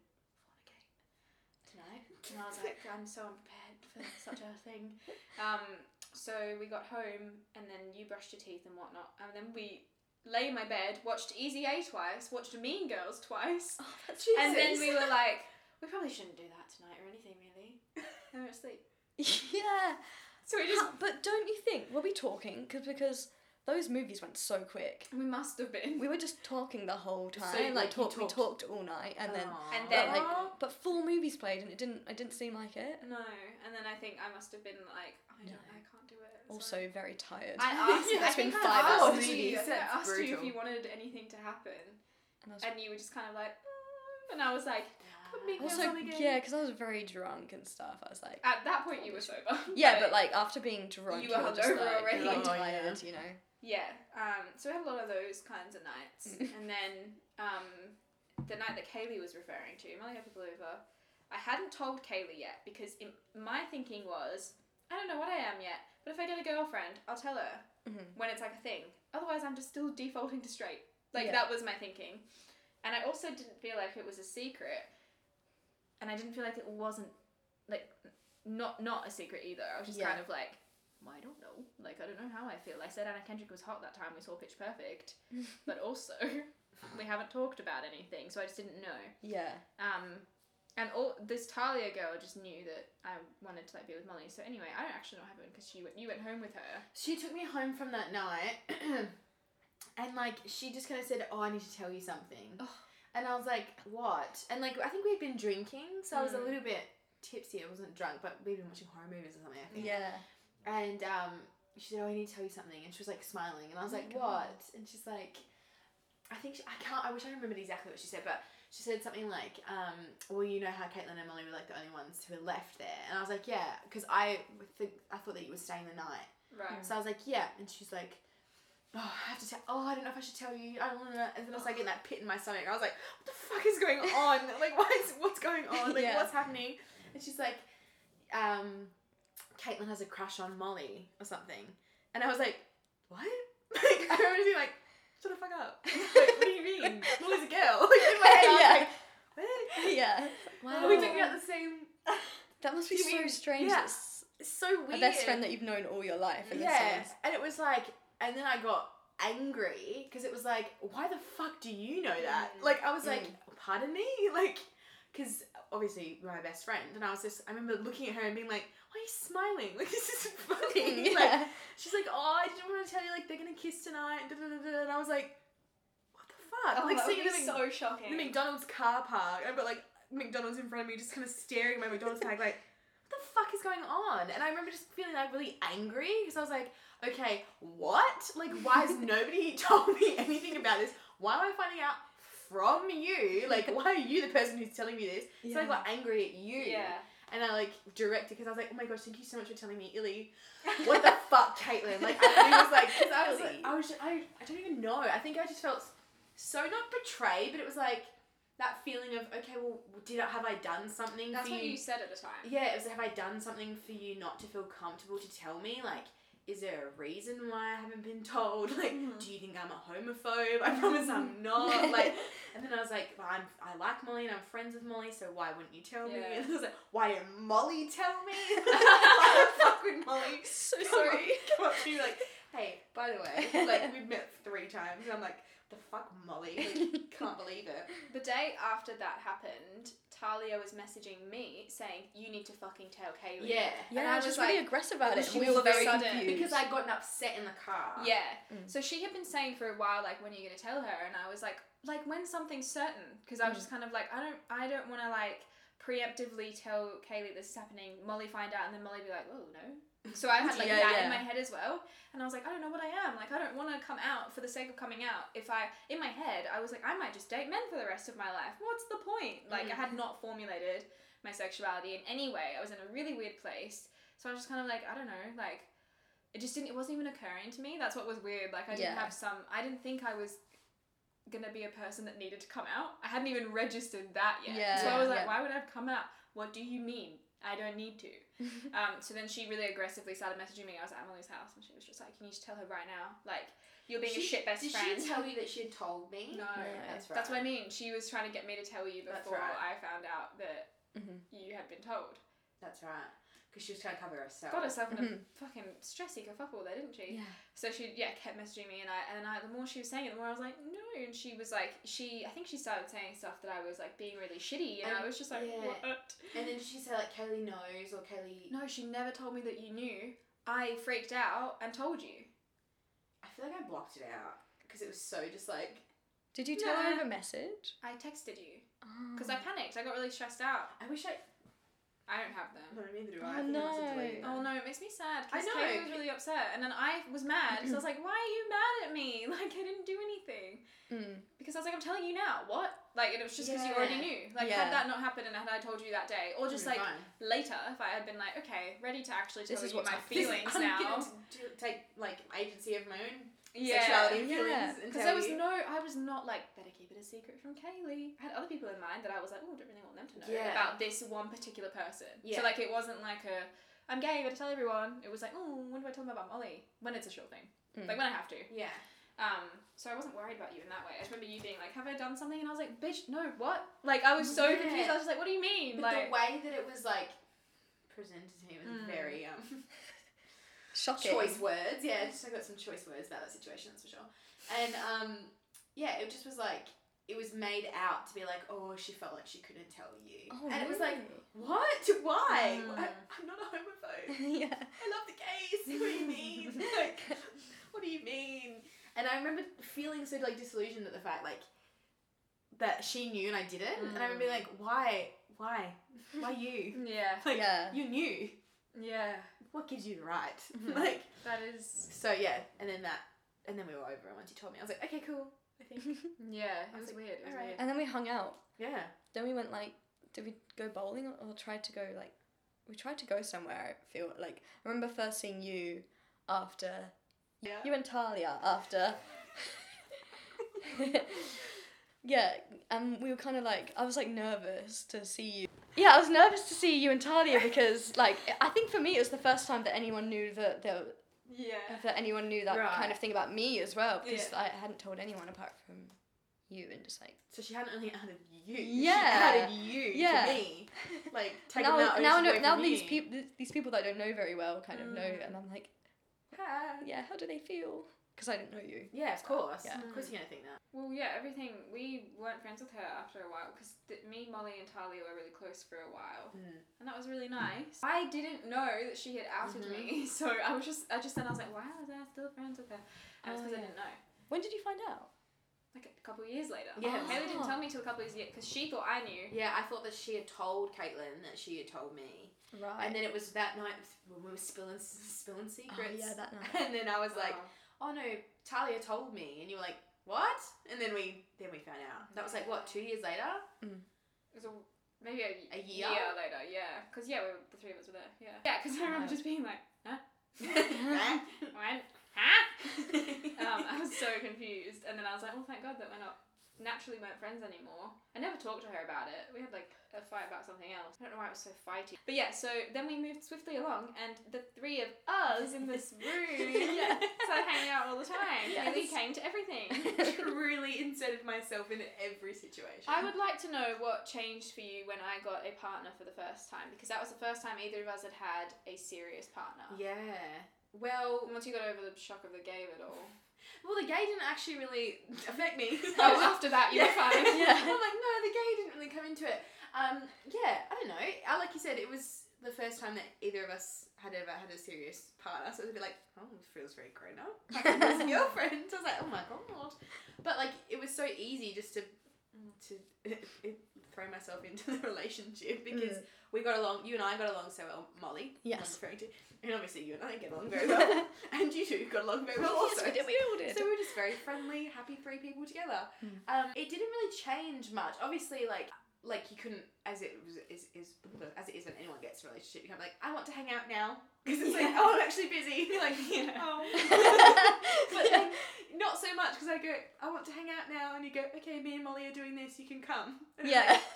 Speaker 3: fornicate tonight. And I was like, I'm so unprepared for such a thing. Um, so we got home, and then you brushed your teeth and whatnot, and then we lay in my bed, watched Easy A twice, watched Mean Girls twice,
Speaker 1: Oh, that's
Speaker 2: Jesus.
Speaker 3: and then we were like, we probably shouldn't do that tonight or anything really. And we were asleep.
Speaker 1: yeah.
Speaker 3: So we just
Speaker 1: How- but don't you think were we talking? Cause, because those movies went so quick.
Speaker 3: we must have been.
Speaker 1: We were just talking the whole time.
Speaker 2: like,
Speaker 1: like
Speaker 2: you
Speaker 1: talk, we
Speaker 2: talked- Oh.
Speaker 1: talked all night, and then
Speaker 3: and
Speaker 1: but,
Speaker 3: then-
Speaker 1: like but full movies played, and it didn't. It didn't seem like it.
Speaker 3: No, and then I think I must have been like, I don't,
Speaker 1: No.
Speaker 3: I can't do it.
Speaker 1: Also very tired.
Speaker 3: I asked.
Speaker 1: Yeah,
Speaker 3: I
Speaker 1: it's been
Speaker 3: think I
Speaker 1: five
Speaker 3: asked
Speaker 1: hours.
Speaker 3: you.
Speaker 1: Jeez,
Speaker 3: I
Speaker 2: that's
Speaker 3: asked you if
Speaker 2: brutal.
Speaker 3: you wanted anything to happen,
Speaker 1: and I was,
Speaker 3: and you were just kind of like, mm, and I was like,
Speaker 2: Put me-
Speaker 1: also
Speaker 2: Hands on again.
Speaker 1: yeah, because I was very drunk and stuff. I was like.
Speaker 3: at that point you were sober.
Speaker 1: Yeah, but like after being drunk, you
Speaker 3: You were
Speaker 1: were just
Speaker 3: hungover
Speaker 1: like,
Speaker 3: already.
Speaker 1: like,
Speaker 2: Oh, yeah.
Speaker 1: tired, you know.
Speaker 3: Yeah. Um, so we had a lot of those kinds of nights.
Speaker 1: Mm.
Speaker 3: and then um, the night that Kaylee was referring to, Molly had people over. I hadn't told Kaylee yet because in, my thinking was, I don't know what I am yet, but if I get a girlfriend, I'll tell her
Speaker 1: Mhm.
Speaker 3: when it's like a thing. Otherwise, I'm just still defaulting to straight. Like,
Speaker 1: Yeah.
Speaker 3: that was my thinking. And I also didn't feel like it was a secret. And I didn't feel like it wasn't, like, not not a secret either. I was just
Speaker 1: Yeah.
Speaker 3: kind of like, well, I don't know. Like, I don't know how I feel. I said Anna Kendrick was hot that time we saw Pitch Perfect, but also we haven't talked about anything, so I just didn't know.
Speaker 1: Yeah,
Speaker 3: Um, and all this Talia girl just knew that I wanted to like be with Molly. So anyway, I don't actually know what happened because she went, you went home with her.
Speaker 2: she took me home from that night and like she just kind of said oh i need to tell you something
Speaker 3: Oh.
Speaker 2: and i was like what and like i think we had been drinking so i was a
Speaker 3: Mm.
Speaker 2: little bit tipsy i wasn't drunk but we'd been watching horror movies or something i think
Speaker 1: yeah.
Speaker 2: and um she said oh i need to tell you something and she was like smiling and i was
Speaker 3: Oh my
Speaker 2: like
Speaker 3: God.
Speaker 2: what and she's like i think she, i can't i wish i remembered exactly what she said but she said something like, um, "Well, you know how Caitlin and Molly were like the only ones who had left there," and I was like, "Yeah," because I think I thought that you were staying the night,
Speaker 3: Right.
Speaker 2: so I was like, yeah. And she's like, oh, I have to tell. Oh, I don't know if I should tell you. I don't know. And then I was like in that pit in my stomach. I was like, what the fuck is going on? like, why is, what's going on? Like,
Speaker 1: Yeah.
Speaker 2: what's happening? And she's like, um, Caitlin has a crush on Molly or something. And I was like, what? Like, I remember being like, shut the fuck up. Like, what do you mean? Molly's a girl. Like, in my head, I was
Speaker 1: yeah,
Speaker 2: like, what?
Speaker 1: yeah.
Speaker 2: Are we talking about the same?
Speaker 1: That must be
Speaker 2: You
Speaker 1: so
Speaker 2: mean-
Speaker 1: strange.
Speaker 2: yeah.
Speaker 1: That's
Speaker 2: It's so weird.
Speaker 1: a best friend that you've known all your life, and then
Speaker 2: Yeah,
Speaker 1: someone's
Speaker 2: and it was like, and then I got angry because it was like, why the fuck do you know that?
Speaker 3: Mm.
Speaker 2: Like, I was like, pardon me, like, because obviously you're my best friend, and I was just, I remember looking at her and being like, why are you smiling? Like, this isn't funny. Like,
Speaker 1: yeah.
Speaker 2: she's like, oh, I didn't want to tell you, like, they're gonna kiss tonight, and, da, da, da, da, and I was like, what the fuck?
Speaker 3: Oh,
Speaker 2: like,
Speaker 3: that would
Speaker 2: seeing
Speaker 3: be
Speaker 2: them in
Speaker 3: so shocking.
Speaker 2: the McDonald's car park. and I've got like McDonald's in front of me, just kind of staring at my McDonald's tag, like, what the fuck is going on? And I remember just feeling like really angry because I was like, okay, what? Like, why has nobody told me anything about this? Why am I finding out from you? Like, why are you the person who's telling me this? So I
Speaker 1: Yeah.
Speaker 2: got angry at you.
Speaker 3: yeah.
Speaker 2: And I like directed because I was like, oh my gosh, thank you so much for telling me, Illy. What the fuck, Caitlin? Like, I really was like, because I was like, I was, I, I don't even know. I think I just felt so not betrayed, but it was like that feeling of, okay, well, did I, have I done something
Speaker 3: That's
Speaker 2: for
Speaker 3: what you said at the time.
Speaker 2: Yeah, it was have I done something for you not to feel comfortable to tell me? Like, is there a reason why I haven't been told? Like,
Speaker 3: Mhm.
Speaker 2: do you think I'm a homophobe? I promise I'm not. Like, and then I was like, well, I'm, I like Molly and I'm friends with Molly, so why wouldn't you tell me?
Speaker 3: Yeah.
Speaker 2: And I was like, why didn't Molly tell me? why the fuck would Molly
Speaker 1: so
Speaker 2: come up-
Speaker 1: sorry.
Speaker 2: come up to me like, hey, by the way, like we've met three times, and I'm like, the fuck, Molly? Like, can't believe it.
Speaker 3: The day after that happened, Talia was messaging me saying, "You need to fucking tell Kaylee."
Speaker 2: Yeah.
Speaker 1: Yeah,
Speaker 3: And I
Speaker 1: I was
Speaker 3: was
Speaker 1: just
Speaker 3: like-
Speaker 1: really aggressive about it.
Speaker 2: She
Speaker 1: and we
Speaker 2: was
Speaker 1: were very
Speaker 3: sudden,
Speaker 1: confused
Speaker 2: Because I'd gotten upset in the car.
Speaker 3: Yeah.
Speaker 1: Mm.
Speaker 3: So she had been saying for a while, like, when are you gonna tell her? And I was like, like when something's certain, because
Speaker 1: Mm.
Speaker 3: I was just kind of like, I don't, I don't want to like preemptively tell Kaylee this is happening. Molly find out, and then Molly be like, oh no. So I had like
Speaker 1: Yeah,
Speaker 3: that in
Speaker 1: yeah.
Speaker 3: my head as well, and I was like, I don't know what I am. Like I don't want to come out for the sake of coming out. If I, in my head, I was like, I might just date men for the rest of my life. What's the point? Like
Speaker 1: Mm.
Speaker 3: I had not formulated my sexuality in any way. I was in a really weird place, so I was just kind of like, I don't know, like it just didn't it wasn't even occurring to me that's what was weird like i didn't
Speaker 1: Yeah.
Speaker 3: have some i didn't think i was gonna be a person that needed to come out i hadn't even registered that yet
Speaker 1: Yeah,
Speaker 3: so i was
Speaker 1: yeah.
Speaker 3: like why would i have come out What do you mean? I don't need to. um, so then she really aggressively started messaging me. I was at Emily's house and she was just like, "Can you just tell her right now? Like, you're being a
Speaker 2: She-
Speaker 3: shit best
Speaker 2: Did
Speaker 3: friend."
Speaker 2: she tell you that she had told me?
Speaker 3: no,
Speaker 1: No.
Speaker 2: That's right.
Speaker 3: that's what I mean. She was trying to get me to tell you
Speaker 2: That's
Speaker 3: before
Speaker 2: right. Mm-hmm.
Speaker 3: I found out that
Speaker 1: Mhm.
Speaker 3: you had been told.
Speaker 2: That's right. Because she was trying to cover herself.
Speaker 3: Got herself in a
Speaker 2: Mm-hmm.
Speaker 1: Mhm.
Speaker 3: fucking stressy kerfuffle there, didn't she?
Speaker 1: Yeah.
Speaker 3: So she yeah kept messaging me and I and I the more she was saying it the more I was like no and she was like she I think she started saying stuff that I was like being really shitty and I
Speaker 2: And-
Speaker 3: was just like
Speaker 2: Oh, yeah.
Speaker 3: what
Speaker 2: And then she said, like, Kaylee knows, or Kaylee.
Speaker 3: no she never told me that you knew I freaked out and told you
Speaker 2: I feel like I blocked it out. Because it was so just like.
Speaker 1: Did you tell her
Speaker 3: Nah.
Speaker 1: over message?
Speaker 3: I texted you because Um,
Speaker 2: Mm.
Speaker 3: I panicked I got really stressed out
Speaker 2: I wish I.
Speaker 3: I don't have them
Speaker 2: No, neither do
Speaker 1: Oh,
Speaker 2: I. I think I must have
Speaker 1: no.
Speaker 2: deleted
Speaker 3: oh
Speaker 2: them.
Speaker 3: no it makes me sad
Speaker 2: I
Speaker 3: because
Speaker 2: know.
Speaker 3: Kaylee was really upset and then I was mad because I was like why are you mad at me like I didn't do anything
Speaker 1: Mm.
Speaker 3: because I was like, I'm telling you now, what? Like, and it was just because you
Speaker 2: Yeah.
Speaker 3: already knew. Like,
Speaker 1: Yeah.
Speaker 3: had that not happened and had I told you that day, or just like
Speaker 2: Fine.
Speaker 3: later, if I had been like, okay, ready to actually tell
Speaker 1: This is
Speaker 3: you
Speaker 1: what's
Speaker 3: my
Speaker 1: happening.
Speaker 3: feelings
Speaker 2: I'm
Speaker 3: now.
Speaker 2: gonna do- take like agency of my own
Speaker 3: Yeah.
Speaker 2: sexuality
Speaker 1: Yeah.
Speaker 2: feelings and
Speaker 3: Because
Speaker 2: tell
Speaker 3: there was
Speaker 2: you.
Speaker 3: no, I was not like, better keep it a secret from Kaylee. I had other people in mind that I was like, oh, I don't really want them to know
Speaker 2: Yeah.
Speaker 3: about this one particular person.
Speaker 2: Yeah.
Speaker 3: So, like, it wasn't like a, I'm gay, better tell everyone. It was like, oh, when do I tell my mum, Ollie? When it's a sure thing.
Speaker 1: Mm.
Speaker 3: Like, when I have to.
Speaker 2: Yeah.
Speaker 3: Um, so I wasn't worried about you in that way. I just remember you being like, "Have I done something?" And I was like, "Bitch, no, what?" Like I was so
Speaker 2: Yeah.
Speaker 3: confused. I was just like, "What do you mean?"
Speaker 2: But
Speaker 3: like,
Speaker 2: the way that it was like presented to me was
Speaker 1: Hmm.
Speaker 3: Mm.
Speaker 2: very um
Speaker 1: Shocking.
Speaker 2: choice words. Yeah, just I got some choice words about that situation, that's for sure. And um yeah, it just was like it was made out to be like, oh, she felt like she couldn't tell you,
Speaker 1: Oh,
Speaker 2: and it was like,
Speaker 1: really? Hmm.
Speaker 2: what? Why?
Speaker 3: Mm.
Speaker 2: I, I'm not a homophobe.
Speaker 1: yeah.
Speaker 2: I love the gays. What do you mean? like, what do you mean? And I remember feeling so like disillusioned at the fact like that she knew and I didn't, and I remember
Speaker 1: Hmm.
Speaker 2: being like, why, why, why you?
Speaker 3: yeah,
Speaker 2: Like,
Speaker 1: Yeah.
Speaker 2: you knew.
Speaker 3: yeah,
Speaker 2: What gives you the right?
Speaker 1: Mhm.
Speaker 2: like,
Speaker 3: that is,
Speaker 2: so yeah, and then that, and then we were over, and once you told me, I was like, okay, cool. I think,
Speaker 3: yeah.
Speaker 2: I
Speaker 3: It was
Speaker 2: was like,
Speaker 3: weird. It was
Speaker 2: "Alright."
Speaker 3: weird.
Speaker 1: And then we hung out.
Speaker 2: yeah,
Speaker 1: Then we went like, did we go bowling or- or tried to go like, we tried to go somewhere. I feel like I remember first seeing you after
Speaker 2: yeah.
Speaker 1: you and Talia after. yeah, um, we were kind of like I was like nervous to see you. Yeah, I was nervous to see you and Talia because like I think for me it was the first time that anyone knew that there,
Speaker 3: Yeah,
Speaker 1: that anyone knew that
Speaker 2: Right.
Speaker 1: kind of thing about me as well because
Speaker 3: Yeah.
Speaker 1: I hadn't told anyone apart from you and just like
Speaker 2: So she hadn't only added you.
Speaker 1: Yeah.
Speaker 2: She added you
Speaker 1: Yeah.
Speaker 2: to me. Like taking
Speaker 1: now
Speaker 2: that
Speaker 1: now
Speaker 2: ocean
Speaker 1: no-
Speaker 2: away
Speaker 1: now
Speaker 2: from
Speaker 1: these
Speaker 2: you.
Speaker 1: people these people that I don't know very well kind of know
Speaker 3: Mm.
Speaker 1: and I'm like
Speaker 2: Hi.
Speaker 1: yeah how do they feel because I didn't know you
Speaker 2: Yeah, of course.
Speaker 1: Yeah.
Speaker 2: Of course you're gonna think that.
Speaker 3: Well, yeah, everything. We weren't friends with her after a while because th- me, Molly, and Talia were really close for a while,
Speaker 1: Mm.
Speaker 3: and that was
Speaker 2: Mm.
Speaker 3: really nice. I didn't know that she had outed
Speaker 2: Mhm.
Speaker 3: me, so I was just, I just then I was like, why was I still friends with her? And it's
Speaker 1: Oh,
Speaker 3: because I
Speaker 1: yeah.
Speaker 3: didn't know.
Speaker 1: when did you find out
Speaker 3: Like a couple of years later.
Speaker 2: Yeah.
Speaker 3: Haley didn't
Speaker 1: Oh.
Speaker 3: tell me till a couple of years because she thought I knew.
Speaker 2: Yeah, I thought that she had told Caitlin that she had told me,
Speaker 1: right Oh,
Speaker 2: and then it was that night when we were spilling spilling secrets.
Speaker 1: yeah, that night.
Speaker 2: And then I was like,
Speaker 3: Oh.
Speaker 2: "Oh no, Talia told me," and you were like, "What?" And then we then we found out. That was like what two years later.
Speaker 3: It was a, maybe a,
Speaker 2: A year?
Speaker 3: later, yeah. Because, yeah, we were, the three of us were there, yeah. Yeah, because I remember
Speaker 1: Wow.
Speaker 3: just being like, huh?
Speaker 2: Right?
Speaker 3: When? Huh? Um, I was so confused. And then I was like, well, thank God that we're not naturally weren't friends anymore. I never talked to her about it. We had like a fight about something else. I don't know why it was so fighty. But yeah, so then we moved swiftly along and the three of us in this room
Speaker 2: Yeah.
Speaker 3: started hanging out all the time.
Speaker 1: Yes.
Speaker 3: Haley came to everything.
Speaker 2: Truly inserted myself in every situation.
Speaker 3: I would like to know what changed for you when I got a partner for the first time because that was the first time either of us had had a serious partner.
Speaker 2: Yeah. Well,
Speaker 3: And Once you got over the shock of the gay of it all,
Speaker 2: well, the gay didn't actually really affect me.
Speaker 3: oh, after that you were fine.
Speaker 1: Yeah.
Speaker 2: I'm like, no, the gay didn't really come into it. Um, yeah, I don't know. I, like you said, it was the first time that either of us had ever had a serious partner, so it was a bit like, oh, this feels very grown up. Like, this girlfriend. So I was like, oh my god. But like, it was so easy just to to throw myself into the
Speaker 1: Mm.
Speaker 2: relationship because we got along. You and I got along so well, Molly. who I'm
Speaker 1: Yes.
Speaker 2: referring to, and obviously you and I get along very well, and you two got along very well also.
Speaker 1: yes, we did we all did
Speaker 2: So we were just very friendly, happy three people together.
Speaker 1: Mm.
Speaker 2: Um, it didn't really change much. Obviously, like like you couldn't as it was is, is as it is when anyone gets a relationship, you kind of like I want to hang out now because it's like
Speaker 3: Yeah.
Speaker 2: oh I'm actually busy. You're like
Speaker 3: Yeah.
Speaker 2: oh,
Speaker 1: Yeah.
Speaker 2: but like not so much because I go, I want to hang out now, and you go, okay, me and Molly are doing this, you can come. And it's
Speaker 1: Yeah.
Speaker 2: like,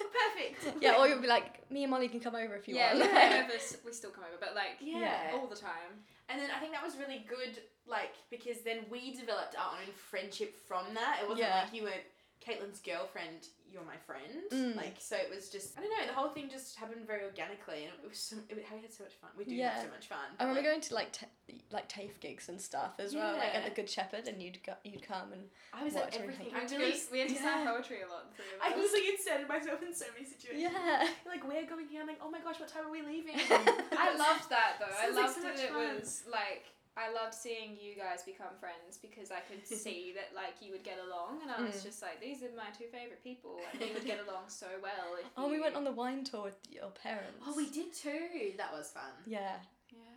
Speaker 2: perfect.
Speaker 1: yeah, or you'll be like, me and Molly can come over if you
Speaker 3: yeah,
Speaker 1: want.
Speaker 3: we come over, s- we still come over, but like
Speaker 2: Yeah.
Speaker 3: all the time.
Speaker 2: And then I think that was really good, like because then we developed our own friendship from that. It wasn't
Speaker 1: Yeah.
Speaker 2: like you weren't Caitlin's girlfriend, you're my friend.
Speaker 1: Mm.
Speaker 2: Like so, it was just I don't know. The whole thing just happened very organically, and it was so, it, we had so much fun. We do
Speaker 1: Yeah.
Speaker 2: have so much fun.
Speaker 1: I remember
Speaker 2: like,
Speaker 1: going to like t- like TAFE gigs and stuff as well, like at
Speaker 2: Yeah.
Speaker 1: the Good Shepherd, and you'd go- you'd come and
Speaker 2: I was at
Speaker 1: watching
Speaker 2: everything.
Speaker 1: Caitlin.
Speaker 2: I
Speaker 3: We,
Speaker 2: really,
Speaker 3: we had to
Speaker 1: yeah.
Speaker 3: sound poetry a lot, the three of
Speaker 2: I
Speaker 3: us.
Speaker 2: was like inserted myself in so many situations.
Speaker 1: yeah,
Speaker 2: Like we're going here. I'm like, oh my gosh, what time are we leaving?
Speaker 3: I loved that though. I
Speaker 2: Sounds like
Speaker 3: loved
Speaker 2: so
Speaker 3: that
Speaker 2: much
Speaker 3: it
Speaker 2: fun.
Speaker 3: was like I loved seeing you guys become friends because I could see that like you would get along, and I was
Speaker 1: Mm.
Speaker 3: just like, these are my two favorite people, and we would get along so well. If
Speaker 1: Oh, we
Speaker 3: you-
Speaker 1: went on the wine tour with your parents.
Speaker 2: Oh, we did too. That was fun.
Speaker 1: Yeah,
Speaker 3: Yeah.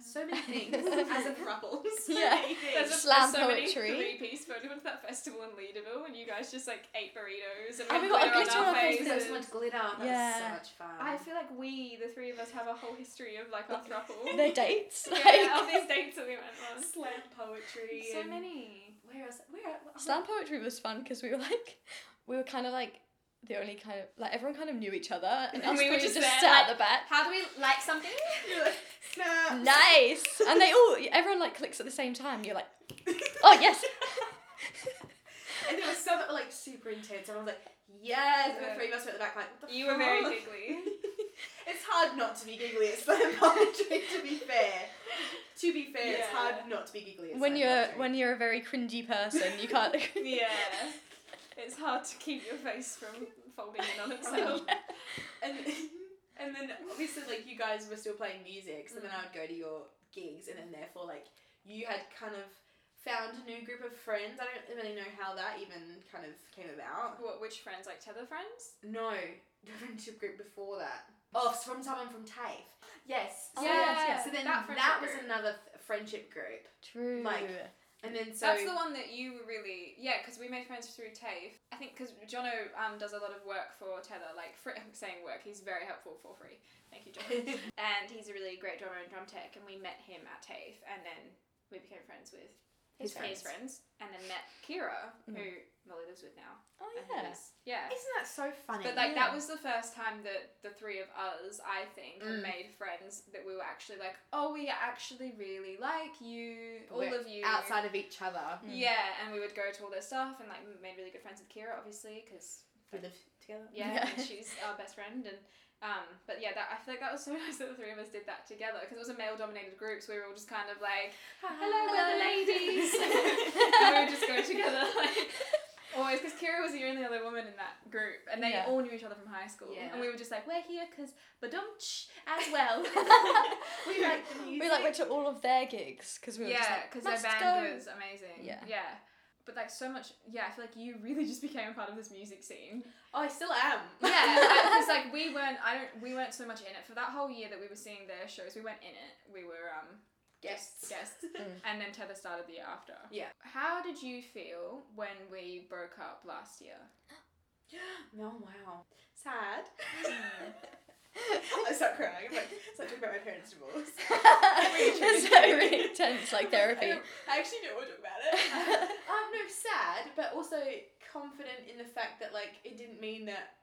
Speaker 2: So many things as a couple. So
Speaker 1: Yeah.
Speaker 2: many
Speaker 3: There's,
Speaker 2: things.
Speaker 3: a,
Speaker 1: Slam
Speaker 3: there's so
Speaker 1: poetry.
Speaker 3: many three-piece photo went to that festival in Leaderville, and you guys just like ate burritos and
Speaker 1: Oh,
Speaker 3: had
Speaker 1: we got a glitter
Speaker 3: glitter on our
Speaker 1: on our
Speaker 3: faces.
Speaker 2: There was so much glitter. That was so
Speaker 1: Yeah.
Speaker 2: much fun.
Speaker 3: I feel like we, the three of us, have a whole history of like our throuple.
Speaker 1: their dates.
Speaker 3: yeah,
Speaker 1: Like,
Speaker 3: all these dates that we went on.
Speaker 2: slam poetry.
Speaker 3: So
Speaker 2: and-
Speaker 3: many.
Speaker 2: Where else? oh. Where?
Speaker 1: Slam poetry was fun because we were like, we were kind of like the only kind of like everyone kind of knew each other, and
Speaker 3: And
Speaker 1: us
Speaker 3: we were
Speaker 1: we just,
Speaker 3: just
Speaker 1: just
Speaker 3: there,
Speaker 1: sat at
Speaker 3: like-
Speaker 1: the back.
Speaker 3: How do we like something?
Speaker 2: Snap.
Speaker 1: Nice, and they all everyone like clicks at the same time. You're like, oh yes,
Speaker 2: and there was some that were like super intense. Everyone was like, yes. And the
Speaker 3: Yeah.
Speaker 2: three of us were at the back like, what the
Speaker 3: You were very
Speaker 2: fuck?
Speaker 3: giggly.
Speaker 2: It's hard not to be giggly at slam poetry. To be fair. To be fair, it's
Speaker 3: Yeah.
Speaker 2: hard not to be giggly at
Speaker 1: when
Speaker 2: slam
Speaker 1: you're
Speaker 2: poetry.
Speaker 1: when you're a very cringy person, you can't.
Speaker 3: yeah. It's hard to keep your face from folding in on itself.
Speaker 1: Yeah.
Speaker 2: and and then obviously like you guys were still playing music, so then I would go to your gigs, and then therefore like you had kind of found a new group of friends. I don't really know how that even kind of came about.
Speaker 3: What, which friends? Like tether friends?
Speaker 2: No, the friendship group before that. Oh, it's from someone from TAFE. Yes.
Speaker 1: Oh, yes,
Speaker 3: yes.
Speaker 2: So then
Speaker 3: That
Speaker 2: that,
Speaker 3: friendship
Speaker 2: was
Speaker 3: group.
Speaker 2: another f- friendship group,
Speaker 1: True.
Speaker 2: Like- and then so
Speaker 3: That's the one that you were really yeah, because we made friends through TAFE. I think because Jono um, does a lot of work for Tether, like free, I'm saying work, he's very helpful for free. Thank you, Jono. and he's a really great drummer in drum tech, and we met him at TAFE, and then we became friends with his,
Speaker 2: His Mm.
Speaker 3: friends. and then met Kira, who Molly lives with now.
Speaker 1: Oh
Speaker 3: and who
Speaker 1: yeah.
Speaker 3: is- yeah.
Speaker 2: Isn't that so funny?
Speaker 3: But like that
Speaker 1: Yeah.
Speaker 3: was the first time that the three of us, I think,
Speaker 2: Mm.
Speaker 3: had made friends that we were actually like, oh, we actually really like you, all
Speaker 2: We're
Speaker 3: of you,
Speaker 2: outside of each other,
Speaker 1: Mm.
Speaker 3: Yeah, and we would go to all their stuff and like made really good friends with Kira, obviously, because
Speaker 2: we live together.
Speaker 3: yeah,
Speaker 1: Yeah.
Speaker 3: and she's our best friend. And um, but yeah, that I feel like that was so nice that the three of us did that together because it was a male-dominated group, so we were all just kind of like, hello, we're the ladies. and we would just go together like. Always, because Kira was the only other woman in that group, and they
Speaker 1: Yeah.
Speaker 3: all knew each other from high school.
Speaker 2: Yeah.
Speaker 3: And we were just like, we're here because badumch as well.
Speaker 2: we like the music.
Speaker 1: We like went to all of their gigs because we were just
Speaker 3: Yeah,
Speaker 1: like,
Speaker 3: because their
Speaker 1: "Must
Speaker 3: band
Speaker 1: go."
Speaker 3: was amazing.
Speaker 1: Yeah.
Speaker 3: Yeah. But like so much, yeah. I feel like you really just became a part of this music scene.
Speaker 2: Oh, I still am.
Speaker 3: Yeah, because like we weren't, I don't, we weren't so much in it for that whole year that we were seeing their shows. We weren't in it. We were um
Speaker 2: Guests.
Speaker 3: guests,
Speaker 1: Mm.
Speaker 3: and then Tether started the year after.
Speaker 2: Yeah.
Speaker 3: How did you feel when we broke up last year?
Speaker 2: No, wow. Sad. I start crying. I'm like, start talking about my parents' divorce.
Speaker 1: it's so really intense, like
Speaker 2: I,
Speaker 1: therapy.
Speaker 2: don't- I actually don't want to talk about it. um, no, sad, but also confident in the fact that like it didn't mean that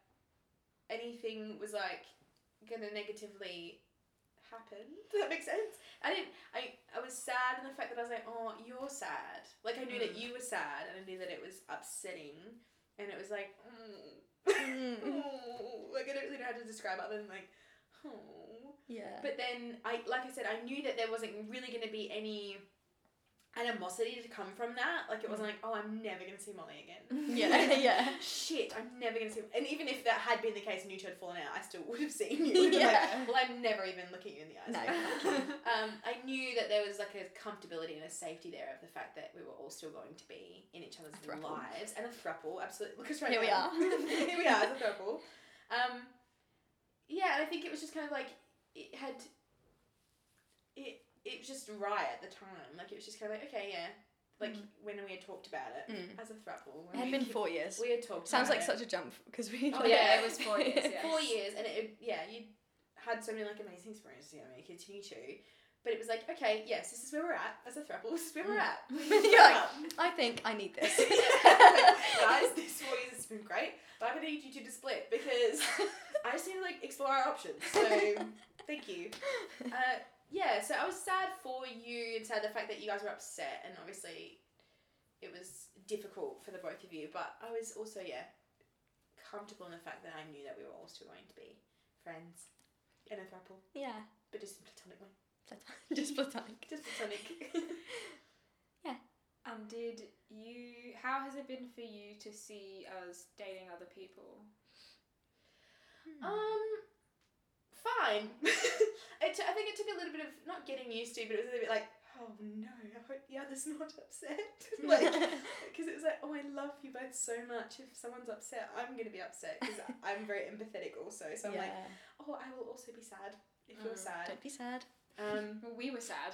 Speaker 2: anything was like gonna negatively happen. Does that make sense? I didn't. I I was sad in the fact that I was like, oh, you're sad. Like I knew that you were sad, and I knew that it was upsetting, and it was like, mm.
Speaker 1: Mm.
Speaker 2: Oh, like I don't really know how to describe other than like, oh.
Speaker 1: yeah.
Speaker 2: But then I, like I said, I knew that there wasn't really going to be any animosity to come from that. Like it wasn't like, oh, I'm never going to see Molly again.
Speaker 1: Mm. yeah, yeah.
Speaker 2: Shit, I'm never going to see. And even if that had been the case and you two had fallen out, I still would have seen you. Would've been
Speaker 1: Yeah.
Speaker 2: Like, well, I'm never even looking you in the eyes.
Speaker 1: No.
Speaker 2: Um, I knew that there was like a comfortability and a safety there of the fact that we were all still going to be in each other's
Speaker 1: A throuple.
Speaker 2: lives and a thruple. Absolutely, look us right
Speaker 1: Here we are.
Speaker 2: now. Here we are, as a thruple. Um, yeah, and I think it was just kind of like it had. It it was just right at the time. Like it was just kind of like okay, yeah. Like when we had talked about it
Speaker 1: Mm.
Speaker 2: as a thruple.
Speaker 1: It
Speaker 2: when
Speaker 1: had
Speaker 2: we-
Speaker 1: been four years.
Speaker 2: We had talked.
Speaker 1: Sounds like
Speaker 2: about it
Speaker 1: such a jump because we.
Speaker 2: Oh,
Speaker 1: like-
Speaker 2: yeah,
Speaker 3: it was four years, yeah.
Speaker 2: four years, and it, yeah, you had so many like amazing experiences. You know, you continue to,
Speaker 4: But it was like, okay, yes, this is where we're at as a throuple. This is where we're
Speaker 1: Mm.
Speaker 4: at. We
Speaker 1: You're
Speaker 4: need your
Speaker 1: like,
Speaker 4: help.
Speaker 1: I think I need this.
Speaker 4: guys, this boys has been great, but I'm gonna need you two to split because I just need to like explore our options. So thank you. Uh, yeah, so I was sad for you and sad the fact that you guys were upset, and obviously it was difficult for the both of you. But I was also yeah comfortable in the fact that I knew that we were all still going to be friends in a throuple,
Speaker 1: yeah.
Speaker 4: but just in platonic way,
Speaker 1: Platonic. Just platonic.
Speaker 4: just platonic.
Speaker 3: Um, did you? How has it been for you to see us dating other people?
Speaker 4: Um, fine. it t- I think it took a little bit of not getting used to, but it was a little bit like, oh no, I hope the other's not upset. like, because it was like, oh, I love you both so much. If someone's upset, I'm gonna be upset because I'm very empathetic also. So I'm like,
Speaker 1: yeah.
Speaker 4: oh, I will also be sad if you're
Speaker 3: Mm,
Speaker 4: sad.
Speaker 1: Don't be sad.
Speaker 4: Um,
Speaker 3: Well, we were sad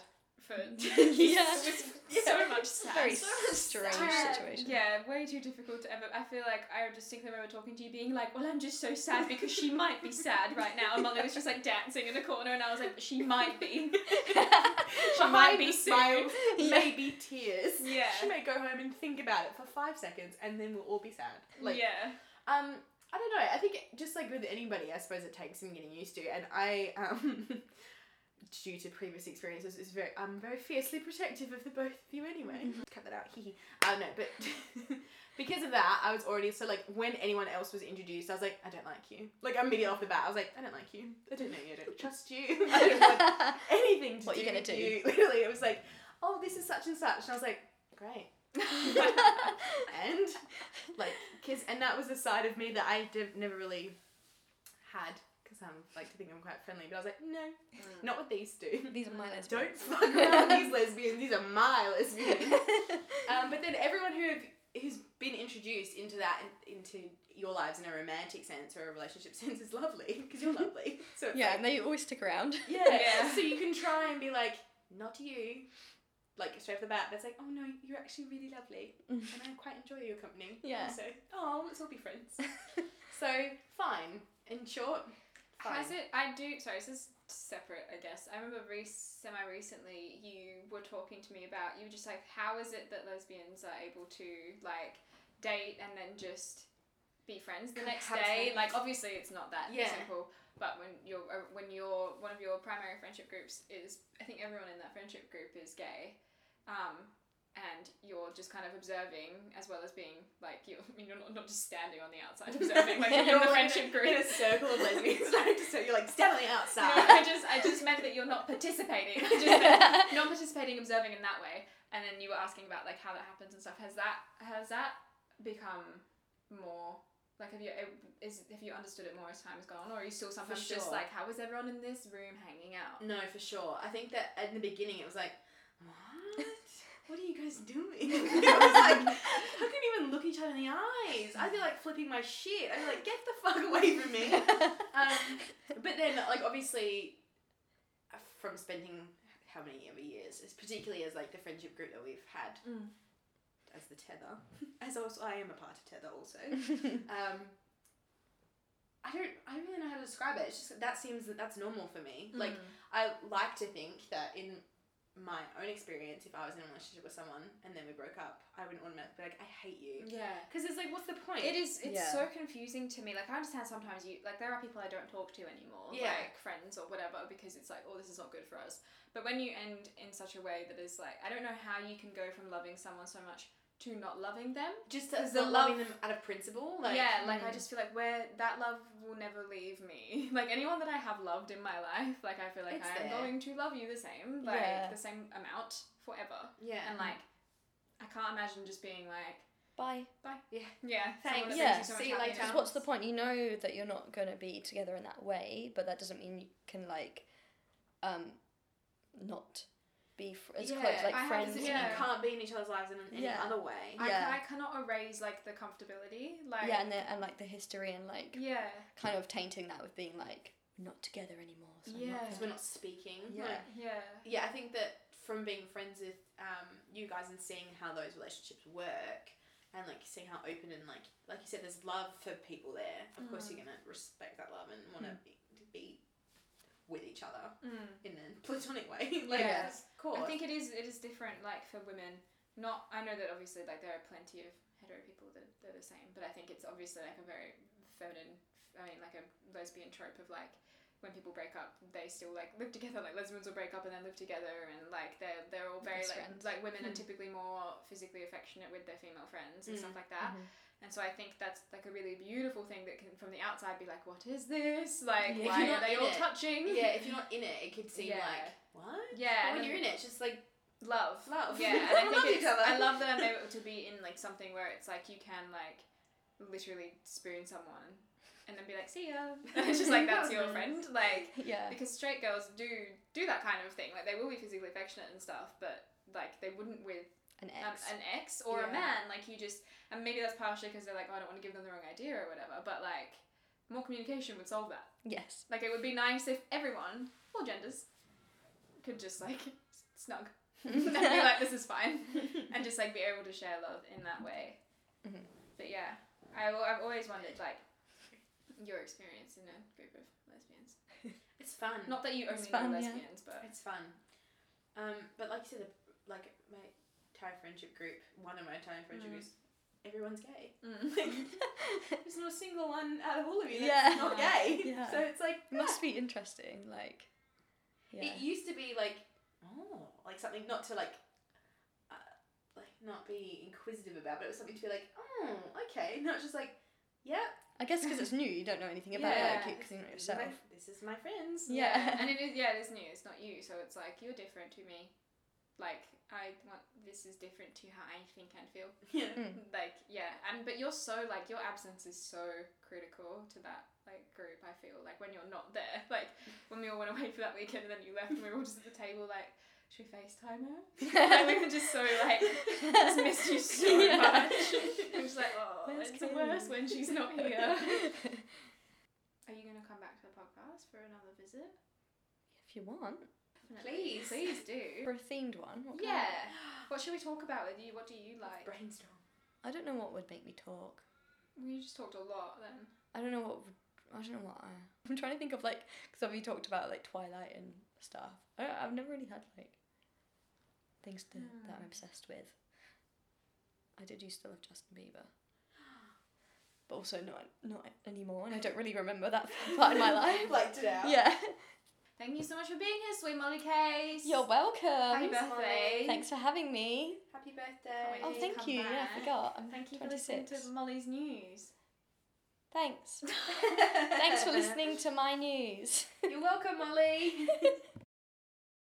Speaker 3: for
Speaker 1: Yeah.
Speaker 3: so much sad.
Speaker 1: Very
Speaker 3: So
Speaker 1: strange
Speaker 3: Uh,
Speaker 1: situation.
Speaker 3: Yeah, way too difficult to ever. I feel like I distinctly remember talking to you being like, "Well, I'm just so sad because she might be sad right now." And Molly was just like dancing in the corner, and I was like, "She might be. She might
Speaker 2: Behind
Speaker 3: be
Speaker 2: the
Speaker 3: soon."
Speaker 2: smile,
Speaker 1: Yeah.
Speaker 2: maybe tears.
Speaker 3: Yeah.
Speaker 2: She may go home and think about it for five seconds, and then we'll all be sad. Like,
Speaker 3: yeah.
Speaker 2: Um, I don't know. I think it- just like with anybody, I suppose it takes some getting used to. And I, um, due to previous experiences, is very I'm very fiercely protective of the both of you anyway.
Speaker 1: Mm-hmm.
Speaker 2: Cut that out. Hee hee. Uh, no, but because of that, I was already so like when anyone else was introduced, I was like, I don't like you. Like immediately off the bat, I was like, I don't like you. I don't know you. I don't trust you. I don't want anything to
Speaker 1: What
Speaker 2: do
Speaker 1: you gonna
Speaker 2: with
Speaker 1: do?
Speaker 2: you. Literally, it was like, oh, this is such and such, and I was like, great and like kiss and that was a side of me that i div- never really had because i'm like to think i'm quite friendly but i was like no not what these do
Speaker 1: Mm. These are my lesbians.
Speaker 2: don't fuck around with these lesbians these are my lesbians um, but then everyone who have, who's been introduced into that into your lives in a romantic sense or a relationship sense is lovely because you're lovely so it's
Speaker 1: yeah,
Speaker 2: like,
Speaker 1: and they always stick around.
Speaker 2: yeah.
Speaker 3: Yeah.
Speaker 2: So you can try and be like, not you. Like straight off the bat, that's like, oh no, you're actually really lovely, and
Speaker 1: Mm.
Speaker 2: I quite enjoy your company.
Speaker 1: Yeah.
Speaker 2: So, oh, let's all be friends. so fine. In short, fine.
Speaker 3: Has it? I do. Sorry, this is separate, I guess. I remember re- semi recently you were talking to me about you were just like, how is it that lesbians are able to like date and then just be friends the next
Speaker 2: Have
Speaker 3: day?
Speaker 2: sex.
Speaker 3: Like, obviously, it's not that
Speaker 2: Yeah.
Speaker 3: simple. But when you're uh, when you're one of your primary friendship groups is, I think everyone in that friendship group is gay. Um, and you're just kind of observing as well as being like you're, I mean, you're not, not just standing on the outside observing like you're in the
Speaker 2: You're
Speaker 3: friendship group
Speaker 2: in a circle of lesbians, like, so you're like standing
Speaker 3: no,
Speaker 2: outside.
Speaker 3: I just I just meant that you're not participating. I just meant not participating, observing in that way. And then you were asking about like how that happens and stuff. Has that has that become more like have you eh, is have you understood it more as time has gone on, or are you still sometimes just
Speaker 2: sure.
Speaker 3: like how is everyone in this room hanging out?
Speaker 2: No, for sure. I think that in the beginning it was like, what? What are you guys doing? I was like, how can you even look each other in the eyes? I'd be like flipping my shit. I'd be like, get the fuck away from me. Um, but then, like, obviously, from spending how many ever years, as particularly as like the friendship group that we've had
Speaker 3: Mm.
Speaker 2: as the tether, as also I am a part of tether also. Um, I don't, I don't really know how to describe it. It's just that seems that that's normal for me.
Speaker 3: Mm.
Speaker 2: Like, I like to think that in my own experience, if I was in a relationship with someone and then we broke up, I wouldn't automatically be like, I hate you.
Speaker 3: yeah.
Speaker 2: Because it's like, what's the point?
Speaker 3: Mm. It is. It's
Speaker 1: Yeah.
Speaker 3: so confusing to me. Like I understand sometimes you like there are people I don't talk to anymore,
Speaker 2: Yeah.
Speaker 3: like friends or whatever, because it's like, oh, this is not good for us. But when you end in such a way that is like, I don't know how you can go from loving someone so much to not loving them.
Speaker 2: Just
Speaker 3: Is
Speaker 2: as
Speaker 3: the
Speaker 2: the loving
Speaker 3: love-
Speaker 2: them out of principle. Like,
Speaker 3: yeah, like I
Speaker 1: mm.
Speaker 3: just feel like where that love will never leave me. Like anyone that I have loved in my life, like I feel like
Speaker 2: It's
Speaker 3: I am
Speaker 2: there.
Speaker 3: going to love you the same, like
Speaker 1: Yeah.
Speaker 3: the same amount forever.
Speaker 2: Yeah.
Speaker 3: And like, I can't imagine just being like,
Speaker 1: Bye.
Speaker 3: yeah, someone
Speaker 2: Thanks.
Speaker 3: that brings
Speaker 1: Yeah,
Speaker 3: you so much
Speaker 2: see you
Speaker 3: happiness.
Speaker 2: later.
Speaker 1: Because what's the point? You know that you're not going to be together in that way, but that doesn't mean you can like, um, not be fr- as close
Speaker 2: Yeah,
Speaker 1: like
Speaker 3: I have
Speaker 1: friends.
Speaker 3: this-
Speaker 2: Doesn't
Speaker 1: and-
Speaker 2: mean
Speaker 3: yeah.
Speaker 2: you can't be in each other's lives in any
Speaker 1: Yeah.
Speaker 2: other way.
Speaker 3: I,
Speaker 1: Yeah.
Speaker 3: I cannot erase like the comfortability. Like
Speaker 1: yeah, and the, and like the history and like
Speaker 3: yeah,
Speaker 1: kind of tainting that with being like we're not together anymore. So I'm
Speaker 3: Yeah.
Speaker 1: not
Speaker 2: Because
Speaker 1: gonna-
Speaker 2: we're not speaking.
Speaker 1: Yeah.
Speaker 2: Like,
Speaker 3: yeah.
Speaker 2: yeah, I think that from being friends with um, you guys and seeing how those relationships work and like seeing how open and like like you said, there's love for people there. Of
Speaker 3: Mm.
Speaker 2: course, you're gonna respect that love and want to be, to be with each other
Speaker 3: Mm.
Speaker 2: in a platonic way. Like,
Speaker 1: Yeah.
Speaker 2: yes. of course.
Speaker 3: I think it is it is different like for women. Not I know that obviously like there are plenty of hetero people that, that are the same, but I think it's obviously like a very feminine I mean like a lesbian trope of like when people break up they still like live together like lesbians will break up and then live together and like they're they're all very
Speaker 1: Best
Speaker 3: like
Speaker 1: friends.
Speaker 3: like women
Speaker 2: Mm.
Speaker 3: are typically more physically affectionate with their female friends and
Speaker 2: Mm.
Speaker 3: stuff like that. And so I think that's like a really beautiful thing that can from the outside be like, what is this? Like
Speaker 1: Yeah.
Speaker 3: why
Speaker 2: You're not
Speaker 3: are they
Speaker 2: in
Speaker 3: all
Speaker 2: it.
Speaker 3: touching?
Speaker 2: Yeah, if you're not in it, it could seem
Speaker 3: Yeah.
Speaker 2: like what.
Speaker 3: Yeah.
Speaker 2: But
Speaker 3: and
Speaker 2: when
Speaker 3: then-
Speaker 2: you're in it, it's just like
Speaker 3: love
Speaker 2: Love.
Speaker 3: yeah and i
Speaker 2: Love
Speaker 3: think
Speaker 2: each
Speaker 3: it's,
Speaker 2: other.
Speaker 3: i love that i'm able to be in like something where it's like you can like literally spoon someone and then be like see ya and it's just like that's your friend like
Speaker 1: yeah.
Speaker 3: because straight girls do do that kind of thing like they will be physically affectionate and stuff but like they wouldn't with
Speaker 1: An
Speaker 3: um,
Speaker 1: ex.
Speaker 3: an ex or
Speaker 2: Yeah.
Speaker 3: a man like you just and maybe that's partially because they're like oh, i don't want to give them the wrong idea or whatever but like more communication would solve that
Speaker 1: yes.
Speaker 3: like it would be nice if everyone all genders could just like snug and be like, this is fine, and just like be able to share love in that way.
Speaker 1: Mhm.
Speaker 3: But yeah, I, al- I've always wondered like your experience in a group of lesbians.
Speaker 2: it's fun.
Speaker 3: Not that you
Speaker 1: It's
Speaker 3: only
Speaker 1: fun,
Speaker 3: know
Speaker 1: yeah.
Speaker 3: lesbians, but
Speaker 2: It's fun. Um, but like you said, the, like my Thai friendship group, one of my Thai friendship
Speaker 3: Mm.
Speaker 2: groups, everyone's gay.
Speaker 3: mm.
Speaker 2: There's not a single one out of all of you
Speaker 1: Yeah.
Speaker 2: that's not gay.
Speaker 1: Yeah.
Speaker 2: So it's like yeah.
Speaker 1: Must be interesting. Like. Yeah.
Speaker 2: it used to be like oh, like something not to like. uh, like Not be inquisitive about, but it was something to be like, oh, okay. Not just like, yep,
Speaker 1: I guess because it's new, you don't know anything about it.
Speaker 3: Yeah.
Speaker 1: Like, you can
Speaker 2: this, is
Speaker 1: yourself. Mm.
Speaker 2: my, this is my friends.
Speaker 1: Yeah.
Speaker 3: and it is yeah, it is new. It's not you, so it's like you're different to me. Like I want this is different to how I think and feel.
Speaker 2: Yeah.
Speaker 1: Hmm.
Speaker 3: like yeah and but you're so like your absence is so critical to that like group i feel like when you're not there like when we all went away for that weekend and then you left and we were all just at the table like should we facetime her like we were just so like just missed you so
Speaker 1: Yeah.
Speaker 3: much it was like oh
Speaker 1: Where's
Speaker 3: it's
Speaker 1: Kim?"
Speaker 3: worse when she's not here are you going to come back to the podcast for another visit
Speaker 1: if you want
Speaker 3: Definitely.
Speaker 2: Please.
Speaker 3: please do
Speaker 1: for a themed one. What kind of-
Speaker 3: yeah what should we talk about with you what do you like
Speaker 2: Brainstorm.
Speaker 1: I don't know what would make me talk.
Speaker 3: we just talked a lot then
Speaker 1: I don't know what. would- I don't know what. I, I'm trying to think of like because we talked about like Twilight and stuff. I don't, I've never really had like things to, that
Speaker 3: Hmm.
Speaker 1: I'm obsessed with. I did used to love Justin Bieber, but also not not anymore, and I don't really remember that part in my life.
Speaker 2: Blacked it out.
Speaker 1: yeah,
Speaker 3: Thank you so much for being here, sweet Molly Case.
Speaker 1: you're welcome.
Speaker 3: Happy
Speaker 2: Thanks,
Speaker 3: birthday.
Speaker 2: Molly.
Speaker 1: Thanks for having me.
Speaker 2: Happy
Speaker 3: Can't
Speaker 2: birthday.
Speaker 3: wait
Speaker 1: Oh,
Speaker 3: you
Speaker 1: thank
Speaker 3: come
Speaker 1: you. Yeah,
Speaker 3: back.
Speaker 1: I forgot. I'm
Speaker 3: Thank you for listening
Speaker 1: 26.
Speaker 3: to Molly's news.
Speaker 1: Thanks. Thanks for listening to my news.
Speaker 3: You're welcome, Molly.